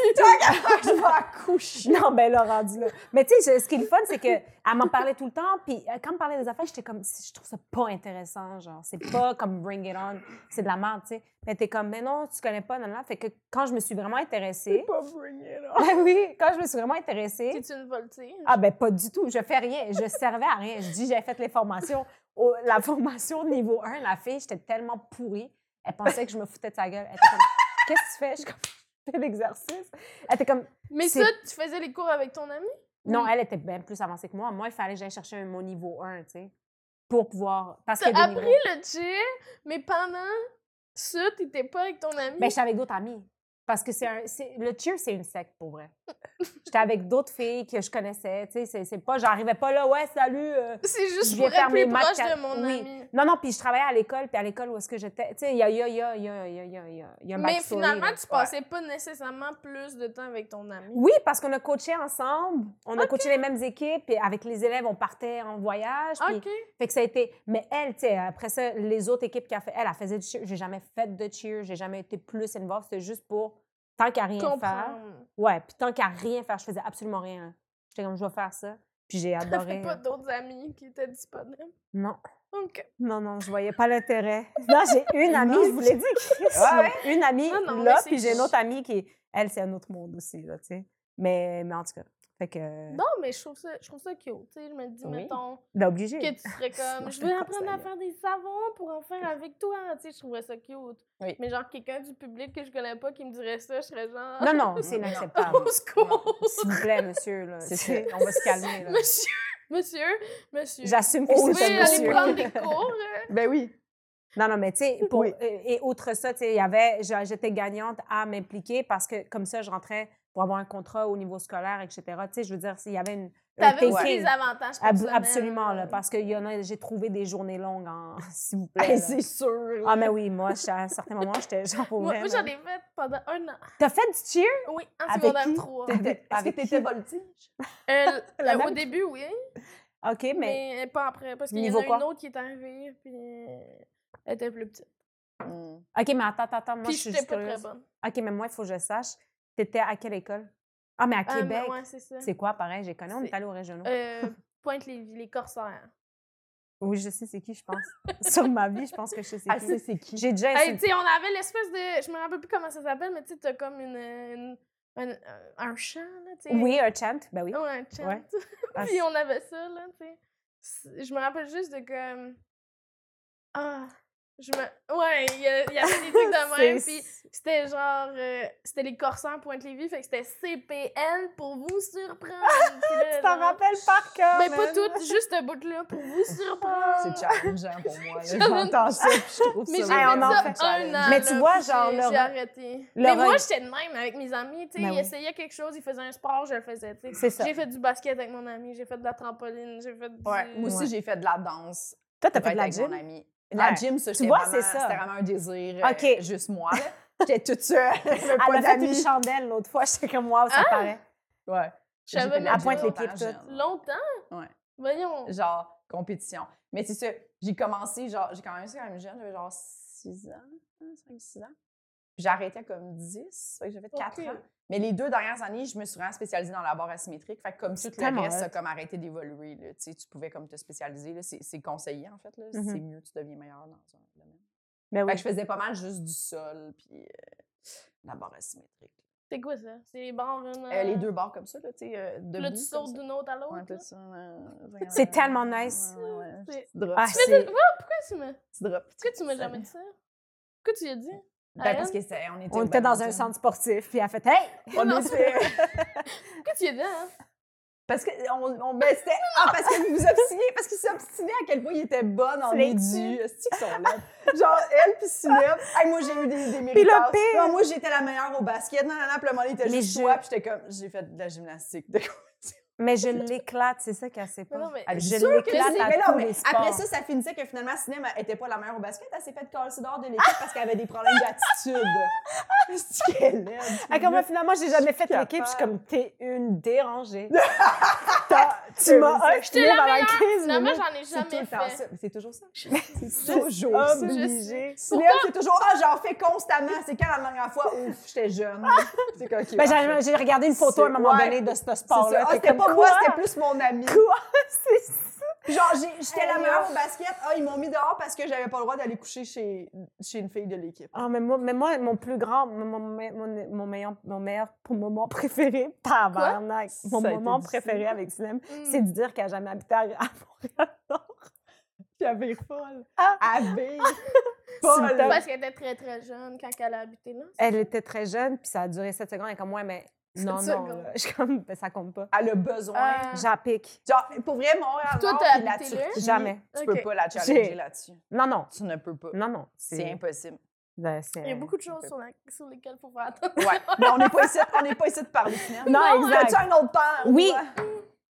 [SPEAKER 2] je vais accoucher.
[SPEAKER 4] Non, ben là, rendu là. Mais tu sais, je- ce qui est le fun, c'est qu'elle m'en parlait tout le temps. Puis euh, quand elle me parlait des affaires, j'étais comme, Si, je trouve ça pas intéressant. Genre, c'est pas comme Bring It On. C'est de la merde, tu sais. Mais t'es comme, mais non, tu connais pas, non, non. Fait que quand je me suis vraiment intéressée.
[SPEAKER 2] Pas bring it on.
[SPEAKER 4] Ben oui, quand je me suis vraiment intéressée.
[SPEAKER 3] T'es une voltige.
[SPEAKER 4] Ah ben pas du tout, je fais rien, je servais à rien. Je dis j'ai fait les formations, Au- la formation niveau 1, la fille, j'étais tellement pourrie, elle pensait que je me foutais de sa gueule. Elle était comme qu'est-ce que tu fais Je suis comme je fais l'exercice. Elle était comme
[SPEAKER 3] mais
[SPEAKER 4] c'est-
[SPEAKER 3] ça, tu faisais les cours avec ton ami?
[SPEAKER 4] non,
[SPEAKER 3] Oui.
[SPEAKER 4] elle était bien plus avancée que moi. Moi, il fallait que j'aille chercher un mon niveau 1, tu sais, pour pouvoir parce que
[SPEAKER 3] T'as appris le chill, mais pendant ça, t'étais pas avec ton ami.
[SPEAKER 4] Ben, mais je suis avec d'autres amis parce que c'est un c'est- le cheer c'est une secte pour vrai. J'étais avec d'autres filles que je connaissais. Tu sais, c'est- c'est pas, j'arrivais pas là, ouais, salut. euh.
[SPEAKER 3] C'est
[SPEAKER 4] Je
[SPEAKER 3] juste
[SPEAKER 4] vais
[SPEAKER 3] pour
[SPEAKER 4] faire
[SPEAKER 3] être plus
[SPEAKER 4] mes maths
[SPEAKER 3] proche
[SPEAKER 4] quatre-
[SPEAKER 3] de mon
[SPEAKER 4] oui.
[SPEAKER 3] ami.
[SPEAKER 4] Non, non, puis je travaillais à l'école, puis à l'école où est-ce que j'étais. Tu sais, il y a, il y a, il y a, il y a, il y a, il y a- il y a- il y a un
[SPEAKER 3] Mais
[SPEAKER 4] backstory,
[SPEAKER 3] finalement,
[SPEAKER 4] là.
[SPEAKER 3] tu
[SPEAKER 4] Ouais.
[SPEAKER 3] passais pas nécessairement plus de temps avec ton ami.
[SPEAKER 4] Oui, parce qu'on a coaché ensemble, on a coaché les mêmes équipes, puis avec les élèves, on partait en voyage. puis-
[SPEAKER 3] OK.
[SPEAKER 4] Fait que ça a été. Mais elle, tu sais, après ça, les autres équipes qui a fait, elle, elle faisait du cheer. J'ai jamais fait de cheer, j'ai jamais été plus involved. C'était juste pour tant qu'à rien faire.
[SPEAKER 3] Comprendre.
[SPEAKER 4] Ouais, puis tant qu'à rien faire, je faisais absolument rien. J'étais comme, je vais faire ça. Puis j'ai
[SPEAKER 3] T'avais
[SPEAKER 4] adoré.
[SPEAKER 3] pas d'autres amis qui étaient disponibles.
[SPEAKER 4] Non,
[SPEAKER 3] OK.
[SPEAKER 4] non, non, je voyais pas l'intérêt. Non, j'ai une amie, je vous l'ai dit, Chris,
[SPEAKER 2] Ouais.
[SPEAKER 4] Une amie
[SPEAKER 3] Non, non, mais
[SPEAKER 4] là,
[SPEAKER 3] c'est
[SPEAKER 4] puis j'ai une
[SPEAKER 3] qui-
[SPEAKER 4] autre amie qui, elle, c'est un autre monde aussi, là, tu sais. Mais, mais en tout cas, fait que.
[SPEAKER 3] Non, mais je trouve ça, je trouve ça cute. tu sais, je me dis,
[SPEAKER 4] Oui.
[SPEAKER 3] mettons,
[SPEAKER 4] Ben, obligé.
[SPEAKER 3] que tu serais comme,
[SPEAKER 4] Moi,
[SPEAKER 3] je
[SPEAKER 4] je
[SPEAKER 3] veux
[SPEAKER 4] te
[SPEAKER 3] apprendre à
[SPEAKER 4] conseille.
[SPEAKER 3] faire des savons pour en faire avec toi. Tu sais, je trouverais ça cute.
[SPEAKER 2] Oui.
[SPEAKER 3] Mais genre, quelqu'un du public que je connais pas qui me dirait ça, je serais genre.
[SPEAKER 4] Non, non, c'est
[SPEAKER 2] Non.
[SPEAKER 4] inacceptable.
[SPEAKER 3] Au secours!
[SPEAKER 4] S'il vous plaît, monsieur, là.
[SPEAKER 2] C'est
[SPEAKER 4] tu- On va se calmer, là.
[SPEAKER 3] Monsieur! Monsieur! Monsieur!
[SPEAKER 4] J'assume que
[SPEAKER 2] Oh,
[SPEAKER 3] Vous
[SPEAKER 2] oui,
[SPEAKER 4] c'est
[SPEAKER 3] pouvez
[SPEAKER 4] un
[SPEAKER 3] aller
[SPEAKER 4] monsieur.
[SPEAKER 3] prendre des cours? hein?
[SPEAKER 2] Ben oui.
[SPEAKER 4] Non, non, mais tu sais, pour- euh,
[SPEAKER 2] Oui.
[SPEAKER 4] et, et outre ça, tu sais, il y avait, j'a- j'étais gagnante à m'impliquer parce que comme ça, je rentrais pour avoir un contrat au niveau scolaire, etc. Tu sais, je veux dire, s'il y avait une. un
[SPEAKER 3] T'avais aussi
[SPEAKER 4] thinking.
[SPEAKER 3] des avantages
[SPEAKER 4] Ab-
[SPEAKER 3] personnels.
[SPEAKER 4] absolument, là, parce que il y en a, j'ai trouvé des journées longues, en- s'il vous plaît.
[SPEAKER 2] Hey,
[SPEAKER 4] là.
[SPEAKER 2] c'est sûr.
[SPEAKER 4] Ah, mais oui, moi, je- à un certain moment, j'étais genre pour
[SPEAKER 3] Moi,
[SPEAKER 4] vrai,
[SPEAKER 3] moi,
[SPEAKER 4] là.
[SPEAKER 3] j'en ai fait pendant un an.
[SPEAKER 4] T'as fait du cheer?
[SPEAKER 3] Oui, en
[SPEAKER 4] euh, Avec
[SPEAKER 3] secondaire
[SPEAKER 4] qui?
[SPEAKER 3] 3.
[SPEAKER 4] T'étais-
[SPEAKER 2] ben, Est-ce que
[SPEAKER 4] avec
[SPEAKER 2] t'étais
[SPEAKER 4] qui?
[SPEAKER 2] voltige?
[SPEAKER 3] Euh,
[SPEAKER 4] La
[SPEAKER 3] euh, au
[SPEAKER 4] même?
[SPEAKER 3] début, oui,
[SPEAKER 4] OK, mais.
[SPEAKER 3] mais, pas après, parce qu'il y en
[SPEAKER 4] Niveau
[SPEAKER 3] a une
[SPEAKER 4] quoi?
[SPEAKER 3] autre qui est arrivée, puis euh, elle était plus petite.
[SPEAKER 4] OK, mais attends, attends, attends, moi,
[SPEAKER 3] Puis
[SPEAKER 4] je suis
[SPEAKER 3] j'étais
[SPEAKER 4] juste
[SPEAKER 3] pas très
[SPEAKER 4] curieuse.
[SPEAKER 3] bonne.
[SPEAKER 4] OK, mais moi, il faut que je sache, t'étais à quelle école? Ah, mais à
[SPEAKER 3] Ah, mais
[SPEAKER 4] Québec.
[SPEAKER 3] ouais, c'est ça.
[SPEAKER 4] C'est quoi, pareil? J'ai connu, on est
[SPEAKER 3] C'est-
[SPEAKER 4] allé aux régionaux.
[SPEAKER 3] Euh, pointe les, les corsaires.
[SPEAKER 4] Oui, je sais c'est qui, je pense. Sur ma vie, je pense que je sais
[SPEAKER 3] Ah,
[SPEAKER 4] c'est
[SPEAKER 2] Elle sait
[SPEAKER 4] qui.
[SPEAKER 2] c'est qui.
[SPEAKER 4] J'ai déjà
[SPEAKER 3] Hey,
[SPEAKER 4] essayé.
[SPEAKER 3] tu sais, on avait l'espèce de. Je me rappelle plus comment ça s'appelle, mais tu sais, t'as comme une, une- un, euh, un chant, là, tu sais.
[SPEAKER 4] Oui, un chant, ben oui.
[SPEAKER 3] Ouais, un chant.
[SPEAKER 4] Ouais. Ah,
[SPEAKER 3] Puis on avait ça, là, tu sais. C'est- Je me rappelle juste de comme. Ah! Je me. Ouais, il y, a- il y avait des trucs de
[SPEAKER 4] c'est-
[SPEAKER 3] même. Puis c'était genre. euh, c'était les Corsans Pointe-Lévis, fait que c'était CPN pour vous surprendre. Puis là,
[SPEAKER 4] Tu t'en
[SPEAKER 3] genre,
[SPEAKER 4] rappelles par cœur,
[SPEAKER 3] Mais pas
[SPEAKER 4] man.
[SPEAKER 3] toutes, juste ce bout-là pour vous surprendre.
[SPEAKER 2] C'est challengeant pour moi. là.
[SPEAKER 3] J'avais-
[SPEAKER 2] J'entends ça puis je trouve
[SPEAKER 3] Mais
[SPEAKER 2] ça
[SPEAKER 3] j'ai
[SPEAKER 4] Hey,
[SPEAKER 3] fait
[SPEAKER 4] Ah, on en
[SPEAKER 3] ça
[SPEAKER 4] fait
[SPEAKER 3] un an.
[SPEAKER 4] Mais
[SPEAKER 3] là,
[SPEAKER 4] tu vois,
[SPEAKER 3] puis
[SPEAKER 4] genre,
[SPEAKER 3] j'ai-
[SPEAKER 4] le
[SPEAKER 3] J'ai
[SPEAKER 4] re-
[SPEAKER 3] arrêté.
[SPEAKER 4] le
[SPEAKER 3] mais moi,
[SPEAKER 4] re-
[SPEAKER 3] j'étais de même avec mes amis. tu sais,
[SPEAKER 4] Ben
[SPEAKER 3] ils
[SPEAKER 4] oui.
[SPEAKER 3] essayaient quelque chose, ils faisaient un sport, je le faisais. tu sais.
[SPEAKER 4] C'est ça.
[SPEAKER 3] J'ai fait du basket avec mon ami, j'ai fait de la trampoline, j'ai fait du...
[SPEAKER 2] Ouais, moi
[SPEAKER 4] Ouais.
[SPEAKER 2] aussi, j'ai fait de la danse.
[SPEAKER 4] Toi, t'as
[SPEAKER 2] pour
[SPEAKER 4] fait de
[SPEAKER 2] être
[SPEAKER 4] la
[SPEAKER 2] avec mon
[SPEAKER 4] gym?
[SPEAKER 2] amie. La
[SPEAKER 4] Ouais.
[SPEAKER 2] gym, ça,
[SPEAKER 4] Tu
[SPEAKER 2] j'étais
[SPEAKER 4] vois,
[SPEAKER 2] vraiment-
[SPEAKER 4] c'est ça.
[SPEAKER 2] C'était vraiment un désir. euh,
[SPEAKER 4] Ok.
[SPEAKER 2] juste moi. là. J'étais toute seule. J'avais
[SPEAKER 4] Elle
[SPEAKER 2] pas
[SPEAKER 4] a fait une
[SPEAKER 2] d'amis. Ah!
[SPEAKER 4] chandelle l'autre fois, j'étais comme, waouh, ça paraît.
[SPEAKER 2] Ouais.
[SPEAKER 3] Je savais
[SPEAKER 2] J'ai fait de la gym
[SPEAKER 3] même
[SPEAKER 4] pas. À pointe les
[SPEAKER 2] longtemps,
[SPEAKER 4] pieds
[SPEAKER 2] jeune.
[SPEAKER 3] Longtemps?
[SPEAKER 2] Ouais.
[SPEAKER 3] Voyons.
[SPEAKER 2] Genre, compétition. Mais c'est ça. J'ai commencé, genre, j'ai quand même c'est quand même jeune. J'avais genre 6 ans, 5, 6 ans. Puis j'ai arrêté à comme 10. Fait que j'ai fait 4
[SPEAKER 3] Ok.
[SPEAKER 2] ans. Mais les deux dernières années, je me suis vraiment spécialisée dans la barre asymétrique. Fait que comme tout
[SPEAKER 4] C'est
[SPEAKER 2] le
[SPEAKER 4] tellement
[SPEAKER 2] reste, ça
[SPEAKER 4] hot.
[SPEAKER 2] a comme arrêté d'évoluer. là. Tu sais, tu pouvais comme te spécialiser. là. C'est c'est conseillé, en fait. là.
[SPEAKER 4] Mhm.
[SPEAKER 2] C'est mieux, tu deviens meilleur dans un domaine.
[SPEAKER 4] Mais
[SPEAKER 2] Fait
[SPEAKER 4] oui.
[SPEAKER 2] que Ben, je faisais pas mal juste du sol, puis euh, la barre asymétrique.
[SPEAKER 3] C'est quoi ça? C'est les barres, une...
[SPEAKER 2] Euh,
[SPEAKER 4] Mmh.
[SPEAKER 2] les deux barres comme ça, là, tu sais, euh, debout.
[SPEAKER 3] Là,
[SPEAKER 2] comme
[SPEAKER 3] tu sautes
[SPEAKER 2] ça.
[SPEAKER 3] d'une autre à l'autre.
[SPEAKER 2] Ouais,
[SPEAKER 3] là.
[SPEAKER 2] tout ça, euh,
[SPEAKER 4] C'est
[SPEAKER 2] ouais,
[SPEAKER 4] tellement
[SPEAKER 2] ouais,
[SPEAKER 4] nice.
[SPEAKER 2] ouais, ouais,
[SPEAKER 3] C'est-
[SPEAKER 2] Petit drop.
[SPEAKER 4] Ah,
[SPEAKER 2] petit-
[SPEAKER 3] Mais t'as- ouais, pourquoi tu me... Est-ce
[SPEAKER 2] petit drop.
[SPEAKER 3] que tu m'as jamais dit ça? Pourquoi tu l'as dit?
[SPEAKER 2] Ben, parce que c'est- on était,
[SPEAKER 4] On
[SPEAKER 2] au
[SPEAKER 4] était dans un
[SPEAKER 2] badminton.
[SPEAKER 4] centre sportif, puis elle a fait, hey!
[SPEAKER 2] On était-
[SPEAKER 3] Pourquoi tu l'as dit, hein?
[SPEAKER 2] Parce que on, on ben, c'était- ah, parce que vous vous obstinez, parce qu'il s'est obstiné à quel point il était bonne en
[SPEAKER 4] C'est les
[SPEAKER 2] édu. C'est qu'ils sont là. Genre elle puis Sineb. Hey, moi j'ai eu des, des mérites.
[SPEAKER 4] pire-
[SPEAKER 2] Non, moi j'étais la meilleure au basket. Non, non, non, puis le moment il était
[SPEAKER 4] Mais
[SPEAKER 2] juste
[SPEAKER 4] je-
[SPEAKER 2] toi, puis j'étais comme j'ai fait de la gymnastique. De
[SPEAKER 4] Mais je l'éclate, c'est ça qu'elle sait
[SPEAKER 3] Mais non,
[SPEAKER 4] pas.
[SPEAKER 3] mais...
[SPEAKER 2] Elle
[SPEAKER 4] Je
[SPEAKER 2] est sûre que
[SPEAKER 4] l'éclate
[SPEAKER 2] c'est-
[SPEAKER 4] à
[SPEAKER 2] mais non,
[SPEAKER 4] tous
[SPEAKER 2] mais
[SPEAKER 4] les sports.
[SPEAKER 2] Après ça, ça finissait que finalement, Sinem était pas la meilleure au basket. Elle s'est fait casser dehors de l'équipe parce qu'elle avait des problèmes d'attitude. C'est qu'elle est.
[SPEAKER 4] Ah, comme moi, finalement, j'ai jamais fait
[SPEAKER 2] suis
[SPEAKER 4] l'équipe. Je suis comme, t'es une dérangée.
[SPEAKER 2] T'as-
[SPEAKER 4] tu m'as
[SPEAKER 2] C'est-
[SPEAKER 4] achetée pendant 15
[SPEAKER 3] Finalement,
[SPEAKER 4] minutes.
[SPEAKER 3] j'en ai
[SPEAKER 2] C'est tout
[SPEAKER 3] jamais
[SPEAKER 2] le temps
[SPEAKER 3] fait.
[SPEAKER 2] ça. C'est toujours ça.
[SPEAKER 4] C'est
[SPEAKER 2] toujours ça.
[SPEAKER 4] obligée.
[SPEAKER 2] Sinem, c'est toujours Ah, j'en fais constamment. C'est quand la dernière fois Ouf, j'étais jeune. C'est comme, OK,
[SPEAKER 4] Ben,
[SPEAKER 2] parfait.
[SPEAKER 4] j'ai- j'ai regardé une photo à un
[SPEAKER 2] C'est-
[SPEAKER 4] moment
[SPEAKER 2] ouais.
[SPEAKER 4] donné de ce
[SPEAKER 2] C'est ça.
[SPEAKER 4] sport-là.
[SPEAKER 2] Ah,
[SPEAKER 4] t'es
[SPEAKER 2] c'était
[SPEAKER 4] comme,
[SPEAKER 2] pas moi,
[SPEAKER 4] Quoi?
[SPEAKER 2] c'était plus mon ami.
[SPEAKER 4] Quoi? C'est ça.
[SPEAKER 2] Genre, j'ai- j'étais la
[SPEAKER 4] Aïe,
[SPEAKER 2] meilleure au basket. Ah, ils m'ont mis dehors parce que j'avais pas le droit d'aller coucher chez, chez une fille de l'équipe.
[SPEAKER 4] Ah, mais, moi, mais moi, mon plus grand, mon, mon, mon- mon meilleur, mon meilleur moment préféré, tabarnak,
[SPEAKER 2] Ça
[SPEAKER 4] mon
[SPEAKER 2] a été
[SPEAKER 4] moment
[SPEAKER 2] difficile.
[SPEAKER 4] préféré avec Sinem,
[SPEAKER 3] Hmm.
[SPEAKER 4] c'est de dire qu'elle n'a jamais habité à, à Montréal.
[SPEAKER 2] Puis elle vire folle.
[SPEAKER 4] Ah.
[SPEAKER 2] Elle vire
[SPEAKER 4] Sur
[SPEAKER 2] folle.
[SPEAKER 4] le top.
[SPEAKER 3] Parce qu'elle était très, très jeune quand elle a habité là.
[SPEAKER 2] Eh,
[SPEAKER 4] Elle était très jeune, puis ça a duré 7 secondes. Elle est comme, ouais, mais non,
[SPEAKER 2] Sept
[SPEAKER 4] non,
[SPEAKER 2] secondes.
[SPEAKER 4] là. je suis comme, ben, ça compte pas.
[SPEAKER 2] Elle a besoin.
[SPEAKER 4] Ah.
[SPEAKER 3] Euh,
[SPEAKER 4] J'appique.
[SPEAKER 2] Genre, pour vrai, Montréal,
[SPEAKER 3] Toi,
[SPEAKER 2] Nord,
[SPEAKER 3] t'as
[SPEAKER 2] puis la
[SPEAKER 3] habité là?
[SPEAKER 2] Turquie,
[SPEAKER 4] Jamais.
[SPEAKER 2] Tu
[SPEAKER 3] Ok.
[SPEAKER 2] peux pas la challenger
[SPEAKER 4] J'ai-
[SPEAKER 2] là-dessus.
[SPEAKER 4] Non, non.
[SPEAKER 2] Tu ne peux pas.
[SPEAKER 4] Non, non.
[SPEAKER 2] C'est impossible.
[SPEAKER 4] Ben, c'est-
[SPEAKER 3] Il y a beaucoup de choses sur, la- sur lesquelles il faut faire attention.
[SPEAKER 2] Ouais. Mais on n'est pas ici, on n'est pas ici de parler finalement.
[SPEAKER 4] Non, exact.
[SPEAKER 2] As-tu un autre père?
[SPEAKER 4] Oui.
[SPEAKER 2] toi?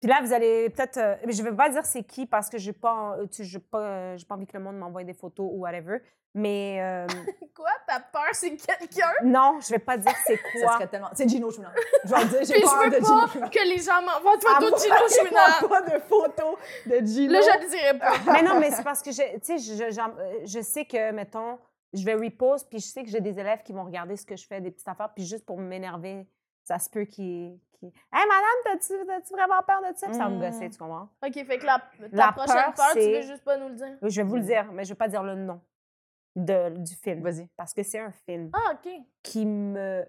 [SPEAKER 4] Puis là, vous allez peut-être. euh, mais je ne vais pas dire c'est qui parce que je n'ai pas, en- tu- j'ai pas, euh, j'ai pas envie que le monde m'envoie des photos ou whatever. Mais euh,
[SPEAKER 3] Quoi? Ta peur, c'est quelqu'un?
[SPEAKER 4] non, je ne vais pas dire c'est
[SPEAKER 2] Ça
[SPEAKER 4] quoi.
[SPEAKER 2] serait tellement. C'est Gino Chouinard. Je vais le dire, j'ai
[SPEAKER 3] Puis
[SPEAKER 2] peur
[SPEAKER 3] je
[SPEAKER 2] de
[SPEAKER 3] veux
[SPEAKER 2] Gino
[SPEAKER 3] pas
[SPEAKER 2] Chouinard.
[SPEAKER 3] que les gens m'envoient de photos de Gino
[SPEAKER 2] Envoyez-moi
[SPEAKER 3] Chouinard.
[SPEAKER 2] pas de photos de Gino.
[SPEAKER 3] Là, je le dirais pas.
[SPEAKER 4] mais non, mais c'est parce que je, tu sais, je, j'en- euh, je sais que, mettons, je vais repose, puis je sais que j'ai des élèves qui vont regarder ce que je fais, des petites affaires, puis juste pour m'énerver, ça se peut qu'ils. qu'ils- Hey, madame, t'as-tu, t'as-tu vraiment peur de ça? Puis ça va me
[SPEAKER 2] Mm.
[SPEAKER 3] Mmh.
[SPEAKER 4] gosser, tu comprends?
[SPEAKER 3] OK, fait que la, ta
[SPEAKER 4] La
[SPEAKER 3] prochaine
[SPEAKER 4] peur,
[SPEAKER 3] peur, tu
[SPEAKER 4] c'est-
[SPEAKER 3] veux juste pas nous le dire.
[SPEAKER 4] Je vais vous le dire, mais je ne vais pas dire le nom de, du film.
[SPEAKER 2] Vas-y.
[SPEAKER 4] Parce que c'est un film
[SPEAKER 3] Ah, OK.
[SPEAKER 4] qui me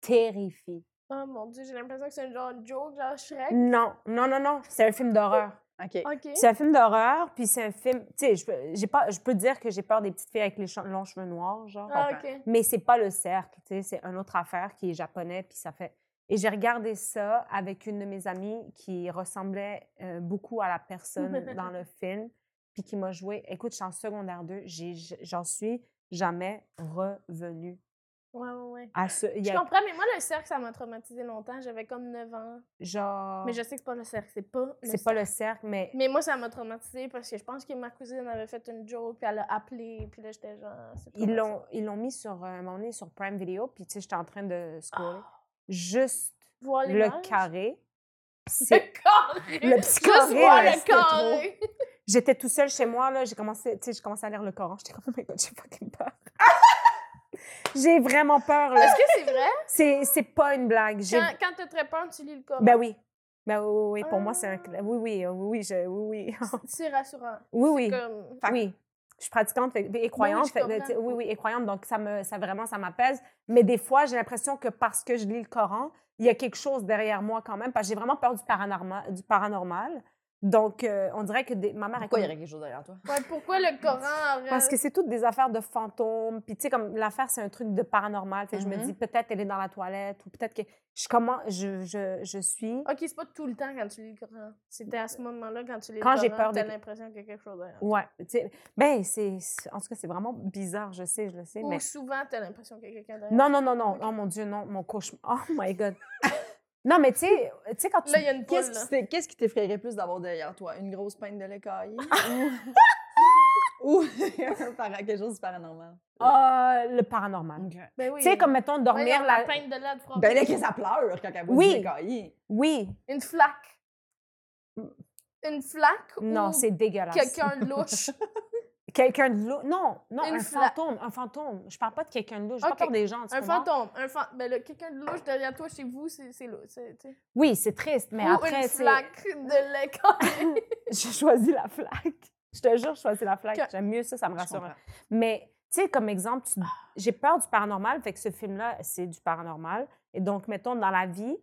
[SPEAKER 4] terrifie.
[SPEAKER 3] Oh mon Dieu, j'ai l'impression que c'est un genre de joke, genre Shrek.
[SPEAKER 4] Non, non, non, non. C'est un film d'horreur.
[SPEAKER 2] OK.
[SPEAKER 3] OK.
[SPEAKER 4] C'est un film d'horreur, puis c'est un film. Tu sais, je peux- j'ai pas, je peux dire que j'ai peur des petites filles avec les che- longs cheveux noirs, genre.
[SPEAKER 3] Ah, OK.
[SPEAKER 4] Mais c'est pas le cercle, tu sais, c'est une autre affaire qui est japonais, puis ça fait. Et j'ai regardé ça avec une de mes amies qui ressemblait euh, beaucoup à la personne dans le film, puis qui m'a joué. Écoute, je suis en secondaire 2, j'ai- j'en suis jamais revenue
[SPEAKER 3] Ouais, ouais, ouais.
[SPEAKER 4] à ce. il
[SPEAKER 3] Je
[SPEAKER 4] y a-
[SPEAKER 3] comprends, mais moi, le cercle, ça m'a traumatisé longtemps. J'avais comme 9 ans.
[SPEAKER 4] genre,
[SPEAKER 3] Mais je sais que c'est pas le cercle, c'est pas le
[SPEAKER 4] Ah. c'est pas
[SPEAKER 3] cercle.
[SPEAKER 4] le cercle, mais
[SPEAKER 3] Mais moi, ça m'a traumatisée parce que je pense que ma cousine avait fait une joke, puis elle a appelé, puis là, j'étais genre... c'est
[SPEAKER 4] ils
[SPEAKER 3] traumatisant.
[SPEAKER 4] l'ont ils l'ont mis sur euh, à un moment donné sur Prime Video, puis tu sais, j'étais en train de scroller. Juste
[SPEAKER 3] Voir
[SPEAKER 4] le
[SPEAKER 3] l'image?
[SPEAKER 4] carré. c'est-
[SPEAKER 3] Le carré!
[SPEAKER 4] Le petit carré,
[SPEAKER 3] Juste voir
[SPEAKER 4] là,
[SPEAKER 3] le
[SPEAKER 4] c'était
[SPEAKER 3] carré!
[SPEAKER 4] J'étais tout seule chez moi, là, j'ai commencé, tu sais, j'ai commencé à lire le Coran. J'étais comme, oh my god, j'ai fucking peur. j'ai vraiment peur, là.
[SPEAKER 3] Est-ce que c'est vrai?
[SPEAKER 4] C'est, c'est pas une blague. J'ai...
[SPEAKER 3] Quand, quand t'as très peur, tu lis le Coran.
[SPEAKER 4] Ben oui. Ben oui, oui, oui. Pour moi, c'est un.
[SPEAKER 3] Ah.
[SPEAKER 4] Oui, oui, euh, oui, oui, je... oui, oui.
[SPEAKER 3] C'est rassurant.
[SPEAKER 4] oui, oui.
[SPEAKER 3] Comme...
[SPEAKER 4] Fait que- Oui. Je suis pratiquante fait- et croyante.
[SPEAKER 3] je
[SPEAKER 4] fait- ben,
[SPEAKER 3] comprends.
[SPEAKER 4] tu sais, oui, oui, et croyante. Donc, ça, me, ça vraiment, ça m'apaise. Mais des fois, j'ai l'impression que parce que je lis le Coran, il y a quelque chose derrière moi quand même. Parce que j'ai vraiment peur du paranormal. Du paranormal. Donc, euh, on dirait que des- ma mère... est
[SPEAKER 2] Pourquoi il y
[SPEAKER 4] comme-
[SPEAKER 2] aurait quelque chose derrière toi?
[SPEAKER 3] Ouais, pourquoi le Coran aurait-
[SPEAKER 4] Parce que c'est toutes des affaires de fantômes. Puis, tu sais, comme l'affaire, c'est un truc de paranormal. Fait que je
[SPEAKER 3] Mm-hmm.
[SPEAKER 2] Mhm.
[SPEAKER 4] me dis, peut-être elle est dans la toilette ou peut-être que. Je, comment, je, je, je suis.
[SPEAKER 3] Ok, c'est pas tout le temps quand tu lis le Coran. C'était à ce moment-là quand tu lis
[SPEAKER 4] Quand
[SPEAKER 3] le
[SPEAKER 4] j'ai
[SPEAKER 3] Coran,
[SPEAKER 4] peur de-
[SPEAKER 3] t'as l'impression qu'il y a quelque chose derrière.
[SPEAKER 4] Ouais. tu sais, Ben, c'est. c'est- En tout cas, c'est vraiment bizarre, je sais, je le sais.
[SPEAKER 3] Ou
[SPEAKER 4] mais...
[SPEAKER 3] souvent, t'as l'impression qu'il y a quelqu'un derrière.
[SPEAKER 4] Non, non, non, non.
[SPEAKER 3] Ok.
[SPEAKER 4] Oh mon Dieu, non, mon cauchemar. Oh my God. non, mais tu sais, tu sais, quand tu.
[SPEAKER 3] Là, il y a une poule,
[SPEAKER 2] Qu'est-ce
[SPEAKER 3] là.
[SPEAKER 2] qui t'est- qu'est-ce qui t'effraierait plus d'avoir derrière toi? Une grosse peinte de l'écaillé? ou ou un para- quelque chose de paranormal?
[SPEAKER 4] Ah, le paranormal.
[SPEAKER 3] Ben oui.
[SPEAKER 4] Tu sais, comme mettons, dormir
[SPEAKER 3] Voyons,
[SPEAKER 4] la.
[SPEAKER 3] la peinte de lait de fromage.
[SPEAKER 2] Ben là, que ça pleure quand elle voit
[SPEAKER 4] Oui.
[SPEAKER 2] du écaillé.
[SPEAKER 4] Oui.
[SPEAKER 3] Une flaque. Une flaque
[SPEAKER 4] Non,
[SPEAKER 3] ou
[SPEAKER 4] c'est dégueulasse.
[SPEAKER 3] quelqu'un de louche.
[SPEAKER 4] Quelqu'un de louche. Non, non,
[SPEAKER 3] Une
[SPEAKER 4] un
[SPEAKER 3] fla-
[SPEAKER 4] fantôme. Un fantôme. Je parle pas de quelqu'un de louche. Je
[SPEAKER 3] Ok.
[SPEAKER 4] parle pas des gens. tu
[SPEAKER 3] un
[SPEAKER 4] comprends?
[SPEAKER 3] fantôme. Un fan... Ben là, quelqu'un de louche derrière toi, chez vous, c'est c'est louche. c'est- tu sais.
[SPEAKER 4] Oui, c'est triste, mais
[SPEAKER 3] Ou une
[SPEAKER 4] après, c'est.
[SPEAKER 3] flaque de lait carré.
[SPEAKER 4] J'ai choisi la flaque. Je te jure, je choisis la flaque.
[SPEAKER 3] Que-
[SPEAKER 4] J'aime mieux ça, ça me
[SPEAKER 2] Je
[SPEAKER 4] rassure.
[SPEAKER 2] comprends.
[SPEAKER 4] Mais, tu sais, comme exemple, tu- j'ai peur du paranormal, fait que ce film-là, c'est du paranormal. Et donc, mettons, dans la vie,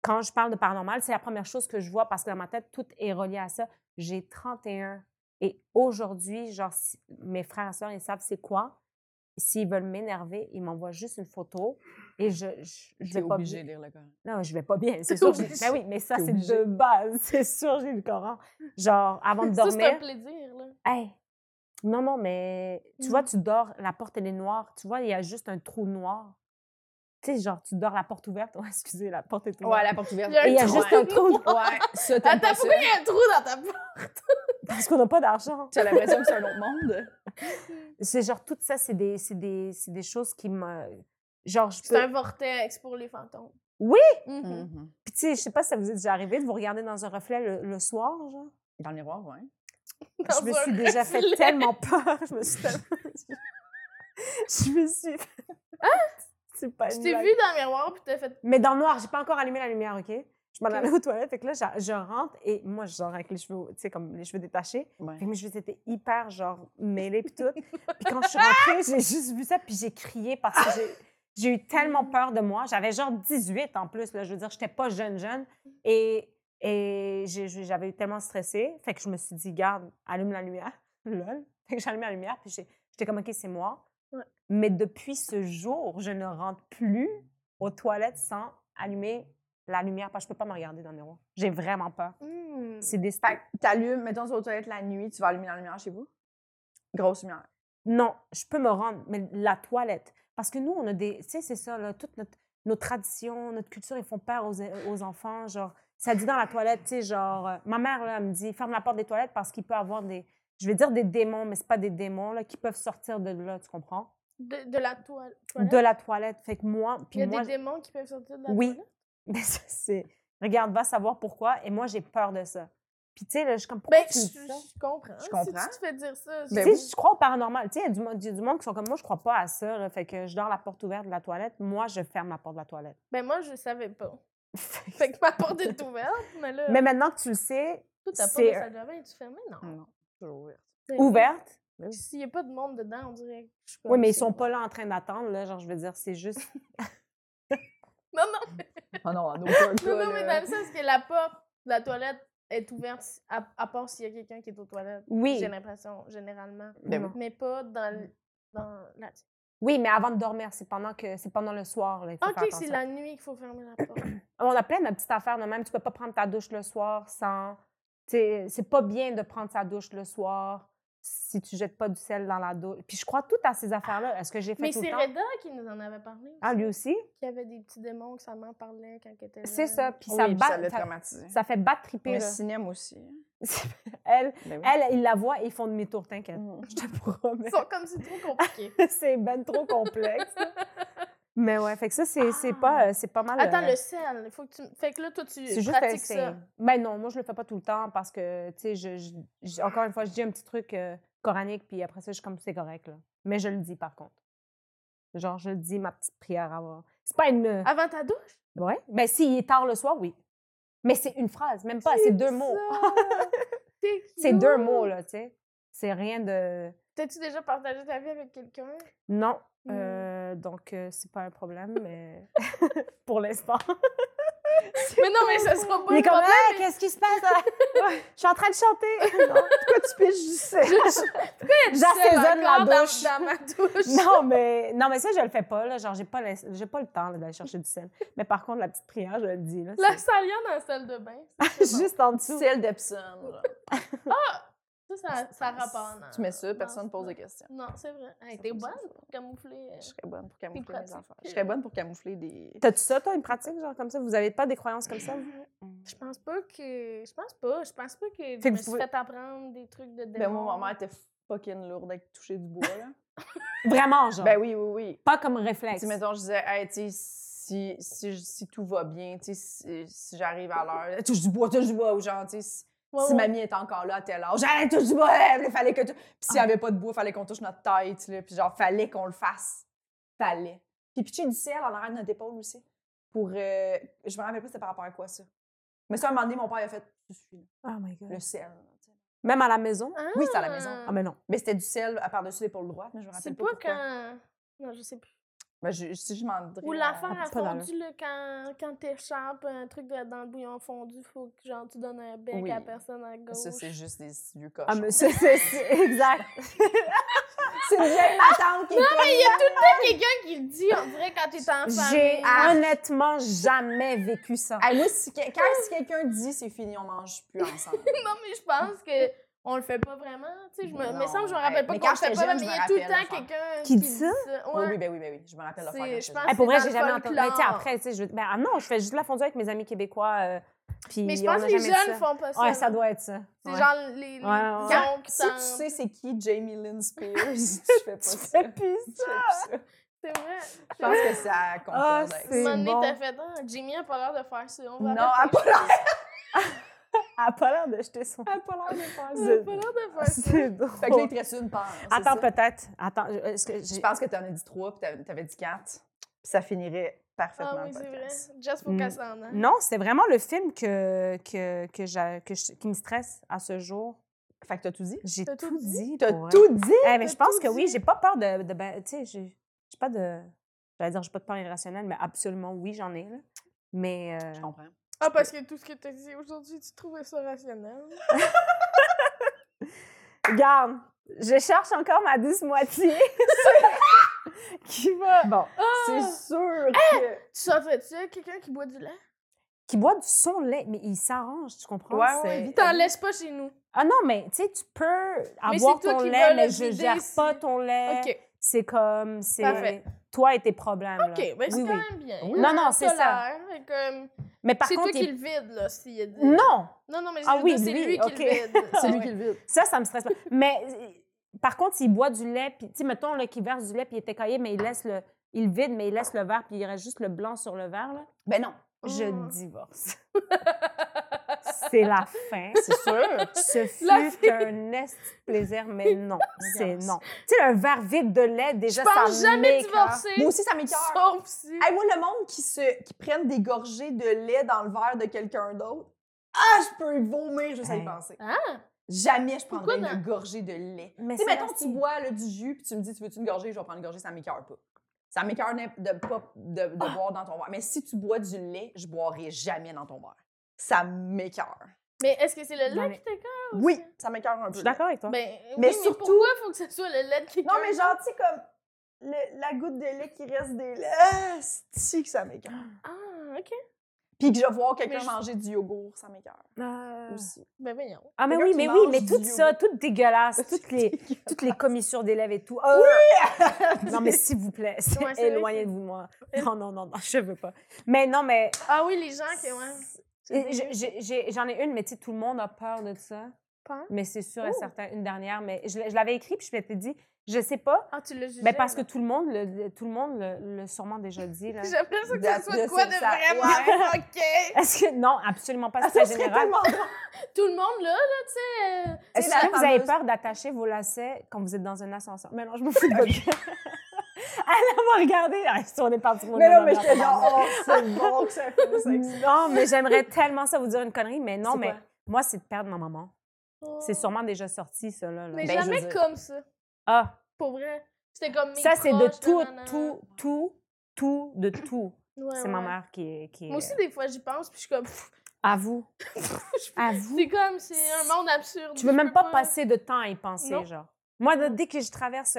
[SPEAKER 4] quand je parle de paranormal, c'est la première chose que je vois parce que dans ma tête, tout est relié à ça. J'ai 31 et aujourd'hui, genre, si- mes frères et sœurs, ils savent c'est quoi. S'ils veulent m'énerver, ils m'envoient juste une photo et je, je, je
[SPEAKER 2] T'es
[SPEAKER 4] vais pas
[SPEAKER 2] obligé
[SPEAKER 4] bien.
[SPEAKER 2] de lire le Coran.
[SPEAKER 4] Non, je vais pas bien, c'est
[SPEAKER 3] T'es
[SPEAKER 4] sûr. j'ai-
[SPEAKER 3] obligé.
[SPEAKER 4] Ben oui, mais ça,
[SPEAKER 2] T'es
[SPEAKER 4] c'est
[SPEAKER 2] obligé.
[SPEAKER 4] de base. C'est sûr, j'ai le Coran. Genre, avant de
[SPEAKER 3] Ça, c'est un
[SPEAKER 4] dormir.
[SPEAKER 3] plaisir, là.
[SPEAKER 4] Hey, non, non, mais tu
[SPEAKER 3] Mmh.
[SPEAKER 4] vois, tu dors, la porte, elle est noire. Tu vois, il y a juste un trou noir. Tu sais, genre, tu dors la porte ouverte. Ouais, excusez, la porte est ouverte.
[SPEAKER 2] Ouais, la porte ouverte.
[SPEAKER 3] Il y a un
[SPEAKER 4] Et il y a
[SPEAKER 3] trou.
[SPEAKER 4] juste un trou noir
[SPEAKER 2] Ouais, ça, t'aimes
[SPEAKER 3] Attends,
[SPEAKER 2] pas ça.
[SPEAKER 3] pourquoi il y a un trou dans ta peau?
[SPEAKER 4] parce qu'on n'a pas d'argent.
[SPEAKER 2] Tu as l'impression que c'est un autre monde?
[SPEAKER 4] C'est genre, tout ça, c'est des, c'est des, c'est des choses qui me. Genre, je
[SPEAKER 3] C'est
[SPEAKER 4] peux.
[SPEAKER 3] un vortex pour les fantômes.
[SPEAKER 4] Oui! Mm.
[SPEAKER 3] Mhm.
[SPEAKER 4] Puis, tu sais, je sais pas si ça vous est déjà arrivé de vous regarder dans un reflet le, le soir, genre.
[SPEAKER 2] Dans le miroir, ouais.
[SPEAKER 3] Dans
[SPEAKER 4] je me
[SPEAKER 3] un
[SPEAKER 4] suis déjà fait
[SPEAKER 3] reflet.
[SPEAKER 4] tellement peur. Je me suis tellement. je me suis. C'est pas
[SPEAKER 3] Hein? Je
[SPEAKER 4] une
[SPEAKER 3] t'ai
[SPEAKER 4] blague.
[SPEAKER 3] vu dans le miroir, puis t'as fait.
[SPEAKER 4] Mais dans le noir, j'ai pas encore allumé la lumière, OK? Je m'en
[SPEAKER 3] Ok.
[SPEAKER 4] allais aux toilettes, fait que là, je, je rentre et moi, je sors avec les cheveux, tu sais, comme les cheveux détachés.
[SPEAKER 2] Ouais.
[SPEAKER 4] Fait que mes cheveux étaient hyper, genre, mêlés puis tout. Puis quand je suis rentrée, j'ai juste vu ça, puis j'ai crié parce que j'ai, j'ai eu tellement peur de moi. J'avais genre 18 en plus, là, je veux dire, j'étais pas jeune, jeune. Et, et j'ai- j'ai- j'avais eu tellement stressé, fait que je me suis dit, garde, allume la lumière. Lol. Fait que j'allume la lumière, puis j'ai- j'étais comme, OK, c'est moi.
[SPEAKER 3] Ouais.
[SPEAKER 4] Mais depuis ce jour, je ne rentre plus aux toilettes sans allumer la lumière parce que je peux pas me regarder dans le miroir. J'ai vraiment peur.
[SPEAKER 3] Hmm.
[SPEAKER 4] C'est des
[SPEAKER 2] Fait que t'allumes, mettons, sur la toilette la nuit, tu vas allumer la lumière chez vous? Grosse lumière.
[SPEAKER 4] non, je peux me rendre, mais la toilette. Parce que nous, on a des. Tu sais, c'est ça, là, toutes notre- nos traditions, notre culture, ils font peur aux, aux enfants. Genre, ça dit dans la toilette, tu sais, genre, euh, ma mère, là, elle me dit, ferme la porte des toilettes parce qu'il peut avoir des. Je vais dire des démons, mais c'est pas des démons, là, qui peuvent sortir de là, tu comprends?
[SPEAKER 3] De, de la toile.
[SPEAKER 4] De
[SPEAKER 3] toilette?
[SPEAKER 4] la toilette. Fait que moi.
[SPEAKER 3] Il y
[SPEAKER 4] Puis
[SPEAKER 3] a
[SPEAKER 4] moi,
[SPEAKER 3] des démons qui peuvent sortir de la
[SPEAKER 4] Oui.
[SPEAKER 3] toilette?
[SPEAKER 4] mais ça, c'est. Regarde, va savoir pourquoi. Et moi, j'ai peur de ça. Puis, tu sais, là, je suis comme. Pourquoi
[SPEAKER 3] Ben,
[SPEAKER 4] tu
[SPEAKER 3] je,
[SPEAKER 4] me dis ça?
[SPEAKER 3] je comprends.
[SPEAKER 2] Je comprends.
[SPEAKER 3] Si tu te fais dire ça,
[SPEAKER 2] Ben
[SPEAKER 4] tu
[SPEAKER 2] oui.
[SPEAKER 4] sais, je crois au paranormal. Tu sais, il y a du monde- il y a du monde qui sont comme moi, je crois pas à ça. là. Fait que je dors la porte ouverte de la toilette. Moi, je ferme la porte de la toilette.
[SPEAKER 3] Ben moi, je savais pas. fait que ma porte est ouverte, mais là,
[SPEAKER 4] Mais maintenant que tu le sais,
[SPEAKER 3] toi, ta porte
[SPEAKER 4] c'est- Mm.
[SPEAKER 3] de salle de bain, est-tu fermée? Non.
[SPEAKER 2] Non, toujours ouverte.
[SPEAKER 3] C'est-
[SPEAKER 4] ouverte.
[SPEAKER 3] S'il n'y a pas de monde dedans, on dirait que je suis
[SPEAKER 4] Oui, mais ils
[SPEAKER 3] c'est
[SPEAKER 4] sont
[SPEAKER 3] bon.
[SPEAKER 4] pas là en train d'attendre. Là. Genre, je veux dire, c'est juste.
[SPEAKER 3] Non, non,
[SPEAKER 2] Ah non, en aucun cas.
[SPEAKER 3] non, non, mais
[SPEAKER 2] là.
[SPEAKER 3] dans le sens que la porte de la toilette est ouverte, à, à part s'il y a quelqu'un qui est aux toilettes.
[SPEAKER 4] Oui.
[SPEAKER 3] J'ai l'impression, généralement.
[SPEAKER 2] Ben oui.
[SPEAKER 4] Non.
[SPEAKER 3] Mais pas dans, l- dans la
[SPEAKER 4] Oui, mais avant de dormir, c'est pendant que c'est pendant le soir. Là, il faut faire
[SPEAKER 3] Ah, Ok, c'est
[SPEAKER 4] attention.
[SPEAKER 3] la nuit qu'il faut fermer la porte.
[SPEAKER 4] On a plein de petites affaires de même. Tu peux pas prendre ta douche le soir sans. tu sais, C'est pas bien de prendre sa douche le soir si tu jettes pas du sel dans la douche. Puis je crois tout à ces affaires-là. Est-ce que j'ai fait
[SPEAKER 3] Ah, mais
[SPEAKER 4] tout le
[SPEAKER 3] c'est
[SPEAKER 4] temps?
[SPEAKER 3] Reda qui nous en avait parlé.
[SPEAKER 4] Ah,
[SPEAKER 3] aussi,
[SPEAKER 4] lui aussi?
[SPEAKER 3] Qu'il y avait des petits démons que sa mère parlait quand elle était là.
[SPEAKER 4] C'est ça. Puis
[SPEAKER 2] Ah Oui,
[SPEAKER 4] ça,
[SPEAKER 2] puis
[SPEAKER 4] bat,
[SPEAKER 2] ça l'a
[SPEAKER 4] ça-
[SPEAKER 2] traumatisé.
[SPEAKER 4] ça fait battre triper.
[SPEAKER 2] Mais
[SPEAKER 4] là.
[SPEAKER 2] cinéma aussi. hein.
[SPEAKER 4] Elle,
[SPEAKER 2] Ben oui.
[SPEAKER 4] elle, ils la voient et ils font demi-tour, t'inquiète.
[SPEAKER 2] Mm.
[SPEAKER 4] Je te promets.
[SPEAKER 3] Mmh. Ils sont comme c'est trop compliqué.
[SPEAKER 4] c'est ben trop complexe. Mais ouais, fait que ça, c'est c'est
[SPEAKER 3] Ah.
[SPEAKER 4] pas, euh, c'est pas mal.
[SPEAKER 3] Attends,
[SPEAKER 4] euh,
[SPEAKER 3] le sel. Faut que tu... Fait que là, toi, tu
[SPEAKER 4] c'est juste
[SPEAKER 3] pratiques
[SPEAKER 4] essayer.
[SPEAKER 3] ça.
[SPEAKER 4] Ben non, moi, je le fais pas tout le temps parce que, tu sais, je, je- je- encore une fois, je dis un petit truc euh, coranique, puis après ça, je suis comme, c'est correct, là. Mais je le dis, par contre. Genre, je le dis ma petite prière avant. C'est pas une.
[SPEAKER 3] Avant ta douche?
[SPEAKER 4] Ouais. Ben, s'il est tard le soir, oui. Mais c'est une phrase, même pas, c'est deux mots.
[SPEAKER 3] Ça! T'es
[SPEAKER 4] C'est deux
[SPEAKER 3] cute!
[SPEAKER 4] mots, là, tu sais. C'est rien de.
[SPEAKER 3] T'as-tu déjà partagé ta vie avec quelqu'un?
[SPEAKER 4] Non.
[SPEAKER 3] Hmm.
[SPEAKER 4] euh, donc, euh, c'est pas un problème, mais pour l'instant.
[SPEAKER 3] Mais non, mais ça sera pas
[SPEAKER 4] Il
[SPEAKER 3] le
[SPEAKER 4] est comme,
[SPEAKER 3] problème.
[SPEAKER 4] Hey, Ah, qu'est-ce qui se passe? là? Je suis en train de chanter. Non,
[SPEAKER 2] Pourquoi tu piches du sel?
[SPEAKER 3] Tu sais,
[SPEAKER 4] J'assaisonne la
[SPEAKER 3] encore dans-
[SPEAKER 4] douche.
[SPEAKER 3] Dans, ma douche.
[SPEAKER 4] Non, mais, non, mais ça, je le fais pas. Là. Genre, j'ai pas, l'ins- j'ai pas le temps là, d'aller chercher du sel. Mais par contre, la petite prière, je le dis. Là,
[SPEAKER 3] La salière dans la salle de bain.
[SPEAKER 4] c'est juste en dessous.
[SPEAKER 2] Celle d'Epson. genre.
[SPEAKER 3] Ça, ça, ça rapporte.
[SPEAKER 2] Tu mets ça, personne ne pose de questions.
[SPEAKER 3] Non, c'est vrai. Hey, t'es bonne pour camoufler. euh,
[SPEAKER 2] Je serais bonne pour camoufler mes
[SPEAKER 3] pratique. euh,
[SPEAKER 2] affaires. Je serais bonne pour camoufler des.
[SPEAKER 4] T'as-tu ça, toi, une pratique, genre comme ça? Vous avez pas des croyances comme ça? vous?
[SPEAKER 3] Je pense pas que. Je pense pas. Je pense pas que. je
[SPEAKER 4] que
[SPEAKER 3] me
[SPEAKER 4] vous
[SPEAKER 3] suis
[SPEAKER 4] pouvez-
[SPEAKER 3] fait apprendre des trucs de démons.
[SPEAKER 2] Ben moi, ma mère était fucking lourde avec toucher du bois, là.
[SPEAKER 4] Vraiment, genre.
[SPEAKER 2] ben oui, oui, oui.
[SPEAKER 4] Pas comme
[SPEAKER 2] Tu
[SPEAKER 4] réflexe.
[SPEAKER 2] sais, mettons, je disais, hey, tu sais, si, si, je- si tout va bien, tu sais, si, si j'arrive à l'heure, touche du bois, touche du bois, ou genre, tu sais, si,
[SPEAKER 3] Ouais,
[SPEAKER 2] si
[SPEAKER 3] ouais. Ah.
[SPEAKER 2] mamie est encore là à tel âge, hey, touche du bois, il fallait que tu. Puis s'il n'y avait pas de bois, fallait qu'on touche notre tête, là, puis genre, fallait qu'on le fasse. Fallait. Puis pitcher du ciel en arrière de notre épaule aussi. Pour. euh, je me rappelle plus c'était par rapport à quoi ça. Mais ça, à un moment donné, mon père, il a fait, je suis
[SPEAKER 4] Oh my God.
[SPEAKER 2] le ciel. tu sais.
[SPEAKER 4] Même à la maison?
[SPEAKER 3] Ah!
[SPEAKER 2] Oui, c'est à la maison.
[SPEAKER 4] Ah, mais non.
[SPEAKER 2] Mais c'était du ciel à par-dessus l'épaule droite, mais je me rappelle
[SPEAKER 3] C'est
[SPEAKER 2] pas.
[SPEAKER 3] pas
[SPEAKER 2] pourquoi.
[SPEAKER 3] quand. Non, je sais plus.
[SPEAKER 2] Ben, je, si je m'en dirais,
[SPEAKER 3] Ou
[SPEAKER 2] euh,
[SPEAKER 3] l'affaire
[SPEAKER 4] Ah,
[SPEAKER 3] à
[SPEAKER 4] pas dans
[SPEAKER 3] fondu, là, quand, quand t'échappes un truc de- dans le bouillon fondu, faut que genre tu donnes un bec
[SPEAKER 2] Oui.
[SPEAKER 3] à la personne à gauche.
[SPEAKER 2] Ça, c'est juste des vieux cochons.
[SPEAKER 4] Ah, mais ça, c'est c'est- exact.
[SPEAKER 2] C'est une vieille matante qui est
[SPEAKER 3] Il y a tout le temps quelqu'un qui le dit, on dirait quand t'es enfant.
[SPEAKER 4] J'ai honnêtement jamais vécu ça.
[SPEAKER 2] Hey, moi, si, que- quand si quelqu'un dit c'est fini, on mange plus ensemble.
[SPEAKER 3] Non, mais je pense que on le fait pas vraiment. Tu sais, je me,
[SPEAKER 2] Non.
[SPEAKER 3] mais ça, je me rappelle
[SPEAKER 2] Hey,
[SPEAKER 3] pas
[SPEAKER 2] mais
[SPEAKER 3] qu'on
[SPEAKER 2] quand
[SPEAKER 3] le fait
[SPEAKER 2] j'étais
[SPEAKER 3] pas,
[SPEAKER 2] jeune,
[SPEAKER 3] mais il y
[SPEAKER 2] je
[SPEAKER 3] a
[SPEAKER 2] me
[SPEAKER 3] tout le
[SPEAKER 2] rappelle
[SPEAKER 3] temps quelqu'un
[SPEAKER 4] Qui dit ça?
[SPEAKER 3] Ouais.
[SPEAKER 2] Oui, oui, ben oui, ben oui. Je me rappelle l'affaire.
[SPEAKER 3] C'est-
[SPEAKER 2] quand
[SPEAKER 3] je
[SPEAKER 2] j'étais
[SPEAKER 3] pense-
[SPEAKER 2] jeune.
[SPEAKER 4] Hey, pour vrai,
[SPEAKER 3] Ah, c'est
[SPEAKER 4] j'ai
[SPEAKER 3] dans le
[SPEAKER 4] jamais entendu. Mais tu sais,
[SPEAKER 3] folklore.
[SPEAKER 4] après, tu sais, je. Ben, ah non, je fais juste de la fondue avec mes amis québécois. euh, puis
[SPEAKER 3] Mais je
[SPEAKER 4] on
[SPEAKER 3] pense
[SPEAKER 4] a
[SPEAKER 3] que les
[SPEAKER 4] jamais
[SPEAKER 3] jeunes
[SPEAKER 4] ça.
[SPEAKER 3] font pas ça.
[SPEAKER 4] Ouais, ça doit être ça.
[SPEAKER 3] C'est
[SPEAKER 4] Ouais.
[SPEAKER 3] genre les. les
[SPEAKER 4] Ouais, ouais, ouais.
[SPEAKER 3] oncles,
[SPEAKER 2] Si tu
[SPEAKER 3] tantes.
[SPEAKER 2] sais c'est qui Jamie Lynn Spears, tu fais pas
[SPEAKER 4] Tu
[SPEAKER 2] ça.
[SPEAKER 4] fais plus
[SPEAKER 2] Tu fais plus ça.
[SPEAKER 3] C'est vrai.
[SPEAKER 2] Je pense que ça concorde
[SPEAKER 4] Ah,
[SPEAKER 2] avec
[SPEAKER 4] c'est
[SPEAKER 3] Un
[SPEAKER 2] ça.
[SPEAKER 3] moment donné,
[SPEAKER 4] bon.
[SPEAKER 3] t'as fait, ah, Jimmy a pas l'air de faire ça. On va
[SPEAKER 2] Non, elle a
[SPEAKER 3] arrêter.
[SPEAKER 2] pas l'air
[SPEAKER 4] Elle a pas l'air de jeter son.
[SPEAKER 2] elle a pas l'air de faire
[SPEAKER 3] Elle a
[SPEAKER 2] ça.
[SPEAKER 3] pas l'air de faire ça.
[SPEAKER 4] Ah, C'est
[SPEAKER 2] Fait que là, il
[SPEAKER 4] drôle.
[SPEAKER 2] te reste une part. c'est
[SPEAKER 4] Attends,
[SPEAKER 2] ça?
[SPEAKER 4] peut-être. Attends, je- est-ce que
[SPEAKER 2] Je
[SPEAKER 4] j'ai.
[SPEAKER 2] pense que t'en as dit trois, puis t'avais- t'avais dit quatre. Puis ça finirait parfaitement
[SPEAKER 3] Ah oui,
[SPEAKER 2] le
[SPEAKER 3] c'est vrai.
[SPEAKER 2] podcast.
[SPEAKER 3] Just pour
[SPEAKER 4] Mm.
[SPEAKER 3] qu'elle s'en aille.
[SPEAKER 4] Non, c'est vraiment le film que, que, que j'a- que je- qui me stresse à ce jour.
[SPEAKER 2] Fait que t'as tout dit?
[SPEAKER 4] J'ai
[SPEAKER 3] T'as
[SPEAKER 4] tout,
[SPEAKER 3] tout dit?
[SPEAKER 4] dit.
[SPEAKER 2] T'as
[SPEAKER 4] pour vrai.
[SPEAKER 2] tout dit?
[SPEAKER 4] Eh, mais
[SPEAKER 3] T'as
[SPEAKER 4] je pense
[SPEAKER 3] tout
[SPEAKER 4] que oui,
[SPEAKER 3] dit.
[SPEAKER 4] j'ai pas peur de. de ben, tu sais, j'ai j'ai pas de. J'allais dire, j'ai pas de peur irrationnelle, mais absolument oui, j'en ai. Là. Mais. euh,
[SPEAKER 2] Je comprends.
[SPEAKER 3] Ah, parce que tout ce que t'as dit aujourd'hui, tu trouvais ça rationnel.
[SPEAKER 4] Regarde, je cherche encore ma douce moitié. qui va. Bon.
[SPEAKER 3] Ah!
[SPEAKER 2] C'est sûr que...
[SPEAKER 3] Tu sentais-tu quelqu'un qui boit du lait?
[SPEAKER 4] Qui boit du son lait, mais il s'arrange, tu comprends?
[SPEAKER 2] Ouais, ouais,
[SPEAKER 4] C'est-
[SPEAKER 2] vite.
[SPEAKER 3] T'en laisses pas chez nous.
[SPEAKER 4] Ah non, mais tu sais, tu peux
[SPEAKER 3] Mais
[SPEAKER 4] avoir
[SPEAKER 3] c'est toi
[SPEAKER 4] ton
[SPEAKER 3] qui
[SPEAKER 4] lait,
[SPEAKER 3] vas
[SPEAKER 4] mais
[SPEAKER 3] le
[SPEAKER 4] je
[SPEAKER 3] vider
[SPEAKER 4] gère
[SPEAKER 3] si-
[SPEAKER 4] pas ton lait.
[SPEAKER 3] OK.
[SPEAKER 4] C'est comme, c'est
[SPEAKER 3] Parfait.
[SPEAKER 4] toi et tes problèmes. là.
[SPEAKER 3] OK, ben c'est
[SPEAKER 4] oui,
[SPEAKER 3] quand
[SPEAKER 4] oui.
[SPEAKER 3] même bien.
[SPEAKER 4] Oui. Non, non, c'est ça.
[SPEAKER 3] Tolère, fait que,
[SPEAKER 4] Mais par
[SPEAKER 3] C'est toi
[SPEAKER 4] contre,
[SPEAKER 3] qui
[SPEAKER 4] il-
[SPEAKER 3] le vide, là, s'il est dit.
[SPEAKER 4] non,
[SPEAKER 3] Non, non, mais je
[SPEAKER 4] Ah
[SPEAKER 3] veux
[SPEAKER 4] oui,
[SPEAKER 3] dire, c'est
[SPEAKER 4] lui,
[SPEAKER 3] lui, qui
[SPEAKER 4] ok.
[SPEAKER 3] le vide.
[SPEAKER 2] C'est
[SPEAKER 3] Ah
[SPEAKER 2] lui
[SPEAKER 3] ouais.
[SPEAKER 2] qui le vide.
[SPEAKER 4] ça, ça me stresse pas. mais euh, par contre, s'il boit du lait, puis tu sais, mettons là, qu'il verse du lait, puis il est écaillé, mais il laisse le, il vide, mais il laisse le verre, puis il reste juste le blanc sur le verre, là,
[SPEAKER 2] Ben non.
[SPEAKER 4] je
[SPEAKER 3] Mm.
[SPEAKER 4] divorce. Oh. c'est la fin.
[SPEAKER 2] C'est sûr.
[SPEAKER 4] Ce
[SPEAKER 3] La
[SPEAKER 4] fut un est plaisir, mais non, c'est non. Tu sais, un verre vide de lait, déjà,
[SPEAKER 3] Je pense
[SPEAKER 4] ça
[SPEAKER 3] jamais
[SPEAKER 4] m'écoeure.
[SPEAKER 3] divorcer.
[SPEAKER 2] Moi aussi, ça m'écoeure.
[SPEAKER 3] Sauf si.
[SPEAKER 2] Hey, moi, le monde qui, se, qui prennent des gorgées de lait dans le verre de quelqu'un d'autre, ah, je peux vomir juste à y
[SPEAKER 4] Hey.
[SPEAKER 2] penser.
[SPEAKER 3] Ah!
[SPEAKER 2] Jamais je prendrais
[SPEAKER 3] Pourquoi
[SPEAKER 2] une
[SPEAKER 3] non?
[SPEAKER 2] gorgée de lait.
[SPEAKER 4] Mais
[SPEAKER 2] Tu sais,
[SPEAKER 4] c'est
[SPEAKER 2] mettons,
[SPEAKER 4] assez.
[SPEAKER 2] tu bois là, du jus, puis tu me dis, tu veux-tu une gorgée, je vais prendre une gorgée, ça m'écoeure pas. Ça m'écoeure n'im- de pas de, de
[SPEAKER 4] Ah!
[SPEAKER 2] boire dans ton verre. Mais si tu bois du lait, je boirai jamais dans ton verre. Ça m'écoeure.
[SPEAKER 3] Mais est-ce que c'est le
[SPEAKER 4] Non,
[SPEAKER 3] lait
[SPEAKER 4] mais-
[SPEAKER 3] qui t'écoeure?
[SPEAKER 2] Oui, ça m'écoeure un
[SPEAKER 4] Ah, Je
[SPEAKER 2] peu.
[SPEAKER 4] suis d'accord avec toi.
[SPEAKER 3] Ben, oui,
[SPEAKER 2] Mais
[SPEAKER 3] mais
[SPEAKER 2] surtout-
[SPEAKER 3] pourquoi faut que ce soit le lait qui
[SPEAKER 2] Non,
[SPEAKER 3] écoeure?
[SPEAKER 2] mais genre, tu sais, comme le- la goutte de lait qui reste des laits, ah, c'est que ça m'écoeure.
[SPEAKER 3] Ah, OK.
[SPEAKER 2] Puis que je vais voir quelqu'un
[SPEAKER 3] Mais je-
[SPEAKER 2] manger du yogourt, ça m'écoeure
[SPEAKER 4] Euh,
[SPEAKER 2] aussi.
[SPEAKER 3] Ben, voyons.
[SPEAKER 4] Ah, mais
[SPEAKER 2] Quelqu'un
[SPEAKER 4] oui,
[SPEAKER 2] qui
[SPEAKER 4] mais oui,
[SPEAKER 2] mange
[SPEAKER 4] mais
[SPEAKER 2] du
[SPEAKER 4] tout ça,
[SPEAKER 2] yogourt.
[SPEAKER 4] tout dégueulasse, toutes les, toutes les commissures d'élèves et tout. Ah! non, mais s'il vous
[SPEAKER 3] Ouais,
[SPEAKER 4] plaît,
[SPEAKER 3] c'est vrai
[SPEAKER 4] éloignez-vous de moi. Non, non, non, non, je veux pas. Mais non, mais
[SPEAKER 3] Ah oui, les gens qui. Ouais.
[SPEAKER 4] Et j'ai- j'ai- j'ai- j'en ai une, mais tu sais, tout le monde a peur de ça.
[SPEAKER 3] Peur?
[SPEAKER 4] Mais c'est sûr et
[SPEAKER 3] Oh.
[SPEAKER 4] certain, une dernière, mais je, l'ai- je l'avais écrit puis je m'étais dit, je sais pas,
[SPEAKER 3] Ah, tu l'as jugé.
[SPEAKER 4] mais Ben, parce que
[SPEAKER 3] là.
[SPEAKER 4] tout le monde, le, le- tout le monde le- l'a sûrement déjà dit là.
[SPEAKER 3] J'aimerais ça que
[SPEAKER 2] De-
[SPEAKER 3] ça soit
[SPEAKER 2] de-
[SPEAKER 3] quoi
[SPEAKER 2] de-
[SPEAKER 3] de
[SPEAKER 2] ça- Ah,
[SPEAKER 3] vraiment OK.
[SPEAKER 4] Est-ce que non, absolument pas, c'est
[SPEAKER 2] Ça
[SPEAKER 4] pas
[SPEAKER 2] serait
[SPEAKER 4] général.
[SPEAKER 2] tellement drôle.
[SPEAKER 3] Tout le monde, là, là, tu sais. euh,
[SPEAKER 2] C'est
[SPEAKER 4] Est-ce
[SPEAKER 2] la
[SPEAKER 4] que vous avez
[SPEAKER 2] fameuse-
[SPEAKER 4] peur d'attacher vos lacets quand vous êtes dans un ascenseur Mais non, je me fous de votre gueule. Elle m'a regardé, ah, si on est parti pour
[SPEAKER 2] Mais
[SPEAKER 4] le
[SPEAKER 2] non, mais
[SPEAKER 4] moment,
[SPEAKER 2] j'étais
[SPEAKER 4] pardon.
[SPEAKER 2] genre, oh, c'est bon que ça fait ça.
[SPEAKER 4] non, mais j'aimerais tellement ça vous dire une connerie, mais non,
[SPEAKER 2] C'est
[SPEAKER 4] mais
[SPEAKER 2] quoi?
[SPEAKER 4] moi c'est de perdre ma maman. C'est sûrement déjà sorti ça là. là.
[SPEAKER 3] oh. Mais
[SPEAKER 2] Ben, je veux
[SPEAKER 3] jamais
[SPEAKER 2] dire-
[SPEAKER 3] comme ça.
[SPEAKER 4] Ah.
[SPEAKER 3] Pour vrai. C'était comme. mes
[SPEAKER 4] Ça, c'est de
[SPEAKER 3] proches,
[SPEAKER 4] tout,
[SPEAKER 3] nanana.
[SPEAKER 4] tout, tout, tout, de tout.
[SPEAKER 3] Ouais,
[SPEAKER 4] c'est ma
[SPEAKER 3] ouais.
[SPEAKER 4] mère qui est. Qui euh, est
[SPEAKER 3] Moi aussi, des fois, j'y pense, puis je suis comme. pff,
[SPEAKER 4] À vous. à vous.
[SPEAKER 3] C'est comme, c'est un monde absurde.
[SPEAKER 4] Tu veux
[SPEAKER 3] Je
[SPEAKER 4] même
[SPEAKER 3] peux
[SPEAKER 4] pas, passer de temps à y penser,
[SPEAKER 3] Non.
[SPEAKER 4] genre. Moi, là, dès que je traverse.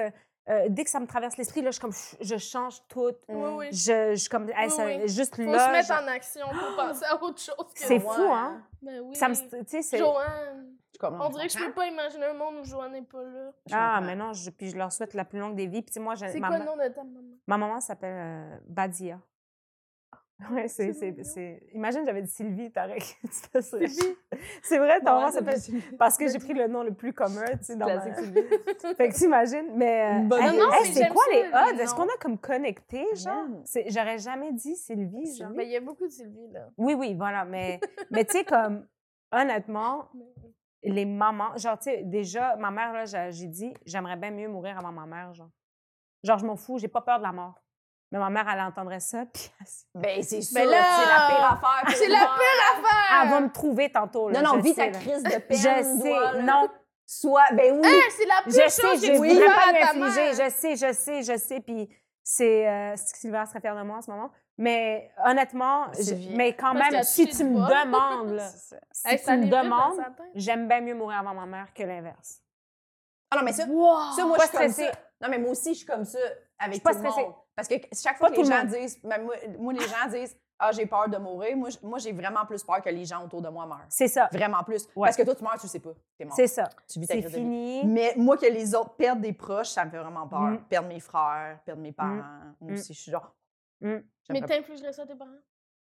[SPEAKER 4] euh, dès que ça me traverse l'esprit, là, je, suis comme, je change tout.
[SPEAKER 3] Oui, oui.
[SPEAKER 4] Je, je suis comme. hey,
[SPEAKER 3] Oui,
[SPEAKER 4] ça-
[SPEAKER 3] oui.
[SPEAKER 4] Juste
[SPEAKER 3] Faut
[SPEAKER 4] là.
[SPEAKER 3] se mettre
[SPEAKER 4] je-
[SPEAKER 3] en action pour penser à autre chose que.
[SPEAKER 4] C'est
[SPEAKER 2] Ouais.
[SPEAKER 4] fou, hein?
[SPEAKER 3] Ben oui.
[SPEAKER 4] Ça me. Tu sais, c'est.
[SPEAKER 3] Joanne.
[SPEAKER 2] Je comprends.
[SPEAKER 3] On dirait que je peux pas imaginer un monde où Joanne n'est pas là.
[SPEAKER 4] Ah, mais non, je, puis je leur souhaite la plus longue des vies. Puis, tu sais, moi, j'ai-
[SPEAKER 3] C'est
[SPEAKER 4] Euh, ma,
[SPEAKER 3] quoi
[SPEAKER 4] ma-
[SPEAKER 3] le nom de ta maman?
[SPEAKER 4] ma maman s'appelle euh, Badia. Ah, Ouais,
[SPEAKER 3] C'est
[SPEAKER 4] c'est. c'est-
[SPEAKER 3] mignon.
[SPEAKER 4] c'est- Imagine, j'avais dit Sylvie, Tarek. tu fais ça. C'est vrai, ta maman s'appelle
[SPEAKER 2] Ben,
[SPEAKER 4] Parce que j'ai pris le nom le plus commun, tu sais, dans ma...
[SPEAKER 2] Classique Sylvie.
[SPEAKER 3] Ben,
[SPEAKER 4] Fait que t'imagines, mais...
[SPEAKER 2] Une
[SPEAKER 4] euh,
[SPEAKER 2] bonne
[SPEAKER 4] hey,
[SPEAKER 2] Non, non,
[SPEAKER 4] hey,
[SPEAKER 2] mais
[SPEAKER 4] c'est
[SPEAKER 3] j'aime
[SPEAKER 4] quoi
[SPEAKER 3] ça,
[SPEAKER 4] les
[SPEAKER 3] les
[SPEAKER 4] odds? Est-ce
[SPEAKER 3] noms.
[SPEAKER 4] qu'on a comme connecté, genre?
[SPEAKER 2] J'aime.
[SPEAKER 4] C'est- J'aurais jamais dit Sylvie, genre.
[SPEAKER 3] Mais il y a beaucoup de Sylvie, là.
[SPEAKER 4] Oui, oui, voilà, mais, mais tu sais, comme, honnêtement, les mamans... Genre, tu sais, déjà, ma mère, là, j'a- j'ai dit, j'aimerais bien mieux mourir avant ma mère, genre. Genre, je m'en fous, j'ai pas peur de la mort. Mais ma mère, elle entendrait ça, puis elle s-
[SPEAKER 2] Ben, c'est sûr,
[SPEAKER 3] Ben là,
[SPEAKER 2] c'est la pire affaire. pour
[SPEAKER 3] C'est la
[SPEAKER 2] moi.
[SPEAKER 4] elle
[SPEAKER 3] Ah!
[SPEAKER 4] va me trouver tantôt, là,
[SPEAKER 2] Non, non,
[SPEAKER 4] je
[SPEAKER 2] vis
[SPEAKER 4] sais,
[SPEAKER 2] ta
[SPEAKER 4] là.
[SPEAKER 2] crise de
[SPEAKER 4] Je
[SPEAKER 2] peine. toi,
[SPEAKER 4] sais,
[SPEAKER 2] là.
[SPEAKER 4] non,
[SPEAKER 2] Soit, ben oui.
[SPEAKER 3] Hey, c'est la pire
[SPEAKER 4] Je sais,
[SPEAKER 3] chose
[SPEAKER 4] je
[SPEAKER 3] que
[SPEAKER 4] voudrais
[SPEAKER 3] tu peux
[SPEAKER 4] pas
[SPEAKER 3] faire à ta
[SPEAKER 4] m'infliger.
[SPEAKER 3] mère.
[SPEAKER 4] Je sais, je sais, je sais. Puis c'est euh, c'est que Sylvain serait fier de moi en ce moment. Mais honnêtement, je-
[SPEAKER 2] Sylvie.
[SPEAKER 4] mais quand
[SPEAKER 3] Parce
[SPEAKER 4] même,
[SPEAKER 3] qu'elle
[SPEAKER 4] si
[SPEAKER 3] te
[SPEAKER 4] tu
[SPEAKER 3] chie
[SPEAKER 4] me
[SPEAKER 3] du bol.
[SPEAKER 4] demandes, là, si
[SPEAKER 3] Hey,
[SPEAKER 4] tu
[SPEAKER 3] ça les
[SPEAKER 4] me
[SPEAKER 3] fait dans
[SPEAKER 4] demandes,
[SPEAKER 3] sa tête.
[SPEAKER 4] j'aime bien mieux mourir avant ma mère que l'inverse.
[SPEAKER 2] Ah non, mais ça,
[SPEAKER 3] Wow!
[SPEAKER 2] ça moi,
[SPEAKER 4] Pas
[SPEAKER 2] je suis comme
[SPEAKER 4] stressée.
[SPEAKER 2] ça. Non, mais moi aussi, je suis comme ça
[SPEAKER 4] suis
[SPEAKER 2] avec
[SPEAKER 4] pas
[SPEAKER 2] tout le
[SPEAKER 4] stressée.
[SPEAKER 2] monde. Parce que chaque fois
[SPEAKER 4] Pas
[SPEAKER 2] que les
[SPEAKER 4] tout le
[SPEAKER 2] gens
[SPEAKER 4] monde.
[SPEAKER 2] disent, ben, moi, moi, les gens disent, ah, j'ai peur de mourir. Moi, je- Moi, j'ai vraiment plus peur que les gens autour de moi meurent.
[SPEAKER 4] C'est ça.
[SPEAKER 2] Vraiment plus.
[SPEAKER 4] Ouais.
[SPEAKER 2] Parce que toi, tu meurs, tu le sais pas. T'es mort.
[SPEAKER 4] C'est ça.
[SPEAKER 2] Tu vis ta
[SPEAKER 4] C'est
[SPEAKER 2] crise de vie.
[SPEAKER 4] fini.
[SPEAKER 2] Mais moi, que les autres perdent des proches, ça me fait vraiment peur.
[SPEAKER 4] Mm.
[SPEAKER 2] Perdre mes frères, perdre mes parents. Moi
[SPEAKER 4] Mm.
[SPEAKER 2] aussi, je suis genre.
[SPEAKER 4] Mm.
[SPEAKER 2] j'aimerais
[SPEAKER 3] Mais
[SPEAKER 2] pas-
[SPEAKER 3] t'infligerais ça à tes parents?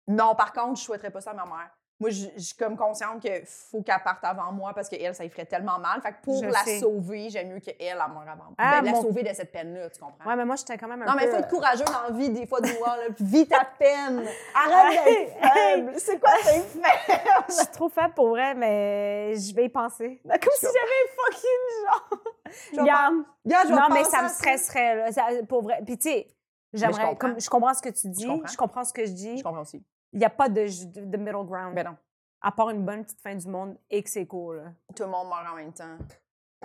[SPEAKER 2] Non, par contre, je souhaiterais pas ça à ma mère. Moi, je, je suis comme consciente qu'il faut qu'elle parte avant moi parce qu'elle, ça lui ferait tellement mal. Fait que pour
[SPEAKER 4] Je
[SPEAKER 2] la
[SPEAKER 4] sais.
[SPEAKER 2] sauver, j'aime mieux qu'elle elle meure avant moi.
[SPEAKER 4] Ah,
[SPEAKER 2] ben, la
[SPEAKER 4] mon-
[SPEAKER 2] sauver de cette peine-là, tu comprends?
[SPEAKER 4] Ouais, mais moi, j'étais quand même un
[SPEAKER 2] non, mais
[SPEAKER 4] peu... euh
[SPEAKER 2] il faut être courageux dans la vie, des fois, de voir, là, puis vis ta peine. Arrête
[SPEAKER 4] Hey,
[SPEAKER 2] d'être faible. C'est quoi tes faits?
[SPEAKER 4] Je suis trop faible pour vrai, mais je vais y penser.
[SPEAKER 2] Bah,
[SPEAKER 4] Comme si j'avais fucking genre... Regarde.
[SPEAKER 2] Regarde, je vais
[SPEAKER 4] Non, mais
[SPEAKER 2] penser
[SPEAKER 4] ça
[SPEAKER 2] à
[SPEAKER 4] me stresserait, là, ça- pour vrai. Puis tu sais,
[SPEAKER 2] je
[SPEAKER 4] j'aimerais...
[SPEAKER 2] comprends.
[SPEAKER 4] comme- Je comprends ce que tu dis, je
[SPEAKER 2] comprends.
[SPEAKER 4] comprends, ce que je dis.
[SPEAKER 2] Je comprends aussi.
[SPEAKER 4] Il n'y a pas de, de de middle ground.
[SPEAKER 2] Ben non.
[SPEAKER 4] à part une bonne petite fin du monde et que c'est cool. là.
[SPEAKER 2] Tout le monde meurt en même temps. Oh.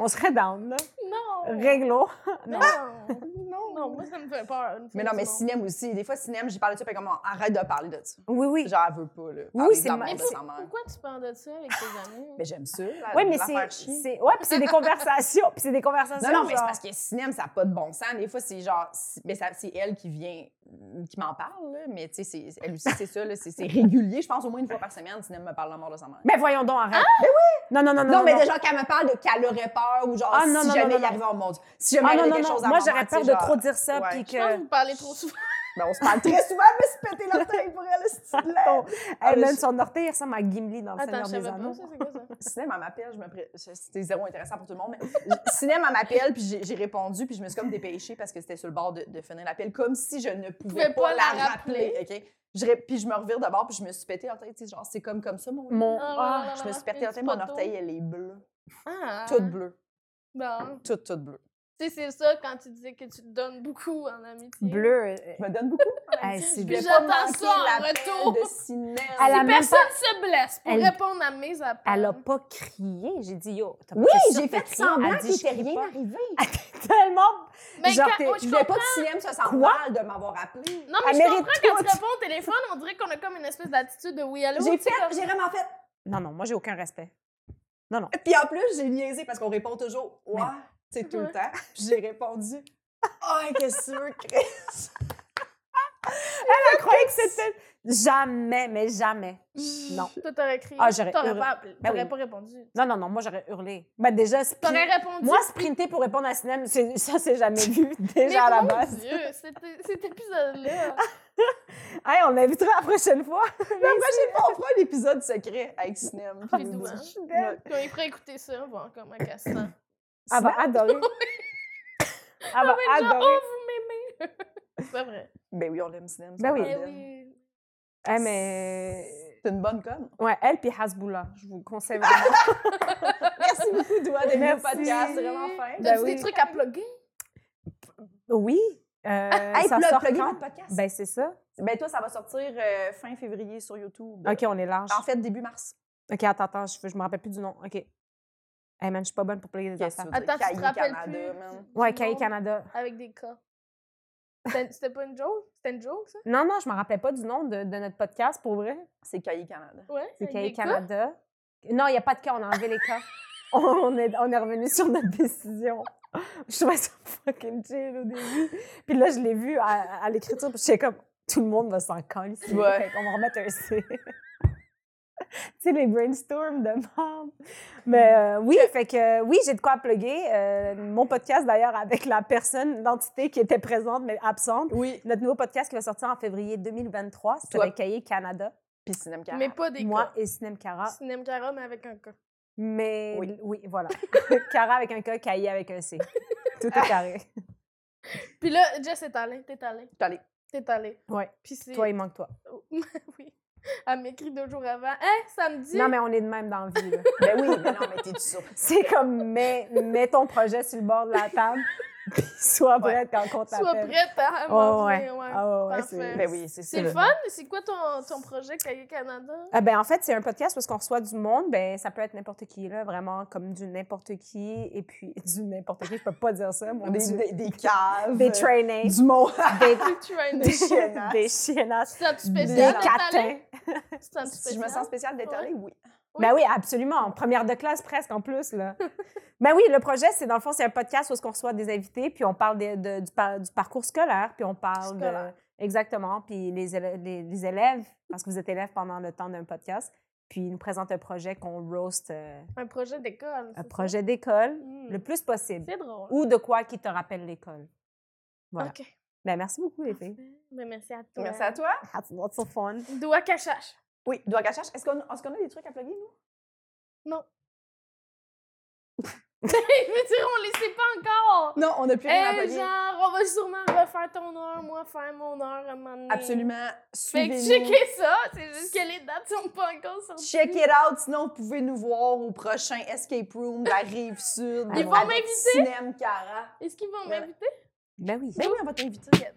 [SPEAKER 4] On serait down, là.
[SPEAKER 3] Non!
[SPEAKER 4] Réglo.
[SPEAKER 3] Non!
[SPEAKER 2] Non,
[SPEAKER 3] Non, non, moi, ça me fait peur. une fois
[SPEAKER 2] Mais non,
[SPEAKER 3] du
[SPEAKER 2] mais
[SPEAKER 3] monde.
[SPEAKER 2] cinéma aussi. Des fois, cinéma, j'ai parlé de ça, puis comme on- arrête de parler de ça.
[SPEAKER 4] Oui, oui.
[SPEAKER 2] Genre, elle veut pas, là.
[SPEAKER 4] Oui,
[SPEAKER 2] parler de
[SPEAKER 4] c'est
[SPEAKER 2] la
[SPEAKER 4] ma-
[SPEAKER 2] mort
[SPEAKER 3] Mais
[SPEAKER 2] de
[SPEAKER 4] c'est-
[SPEAKER 2] sa mère.
[SPEAKER 3] Pourquoi tu parles de ça avec tes amis?
[SPEAKER 2] Mais j'aime ça. la-
[SPEAKER 4] Oui, mais
[SPEAKER 2] la
[SPEAKER 4] c'est.
[SPEAKER 2] faire chier.
[SPEAKER 4] c'est- Ouais, puis c'est des conversations. Puis c'est des conversations.
[SPEAKER 2] Non, non, mais c'est
[SPEAKER 4] genre-
[SPEAKER 2] parce que cinéma, ça n'a pas de bon sens. Des fois, c'est genre. c'est- Mais ça- c'est elle qui vient, mm, qui m'en parle, là. Mais tu sais, c'est- elle aussi, c'est ça, là. C'est c'est régulier. Je pense au moins une fois par semaine, cinéma me parle de la mort de sa mère.
[SPEAKER 4] Mais Ben, voyons donc, arrête. oui! Non, non, non, non.
[SPEAKER 2] Ah! Non, mais
[SPEAKER 4] non.
[SPEAKER 2] déjà, qu'elle me parle de qu'elle aurait peur ou genre
[SPEAKER 4] Ah, non,
[SPEAKER 2] si
[SPEAKER 4] non,
[SPEAKER 2] jamais
[SPEAKER 4] non,
[SPEAKER 2] il
[SPEAKER 4] non.
[SPEAKER 2] arrivait au monde. Si jamais
[SPEAKER 4] Ah
[SPEAKER 2] il
[SPEAKER 4] non,
[SPEAKER 2] arrivait
[SPEAKER 4] non,
[SPEAKER 2] quelque
[SPEAKER 4] non.
[SPEAKER 2] chose à
[SPEAKER 4] Moi,
[SPEAKER 2] maman,
[SPEAKER 4] j'aurais
[SPEAKER 2] tu sais,
[SPEAKER 4] peur de
[SPEAKER 2] genre-
[SPEAKER 4] trop dire ça,
[SPEAKER 2] Ouais.
[SPEAKER 4] puis
[SPEAKER 3] Je pense que
[SPEAKER 4] que.
[SPEAKER 3] vous parlez trop souvent.
[SPEAKER 2] Ben, on se parle très souvent, mais se péter l'orteil pour elle, c'est
[SPEAKER 4] Ton- Elle,
[SPEAKER 2] mais
[SPEAKER 4] même
[SPEAKER 2] je-
[SPEAKER 4] son orteil, il ressemble à Gimli dans Le
[SPEAKER 3] Ah, Attends,
[SPEAKER 4] Seigneur
[SPEAKER 3] je
[SPEAKER 4] des
[SPEAKER 3] savais pas
[SPEAKER 4] Anneaux.
[SPEAKER 3] ça, c'est quoi ça?
[SPEAKER 2] Cinéma, elle m'appelle, je me pré- je- c'était zéro intéressant pour tout le monde, mais je- Cinéma, elle m'appelle, puis j'ai- j'ai répondu, puis je me suis comme dépêchée parce que c'était sur le bord de, de finir l'appel, comme si je ne pouvais
[SPEAKER 3] pouvais
[SPEAKER 2] pas,
[SPEAKER 3] pas
[SPEAKER 2] la
[SPEAKER 3] la
[SPEAKER 2] rappeler, OK? Je ré- Puis je me revire de bord, puis je me suis pété l'orteil, tu sais, genre, c'est comme comme ça, mon...
[SPEAKER 4] Mon.
[SPEAKER 3] Ah,
[SPEAKER 4] Ah.
[SPEAKER 3] ouais,
[SPEAKER 2] Je me suis
[SPEAKER 3] ouais,
[SPEAKER 2] pété l'orteil,
[SPEAKER 3] du
[SPEAKER 2] mon
[SPEAKER 3] poteau.
[SPEAKER 2] orteil, elle est bleue,
[SPEAKER 3] Ah!
[SPEAKER 2] toute bleue,
[SPEAKER 3] Bon.
[SPEAKER 2] toute, toute bleue.
[SPEAKER 3] Tu sais, c'est ça quand tu disais que tu te donnes beaucoup en amitié.
[SPEAKER 4] Bleu. euh,
[SPEAKER 2] Je me donne beaucoup.
[SPEAKER 4] Hey, c'est
[SPEAKER 2] Je voulais
[SPEAKER 3] bleu.
[SPEAKER 2] pas
[SPEAKER 3] J'attends
[SPEAKER 2] manquer
[SPEAKER 3] ça en
[SPEAKER 2] l'appel
[SPEAKER 3] retour.
[SPEAKER 2] de cinéma.
[SPEAKER 4] Elle a
[SPEAKER 3] Si
[SPEAKER 4] même
[SPEAKER 3] personne se blesse pour
[SPEAKER 4] Elle-
[SPEAKER 3] répondre à mes appels.
[SPEAKER 4] Elle a pas crié. J'ai dit, yo, t'as pas
[SPEAKER 2] Oui,
[SPEAKER 4] t'es sûre
[SPEAKER 2] j'ai
[SPEAKER 4] que t'as
[SPEAKER 2] fait
[SPEAKER 4] crié?
[SPEAKER 2] semblant
[SPEAKER 4] Elle dit,
[SPEAKER 2] qu'il
[SPEAKER 4] je
[SPEAKER 2] t'est
[SPEAKER 4] crie
[SPEAKER 2] rien
[SPEAKER 4] pas.
[SPEAKER 2] arrivé.
[SPEAKER 4] Tellement.
[SPEAKER 3] Mais
[SPEAKER 4] Genre,
[SPEAKER 3] quand-
[SPEAKER 4] t'es-
[SPEAKER 3] moi,
[SPEAKER 2] Je
[SPEAKER 3] Ah je
[SPEAKER 2] voulais
[SPEAKER 3] comprends.
[SPEAKER 2] pas que Cinéma se sente
[SPEAKER 4] Quoi?
[SPEAKER 2] mal de m'avoir appelé.
[SPEAKER 3] Non,
[SPEAKER 4] Elle
[SPEAKER 3] mais je
[SPEAKER 4] mérite
[SPEAKER 3] comprends quand
[SPEAKER 4] tout.
[SPEAKER 3] tu réponds au téléphone, on dirait qu'on a comme une espèce d'attitude de oui, allô.
[SPEAKER 2] J'ai
[SPEAKER 3] tu sais,
[SPEAKER 2] fait,
[SPEAKER 3] comme-
[SPEAKER 2] j'ai vraiment fait.
[SPEAKER 4] Non, non, moi, j'ai aucun respect. Non, non.
[SPEAKER 2] Puis en plus, j'ai niaisé parce qu'on répond toujours « Ouais », c'est tout le
[SPEAKER 3] Ouais.
[SPEAKER 2] temps. Puis j'ai répondu « Ah, qu'est-ce que tu veux, Chris?
[SPEAKER 4] Elle croyait que c'était. Jamais, mais jamais. Non.
[SPEAKER 3] Toi, t'aurais crié.
[SPEAKER 4] Ah, j'aurais
[SPEAKER 3] T'aurais
[SPEAKER 4] hurlé.
[SPEAKER 3] pas appelé.
[SPEAKER 4] Ben
[SPEAKER 3] T'aurais
[SPEAKER 4] oui.
[SPEAKER 3] pas répondu.
[SPEAKER 4] Non, non, non, moi, j'aurais hurlé. Ben, déjà, sprint-
[SPEAKER 3] T'aurais répondu.
[SPEAKER 4] moi, sprinter pour répondre à Sinem, c'est- ça, c'est jamais vu, déjà
[SPEAKER 3] mais
[SPEAKER 4] à la
[SPEAKER 3] mon
[SPEAKER 4] base. Ah,
[SPEAKER 3] Dieu, c'était- cet épisode-là.
[SPEAKER 4] Hey, on l'invitera la prochaine fois.
[SPEAKER 2] Là, moi, j'ai pas, on fera un épisode secret avec Sinem.
[SPEAKER 3] C'est doux, hein?
[SPEAKER 2] Ouais.
[SPEAKER 3] Quand il pourrait écouter ça, on va comment qu'elle se sent.
[SPEAKER 2] Ah,
[SPEAKER 4] Elle
[SPEAKER 2] bah,
[SPEAKER 4] va adorer. Elle va
[SPEAKER 3] Genre,
[SPEAKER 4] adorer.
[SPEAKER 3] oh, vous m'aimez! c'est pas vrai.
[SPEAKER 2] Ben oui, Ah, on l'aime, Sinem.
[SPEAKER 4] Ben oui.
[SPEAKER 2] c'est
[SPEAKER 3] Eh
[SPEAKER 2] pas elle.
[SPEAKER 3] oui.
[SPEAKER 4] Hey, mais...
[SPEAKER 2] C'est une bonne com.
[SPEAKER 4] Ouais, elle puis Hasboula, je vous le conseille
[SPEAKER 2] Ah!
[SPEAKER 4] vraiment.
[SPEAKER 2] Merci beaucoup, Doua, d'être venu au
[SPEAKER 4] Merci.
[SPEAKER 2] podcast. C'est vraiment fin.
[SPEAKER 4] Ben
[SPEAKER 3] T'as-tu
[SPEAKER 4] oui.
[SPEAKER 3] des trucs à plugger?
[SPEAKER 4] Oui, euh,
[SPEAKER 2] Ah! Hey,
[SPEAKER 4] ça
[SPEAKER 2] plug-
[SPEAKER 4] sort
[SPEAKER 2] pluguez
[SPEAKER 4] quand?
[SPEAKER 2] votre podcast. Ben,
[SPEAKER 4] Ben, c'est ça.
[SPEAKER 2] toi, ça va sortir euh, fin février sur YouTube.
[SPEAKER 4] OK, on est large.
[SPEAKER 2] En fait, début mars.
[SPEAKER 4] OK, attends, attends, je, je me rappelle plus du nom. OK. Hey, man, je suis pas bonne pour player des
[SPEAKER 2] Qu'est-ce que
[SPEAKER 4] affaires.
[SPEAKER 2] tu veux dire?
[SPEAKER 3] Attends,
[SPEAKER 2] Cahiers
[SPEAKER 3] tu te rappelles
[SPEAKER 2] Canada,
[SPEAKER 3] plus?
[SPEAKER 2] man.
[SPEAKER 3] du
[SPEAKER 4] Ouais, Cahier
[SPEAKER 3] nom
[SPEAKER 4] Canada.
[SPEAKER 3] Avec des cas. C'était c'était pas une joke? C'était une joke, ça?
[SPEAKER 4] Non, non, je me rappelais pas du nom de, de notre podcast, pour vrai.
[SPEAKER 2] C'est Cahiers Canada.
[SPEAKER 3] Ouais,
[SPEAKER 4] C'est
[SPEAKER 3] avec
[SPEAKER 4] Cahier
[SPEAKER 3] des cas.
[SPEAKER 4] Canada. Non, il n'y a pas de cas, on a enlevé les cas. on, on est, on est revenu sur notre décision. Je trouvais ça fucking chill au début. Puis là, je l'ai vu à, à l'écriture, puis j'étais comme, tout le monde va s'en coller. On
[SPEAKER 2] Ouais.
[SPEAKER 4] va remettre un C. tu sais, les brainstorms de membres. Mais
[SPEAKER 3] Mm.
[SPEAKER 4] euh, oui, fait que euh, oui, j'ai de quoi plugger. Euh, mon podcast, d'ailleurs, avec la personne, l'entité qui était présente, mais absente.
[SPEAKER 2] Oui.
[SPEAKER 4] Notre nouveau podcast qui va sortir en février 2023, c'est
[SPEAKER 2] Toi.
[SPEAKER 4] avec Cahier Canada.
[SPEAKER 2] Puis Sinem Ben Canada.
[SPEAKER 3] Mais pas des
[SPEAKER 4] Moi ah.
[SPEAKER 3] cas.
[SPEAKER 4] et Sinem Cara.
[SPEAKER 3] Cinem Cara, mais avec un cas.
[SPEAKER 4] Mais
[SPEAKER 2] Oui.
[SPEAKER 4] oui, voilà. Cara avec un K, Caillé avec un C. Tout est carré.
[SPEAKER 3] Puis là, Jess est allée, t'es allée,
[SPEAKER 2] Je suis allée.
[SPEAKER 3] t'es allée.
[SPEAKER 4] Ouais.
[SPEAKER 3] Puis c'est... Oh,
[SPEAKER 4] Toi, il manque toi.
[SPEAKER 3] oui. Elle m'écrit deux jours avant. Hein, samedi?
[SPEAKER 4] Non, mais on est de même dans la vie. là.
[SPEAKER 2] Ben oui, mais non, mais t'es-tu sûr?
[SPEAKER 4] C'est comme mets, mets ton projet sur le bord de la table, puis sois prête quand
[SPEAKER 3] Sois
[SPEAKER 4] on t'appelle.
[SPEAKER 3] prête à
[SPEAKER 4] Oh,
[SPEAKER 3] m'en
[SPEAKER 4] ouais.
[SPEAKER 3] venir, ouais.
[SPEAKER 4] Ah ouais, ouais,
[SPEAKER 3] Parfait.
[SPEAKER 4] c'est-
[SPEAKER 2] Ben oui, c'est ça.
[SPEAKER 3] C'est le fun? C'est quoi ton, ton projet Cahier Canada?
[SPEAKER 4] Ah, ben, en fait, c'est un podcast parce qu'on reçoit du monde. Ben, ça peut être n'importe qui, là, vraiment, comme du n'importe qui. Et puis, du n'importe qui, je peux pas dire ça. Mon
[SPEAKER 2] Des,
[SPEAKER 4] Dieu.
[SPEAKER 2] des, des caves.
[SPEAKER 4] Des trainés.
[SPEAKER 2] Du monde.
[SPEAKER 4] Des,
[SPEAKER 3] Tu traînes.
[SPEAKER 4] des
[SPEAKER 3] Tu
[SPEAKER 2] chiennasses.
[SPEAKER 4] Des chiennasses.
[SPEAKER 3] sens-tu
[SPEAKER 4] Des
[SPEAKER 3] spécial? d'être allée?
[SPEAKER 4] catins.
[SPEAKER 3] Tu te sens-tu
[SPEAKER 2] Si je me
[SPEAKER 3] spéciale?
[SPEAKER 2] sens spéciale d'être
[SPEAKER 3] Ouais.
[SPEAKER 2] allée, oui.
[SPEAKER 4] Ben oui, absolument. Première de classe presque en plus, là. ben oui, le projet, c'est dans le fond, c'est un podcast où on reçoit des invités, puis on parle des- de- du, par- du parcours scolaire, puis on parle de-
[SPEAKER 2] Scolaire.
[SPEAKER 4] Exactement. Puis les, élè- les, les élèves, parce que vous êtes élèves pendant le temps d'un podcast, puis ils nous présentent un projet qu'on roast, euh,
[SPEAKER 3] Un projet d'école. c'est
[SPEAKER 4] un
[SPEAKER 3] ça?
[SPEAKER 4] projet d'école,
[SPEAKER 3] Hmm.
[SPEAKER 4] le plus possible.
[SPEAKER 3] C'est drôle.
[SPEAKER 4] Ou de quoi qui te rappelle l'école. Voilà.
[SPEAKER 3] OK.
[SPEAKER 4] Ben merci beaucoup, les filles.
[SPEAKER 3] Mais merci à toi.
[SPEAKER 2] Merci à toi.
[SPEAKER 3] Ah,
[SPEAKER 4] That's lots of fun.
[SPEAKER 3] Doua Cachache.
[SPEAKER 2] Oui, Doua Cachache, est-ce qu'on est-ce qu'on a des trucs à plugger, nous?
[SPEAKER 3] Je veux dire, on les sait pas encore.
[SPEAKER 2] Non, on n'a plus rien à
[SPEAKER 3] Hey,
[SPEAKER 2] plugger.
[SPEAKER 3] genre, on va sûrement refaire ton heure, moi faire mon heure à un moment donné.
[SPEAKER 2] Absolument.
[SPEAKER 3] Ben, Fait que
[SPEAKER 2] Suivez-nous.
[SPEAKER 3] checkez ça, c'est juste que les dates sont pas encore sorties.
[SPEAKER 2] Check it out. Sinon, vous pouvez nous voir au prochain Escape Room de la Rive-Sud.
[SPEAKER 4] Ils vont
[SPEAKER 2] avec
[SPEAKER 3] m'inviter?
[SPEAKER 2] Cinem Cara.
[SPEAKER 3] Est-ce qu'ils vont
[SPEAKER 2] Voilà.
[SPEAKER 3] m'inviter?
[SPEAKER 4] Ben oui.
[SPEAKER 2] Ben oui, on va t'inviter.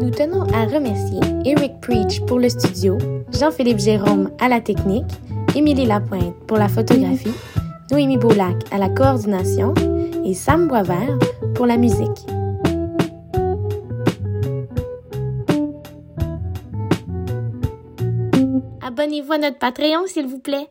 [SPEAKER 5] Nous tenons à remercier Eric Preach pour le studio, Jean-Philippe Jérôme à la technique, Émilie Lapointe pour la photographie, Noémie Boulac à la coordination et Sam Boisvert pour la musique. Abonnez-vous à notre Patreon, s'il vous plaît.